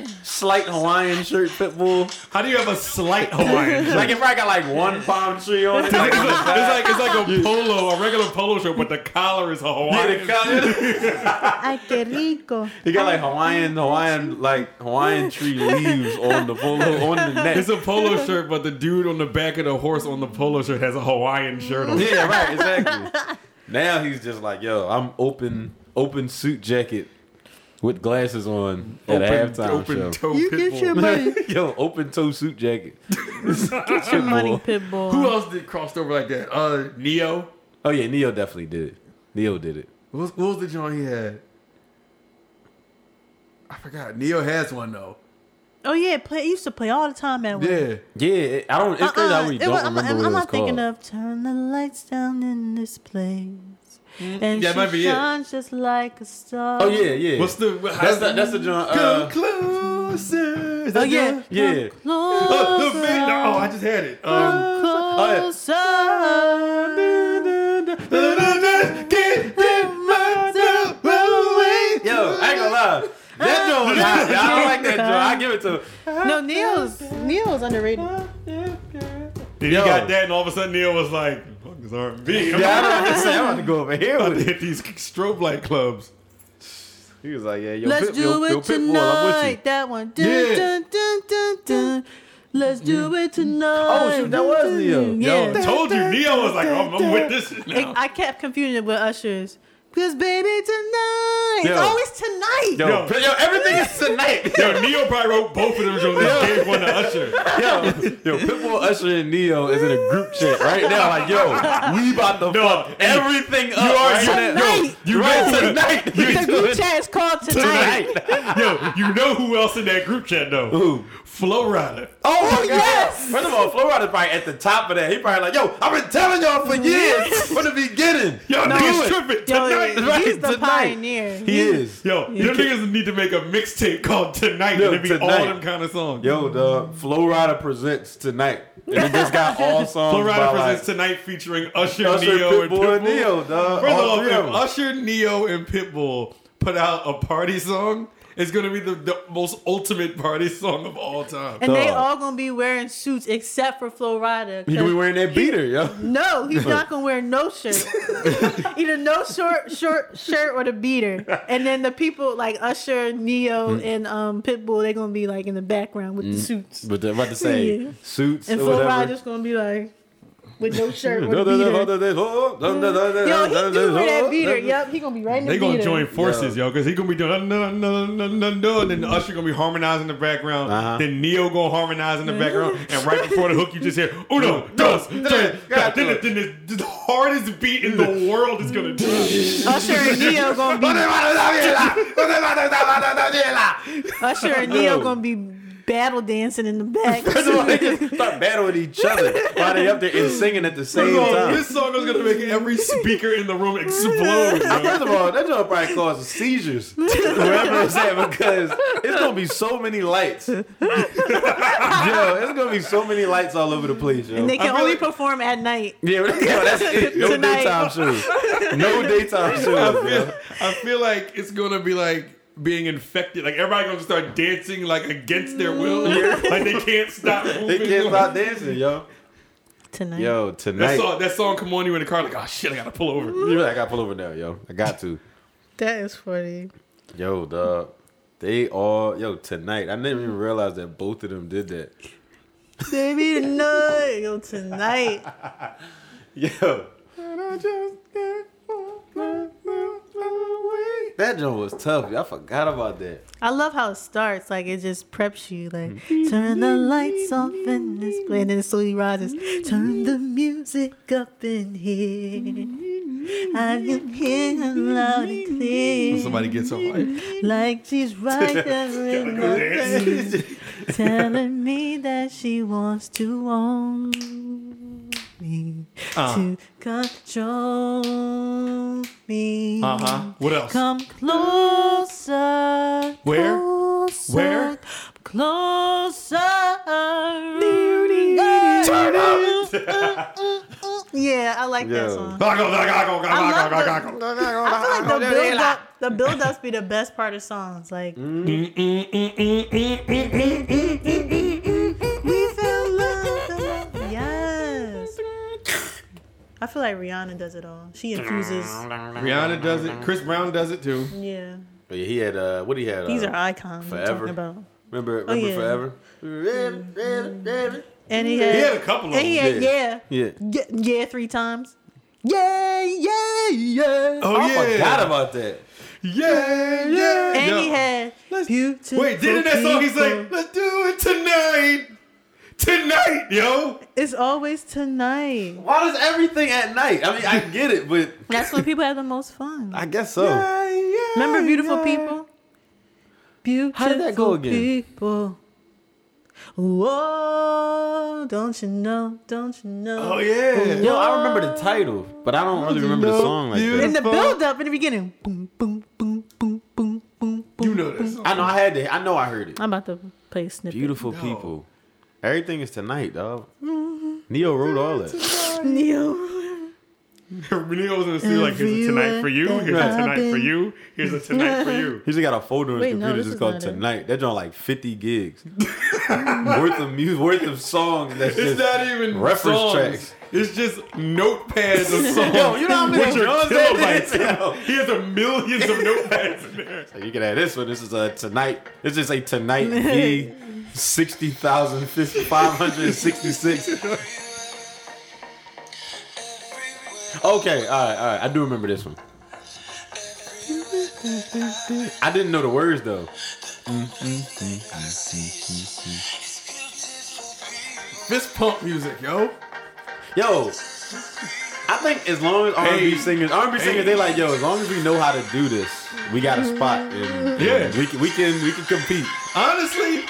Speaker 1: like slight Hawaiian shirt pitbull.
Speaker 2: How do you have a slight Hawaiian? shirt?
Speaker 1: Like if I got like one palm tree on it.
Speaker 2: it's, like, it's like it's like a polo, a regular polo shirt, but the collar is a Hawaiian.
Speaker 1: Yeah, the color.
Speaker 3: Ay, que rico.
Speaker 1: He got like Hawaiian, Hawaiian, like Hawaiian tree leaves on the polo on the neck.
Speaker 2: It's a polo shirt, but the dude on the back of the horse on the polo shirt has a Hawaiian shirt on.
Speaker 1: yeah, right, exactly. Now he's just like, yo, I'm open, open suit jacket with glasses on at halftime
Speaker 2: open
Speaker 1: show.
Speaker 2: toe
Speaker 3: You
Speaker 2: pit
Speaker 3: get your
Speaker 2: bull.
Speaker 3: money.
Speaker 1: yo, open toe suit jacket.
Speaker 3: Get your money,
Speaker 2: Who
Speaker 3: Pitbull.
Speaker 2: else did crossed over like that? Uh, Neo.
Speaker 1: Oh yeah, Neo definitely did it. Neo did it.
Speaker 2: What was, what was the joint he had? I forgot. Neo has one though.
Speaker 3: Oh yeah, play. It used to play all the time at work.
Speaker 2: Yeah.
Speaker 1: Yeah, it- I don't. It's crazy
Speaker 3: Uh-uh.
Speaker 1: how we
Speaker 3: It
Speaker 1: don't
Speaker 3: was- I'm,
Speaker 1: remember
Speaker 3: I'm-
Speaker 1: what it
Speaker 3: I'm
Speaker 1: was
Speaker 3: not thinking
Speaker 1: called.
Speaker 3: of turn the lights down in this place. And
Speaker 2: yeah, it
Speaker 3: she
Speaker 2: might be it.
Speaker 3: shines just like a star.
Speaker 1: Oh yeah, yeah.
Speaker 2: What's the?
Speaker 1: That's the that's the joint.
Speaker 2: Come
Speaker 1: Uh,
Speaker 2: closer. Is
Speaker 3: Oh
Speaker 2: that
Speaker 3: yeah.
Speaker 2: good?
Speaker 1: yeah.
Speaker 3: Closer.
Speaker 2: Oh, the man- no, oh, I just had it. Um,
Speaker 1: yeah.
Speaker 3: closer.
Speaker 2: Can't get myself away.
Speaker 1: Yo, I ain't gonna lie. That joint was hot. yo. I like that joint. I give it to him.
Speaker 3: No, Neil's Neil's underrated.
Speaker 2: Then he
Speaker 1: Yo.
Speaker 2: got that, and all of a sudden Neil was like, "The "Fuck is R&B?" I'm
Speaker 1: Yeah, I
Speaker 2: about
Speaker 1: don't have to say. I'm about to go over here
Speaker 2: to
Speaker 1: with it.
Speaker 2: hit these strobe light clubs.
Speaker 1: He was like, yeah, yo,
Speaker 3: Let's
Speaker 1: Pit-
Speaker 3: do
Speaker 1: yo,
Speaker 3: it
Speaker 1: yo, Pitbull, I'm with you.
Speaker 3: tonight. That one. Dun,
Speaker 2: Yeah.
Speaker 3: dun, dun, dun, dun. Let's do it tonight.
Speaker 1: Oh, shoot, that was Neo.
Speaker 3: Yeah.
Speaker 2: Yo, told you, Neil was like, "I'm, I'm with this shit now."
Speaker 3: I kept confusing it with Usher's. Because baby tonight, it's
Speaker 1: Yo.
Speaker 3: always
Speaker 9: tonight.
Speaker 1: Yo,
Speaker 5: Yo.
Speaker 1: yo, everything is tonight.
Speaker 5: Yo, Neo probably wrote both of them joints and gave one to Usher.
Speaker 1: Yo, yo, Pitbull, Usher, and Neo is in a group chat right now. Like, yo, we about to fuck everything up.
Speaker 5: You are
Speaker 1: right
Speaker 5: yo,
Speaker 1: now.
Speaker 3: Tonight.
Speaker 5: you
Speaker 1: Right
Speaker 5: know
Speaker 1: tonight. You
Speaker 3: The
Speaker 1: doing
Speaker 3: group chat is called tonight.
Speaker 1: tonight.
Speaker 5: yo, you know who else in that group chat though? Who? Flow Rider.
Speaker 1: Oh, yes. First of all, Flo Rida's probably at the top of that. He probably like, yo, I've been telling y'all for years from the beginning.
Speaker 5: Yo,
Speaker 1: Do it.
Speaker 5: niggas tripping
Speaker 3: Yo,
Speaker 5: tonight.
Speaker 3: he's
Speaker 1: Right,
Speaker 3: the
Speaker 1: tonight.
Speaker 3: pioneer.
Speaker 1: He is.
Speaker 5: Yo, your niggas need to make a mixtape called Tonight
Speaker 1: Yo,
Speaker 5: and it'd be all
Speaker 1: Tonight.
Speaker 5: them kind of songs.
Speaker 10: Yo, the Flow Rider presents tonight. And it just got all songs.
Speaker 5: Flow Rider
Speaker 10: by,
Speaker 5: presents
Speaker 10: like,
Speaker 5: Tonight featuring Usher,
Speaker 10: Usher,
Speaker 5: Neo, and
Speaker 10: Pitbull,
Speaker 5: Pitbull.
Speaker 10: and Neo, dog.
Speaker 5: First
Speaker 10: all
Speaker 5: of all,
Speaker 10: three
Speaker 5: if
Speaker 10: of 'em.
Speaker 5: Usher, Neo, and Pitbull put out a party song, it's gonna be the, the most ultimate party song of all time.
Speaker 3: And they
Speaker 10: Dog.
Speaker 3: all gonna be wearing suits except for Flo Rida.
Speaker 10: You gonna be wearing that beater, yo.
Speaker 3: No, he's not gonna wear no shirt. Either no short short shirt or the beater. And then the people like Usher, Neo,
Speaker 1: Mm.
Speaker 3: and um, Pitbull, they're gonna be like in the background with the suits.
Speaker 1: But I'm about to say,
Speaker 3: Yeah.
Speaker 1: suits
Speaker 3: And
Speaker 1: or
Speaker 3: Flo
Speaker 1: whatever.
Speaker 3: Rida's gonna be like with no shirt
Speaker 10: Yo,
Speaker 3: with the beater. Yo, he do wear that beater.
Speaker 10: yo.
Speaker 3: Yep, he gonna be right in the
Speaker 5: They gonna
Speaker 3: beater.
Speaker 5: join forces, yo, because he gonna be doing no no no no no, and then Usher gonna be harmonizing in the background.
Speaker 1: Uh-huh.
Speaker 5: Then Neo gonna harmonize in the background, and right before the hook, you just hear uno, dos, tres. God, Then, the- then the, the hardest beat in the world is gonna do. it.
Speaker 3: Usher and Neo gonna be Usher and Neo gonna be battle dancing in the back.
Speaker 1: First of all, they just start battling each other while they up there and singing at the same
Speaker 5: Yo,
Speaker 1: time.
Speaker 5: this song is gonna make every speaker in the room explode. Yo.
Speaker 1: First of all, that joint probably causes seizures wherever it's at because it's gonna be so many lights. yo, it's gonna be so many lights all over the place, yo.
Speaker 3: and they can
Speaker 5: I
Speaker 3: only
Speaker 5: really-
Speaker 3: perform at night.
Speaker 1: yeah, yo, that's it. No
Speaker 3: Tonight.
Speaker 1: daytime shows. No daytime shows. yo.
Speaker 5: I feel like it's gonna be like being infected. Like everybody gonna start dancing like against their will. Like they can't stop. Moving.
Speaker 1: They can't stop dancing, yo.
Speaker 3: Tonight.
Speaker 1: Yo,
Speaker 5: That
Speaker 1: tonight.
Speaker 5: song, that song come on you in the car like, oh shit, I gotta pull over.
Speaker 1: You like, I gotta pull over now, yo. I got to.
Speaker 3: That is funny.
Speaker 1: Yo, dog. They all yo tonight. I didn't even realize that both of them did that.
Speaker 3: Baby tonight. Yo, tonight.
Speaker 1: Yo. That joint was tough. yo. I forgot about that.
Speaker 3: I love how it starts. Like it just preps you. Like turn the lights off in this place, and then it slowly rises. Turn the music up in here. I can hear her loud and clear.
Speaker 5: Somebody gets on like,
Speaker 3: Like she's right there in my face, telling me that she wants to own me, to control me.
Speaker 5: uh huh. What else?
Speaker 3: Come closer.
Speaker 5: Where?
Speaker 3: Closer,
Speaker 5: Where?
Speaker 3: Closer. yeah, I like that
Speaker 1: Yo.
Speaker 3: song. I love
Speaker 5: Yo,
Speaker 3: I feel like the build up, the build ups be the best part of songs. Like we fell in love. Yes. I feel like Rihanna does it all. She infuses.
Speaker 5: Rihanna does it. Chris Brown does it too.
Speaker 3: Yeah,
Speaker 1: But yeah, he had uh what he had.
Speaker 3: these
Speaker 1: uh,
Speaker 3: are icons. We're
Speaker 1: Forever.
Speaker 3: talking about.
Speaker 1: remember remember
Speaker 3: yeah.
Speaker 1: forever. Forever, forever.
Speaker 3: And he had,
Speaker 5: He had a couple of
Speaker 3: and he
Speaker 5: them.
Speaker 3: had, yeah.
Speaker 1: Yeah.
Speaker 3: Yeah, yeah, three times.
Speaker 1: Yeah, yeah, yeah.
Speaker 5: Oh,
Speaker 1: I
Speaker 5: yeah.
Speaker 1: forgot about that.
Speaker 5: Yeah, yeah.
Speaker 3: And
Speaker 5: Yo.
Speaker 3: he had beautiful.
Speaker 5: Wait, didn't that song? He's
Speaker 3: people.
Speaker 5: like, let's do it tonight. Tonight, yo.
Speaker 3: it's always tonight.
Speaker 1: Why does everything at night? I mean, I get it, but
Speaker 3: That's when people have the most fun.
Speaker 1: I guess so.
Speaker 3: Remember beautiful people? Beautiful
Speaker 1: did that go again?
Speaker 3: people. Whoa, don't you know? Don't you know?
Speaker 5: Oh yeah.
Speaker 1: Yo, I remember the title, but I don't really remember the song like
Speaker 5: you-
Speaker 1: that.
Speaker 3: In the
Speaker 5: Beautiful.
Speaker 3: build up, in the beginning. Boom, boom, boom, boom, boom, boom, boom.
Speaker 5: You know that song.
Speaker 1: I know I had to. I know I heard it.
Speaker 3: I'm about to play a snippet.
Speaker 1: Beautiful people. Everything is tonight, dog. Neo wrote all that.
Speaker 3: Neo.
Speaker 5: Neo was in the studio like, here's a tonight for you. Here's a tonight for you. Here's a tonight for you.
Speaker 1: He's got a folder on his
Speaker 3: Wait, no,
Speaker 1: computer
Speaker 3: this
Speaker 1: just
Speaker 3: is
Speaker 1: called
Speaker 3: not it.
Speaker 1: Tonight. That's on like 50 gigs. worth of music, worth of songs. That's
Speaker 5: It's
Speaker 1: just
Speaker 5: not even
Speaker 1: reference
Speaker 5: songs.
Speaker 1: tracks.
Speaker 5: It's just notepads of songs.
Speaker 1: Yo, you know how many
Speaker 5: Which are
Speaker 1: drums that is?
Speaker 5: kilobytes.
Speaker 1: Yo.
Speaker 5: He has a millions of notepads in there.
Speaker 1: You can add this one. This is a Tonight. This is a Tonight V 60,566. Okay, all right, all right. I do remember this one. I didn't know the words though.
Speaker 2: Fist pump music, yo.
Speaker 1: Yo, I think as long as R&B
Speaker 2: Hey.
Speaker 1: singers, R&B singers, they like, yo, as long as we know how to do this, we got a spot. And,
Speaker 2: Yeah.
Speaker 1: and we can, we can, we can compete.
Speaker 5: Mm-hmm.
Speaker 2: Honestly,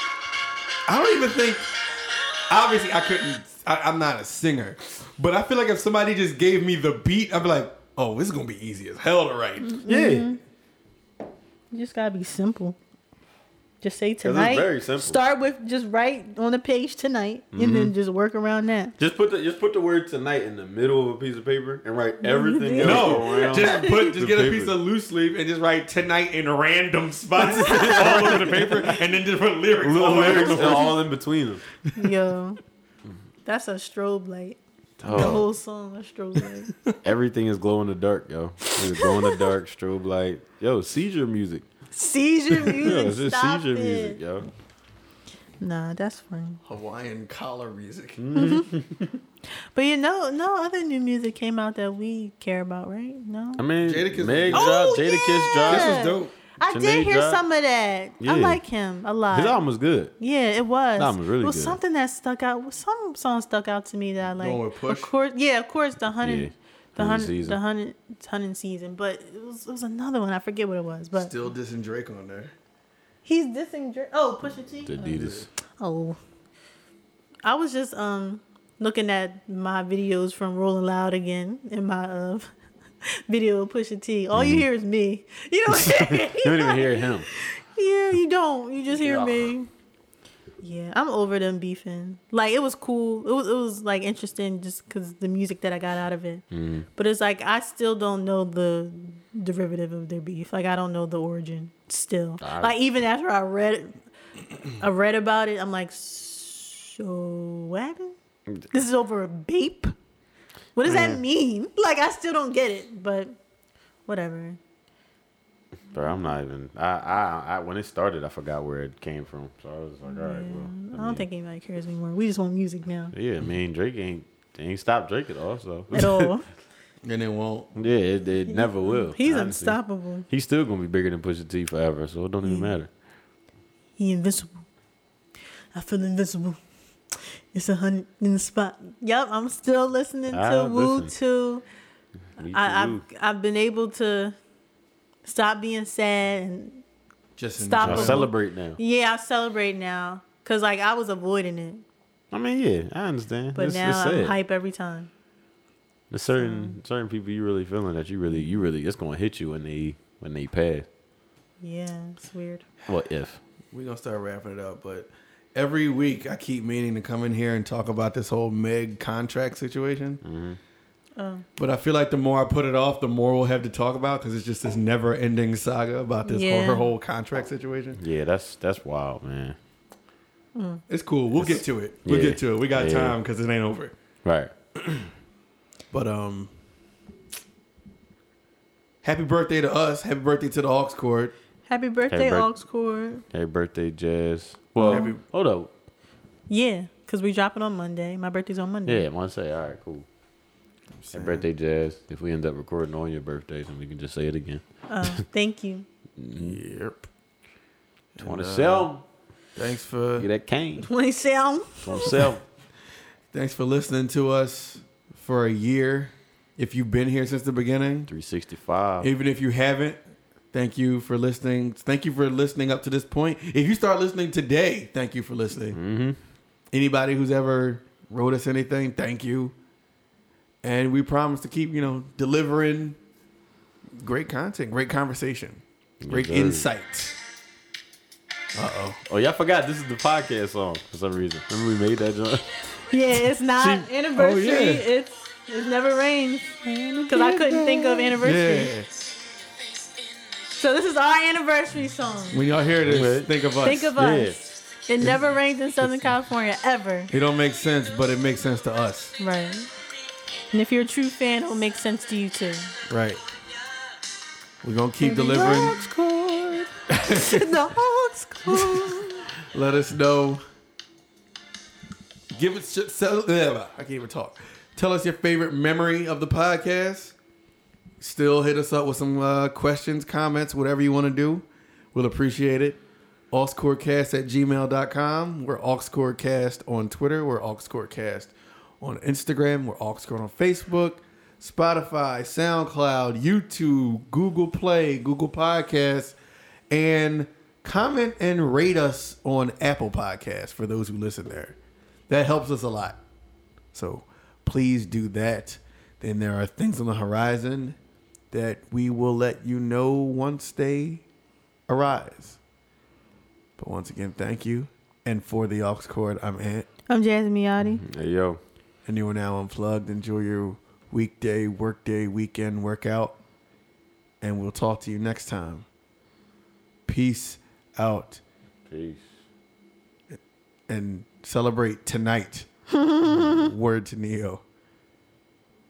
Speaker 2: I don't even think. Obviously, I couldn't. I, I'm not a singer, but I feel like if somebody just gave me the beat, I'd be like, "Oh, this is gonna be easy as hell to write."
Speaker 1: Yeah,
Speaker 3: You just gotta be simple. Just say
Speaker 1: it's
Speaker 3: tonight.
Speaker 1: very simple. Mm-hmm.
Speaker 3: Start with just write on the page tonight, and then just work around that.
Speaker 1: just put the just put the word tonight in the middle of a piece of paper and write everything else
Speaker 2: No,
Speaker 1: around.
Speaker 2: just put, just
Speaker 1: the
Speaker 2: get a
Speaker 1: paper.
Speaker 2: piece of loose leaf and just write tonight in random spots all over the paper, and then just put lyrics.
Speaker 1: little
Speaker 2: all over
Speaker 1: lyrics
Speaker 2: the
Speaker 1: and all in between them.
Speaker 3: Yo, that's a strobe light. The
Speaker 1: Oh,
Speaker 3: whole song a strobe light.
Speaker 1: everything is glow in the dark, yo. It's glow in the dark, strobe light. Yo, seizure music.
Speaker 3: seizure
Speaker 1: Yo,
Speaker 3: music.
Speaker 1: it's just
Speaker 3: stop
Speaker 1: seizure
Speaker 3: it.
Speaker 1: music, yo.
Speaker 3: Nah, that's funny.
Speaker 2: Hawaiian collar music.
Speaker 1: Mm-hmm.
Speaker 3: But you know, no other new music came out that we care about, right? No.
Speaker 1: I mean,
Speaker 2: Jadakiss-
Speaker 1: Meg
Speaker 3: Oh,
Speaker 1: dropped, Jada
Speaker 3: yeah.
Speaker 1: Kiss dropped.
Speaker 2: This was dope.
Speaker 3: I
Speaker 1: Sinead
Speaker 3: did hear
Speaker 1: dropped-
Speaker 3: some of that.
Speaker 1: Yeah.
Speaker 3: I like him a lot.
Speaker 1: His album was good.
Speaker 3: Yeah, it was.
Speaker 1: That was really
Speaker 3: it was
Speaker 1: good.
Speaker 3: something that stuck out. Some song stuck out to me that I like.
Speaker 2: Going with Push?
Speaker 3: Of course, yeah, of course, the hundred,
Speaker 1: Yeah.
Speaker 3: the
Speaker 1: Hundred
Speaker 3: hundred,
Speaker 1: Season.
Speaker 3: the hundred, hundred season. But it was, it was another one. I forget what it was. But
Speaker 2: Still dissing Drake on there.
Speaker 3: he's dissing. Dra- Oh, Pusha T.
Speaker 1: The Adidas.
Speaker 3: Oh, I was just um looking at my videos from Rolling Loud again in my uh video of Pusha T. All
Speaker 1: Mm-hmm.
Speaker 3: you hear is me. You don't hear.
Speaker 1: You don't even hear him.
Speaker 3: Yeah, you don't. You just hear me. Yeah, I'm over them beefing. Like it was cool. It was it was like interesting just because the music that I got out of it.
Speaker 1: Mm-hmm.
Speaker 3: But it's like I still don't know the derivative of their beef. Like I don't know the origin still. like even after I read, I read about it. I'm like, so what happened? This is over a beep. What does that mean? Like I still don't get it. But whatever.
Speaker 1: Bro, I'm not even. I, I, I, when it started, I forgot where it came from. So I was like, all right, well.
Speaker 3: Mm, I don't think anybody cares anymore. We just want music now.
Speaker 1: Yeah, I mean, Drake ain't, they ain't stopped Drake at all. So
Speaker 3: at all.
Speaker 2: And it won't.
Speaker 1: yeah, it, it never will.
Speaker 3: He's
Speaker 1: honestly.
Speaker 3: unstoppable.
Speaker 1: He's still gonna be bigger than Pusha T forever. So it don't even matter.
Speaker 3: He invincible. I feel invincible. It's a hundred in the spot. Yep, I'm still listening
Speaker 1: Ah,
Speaker 3: to Wu
Speaker 1: listen.
Speaker 3: Too.
Speaker 1: Me
Speaker 3: I, I've
Speaker 1: too.
Speaker 3: I've been able to stop being sad and
Speaker 2: Just
Speaker 3: Stop
Speaker 1: I
Speaker 2: enjoy.
Speaker 3: him.
Speaker 1: celebrate now.
Speaker 3: yeah, I celebrate now because like I was avoiding it,
Speaker 1: I mean, yeah, I understand.
Speaker 3: but
Speaker 1: it's,
Speaker 3: now
Speaker 1: it's
Speaker 3: I'm
Speaker 1: sad.
Speaker 3: hype every time.
Speaker 1: There's certain certain people you really feeling that you really you really it's gonna hit you when they when they pass.
Speaker 3: Yeah, it's weird.
Speaker 1: Well, if
Speaker 2: We're gonna start wrapping it up, but every week I keep meaning to come in here and talk about this whole Meg contract situation. But I feel like the more I put it off, the more we'll have to talk about because it's just this never-ending saga about this whole,
Speaker 3: Yeah.
Speaker 2: her whole contract situation.
Speaker 1: yeah, that's that's wild, man.
Speaker 2: It's cool. We'll get to it. We'll
Speaker 1: Yeah.
Speaker 2: get to it. We got
Speaker 1: Yeah.
Speaker 2: time because it ain't over.
Speaker 1: Right.
Speaker 2: But um, happy birthday to us. Happy birthday to the Aux Court.
Speaker 3: Happy birthday,
Speaker 1: birth-
Speaker 3: Aux Court.
Speaker 1: Happy birthday, Jazz. Well,
Speaker 2: Happy-
Speaker 1: hold up.
Speaker 3: Yeah, because we drop it on Monday. My birthday's on Monday.
Speaker 1: Yeah, I'm gonna say, all right, cool. Happy birthday, Jazz. If we end up recording on your birthday, then we can just say it again.
Speaker 3: Uh, thank you.
Speaker 2: Yep.
Speaker 1: Want to sell?
Speaker 2: Thanks for
Speaker 1: Get that cane.
Speaker 3: When sound
Speaker 1: Want to sell?
Speaker 2: Thanks for listening to us for a year. If you've been here since the beginning,
Speaker 1: 365.
Speaker 2: even if you haven't, thank you for listening. Thank you for listening up to this point. If you start listening today, thank you for listening. Anybody who's ever wrote us anything, thank you. And we promise to keep, you know, delivering great content, great conversation, great
Speaker 1: sir.
Speaker 2: insight.
Speaker 1: Oh, y'all forgot this is the podcast song for some reason. Remember we made that joint?
Speaker 3: Yeah, it's not anniversary.
Speaker 2: oh, yeah.
Speaker 3: It's it never rains because I couldn't think of anniversary.
Speaker 2: Yeah.
Speaker 3: So this is our anniversary song.
Speaker 2: When y'all hear this, think of us.
Speaker 3: Think of us. It never rains in Southern California ever.
Speaker 2: it don't make sense, but it makes sense to us.
Speaker 3: Right. And if you're a true fan, it'll make sense to you too.
Speaker 2: Right. We're gonna keep delivering.
Speaker 3: Oxcord. the old school.
Speaker 2: Let us know. Give us so, I can't even talk. Tell us your favorite memory of the podcast. Still hit us up with some uh, questions, comments, whatever you want to do. We'll appreciate it. AuxCoreCast at gmail.com. We're AuxCoreCast on Twitter. We're AuxCoreCast on Instagram. We're AuxCore on Facebook, Spotify, SoundCloud, YouTube, Google Play, Google Podcasts, and comment and rate us on Apple Podcasts for those who listen there. That helps us a lot. So please do that. Then there are things on the horizon that we will let you know once they arise. But once again, thank you. And for the aux chord, I'm Ant,
Speaker 3: I'm Jasmine Miotti.
Speaker 1: Hey, yo.
Speaker 2: and you are now unplugged. Enjoy your weekday, workday, weekend workout, and we'll talk to you next time. Peace out
Speaker 1: Peace.
Speaker 2: and celebrate tonight. Word to Neo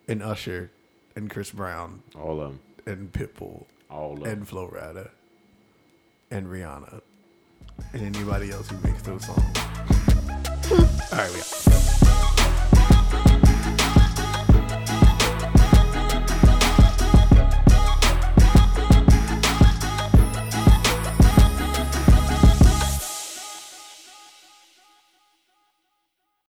Speaker 2: and Usher and Chris Brown
Speaker 1: All of them.
Speaker 2: and Pitbull
Speaker 1: All of them.
Speaker 2: and Flo Rida and Rihanna and anybody else who makes those songs. All right, we out.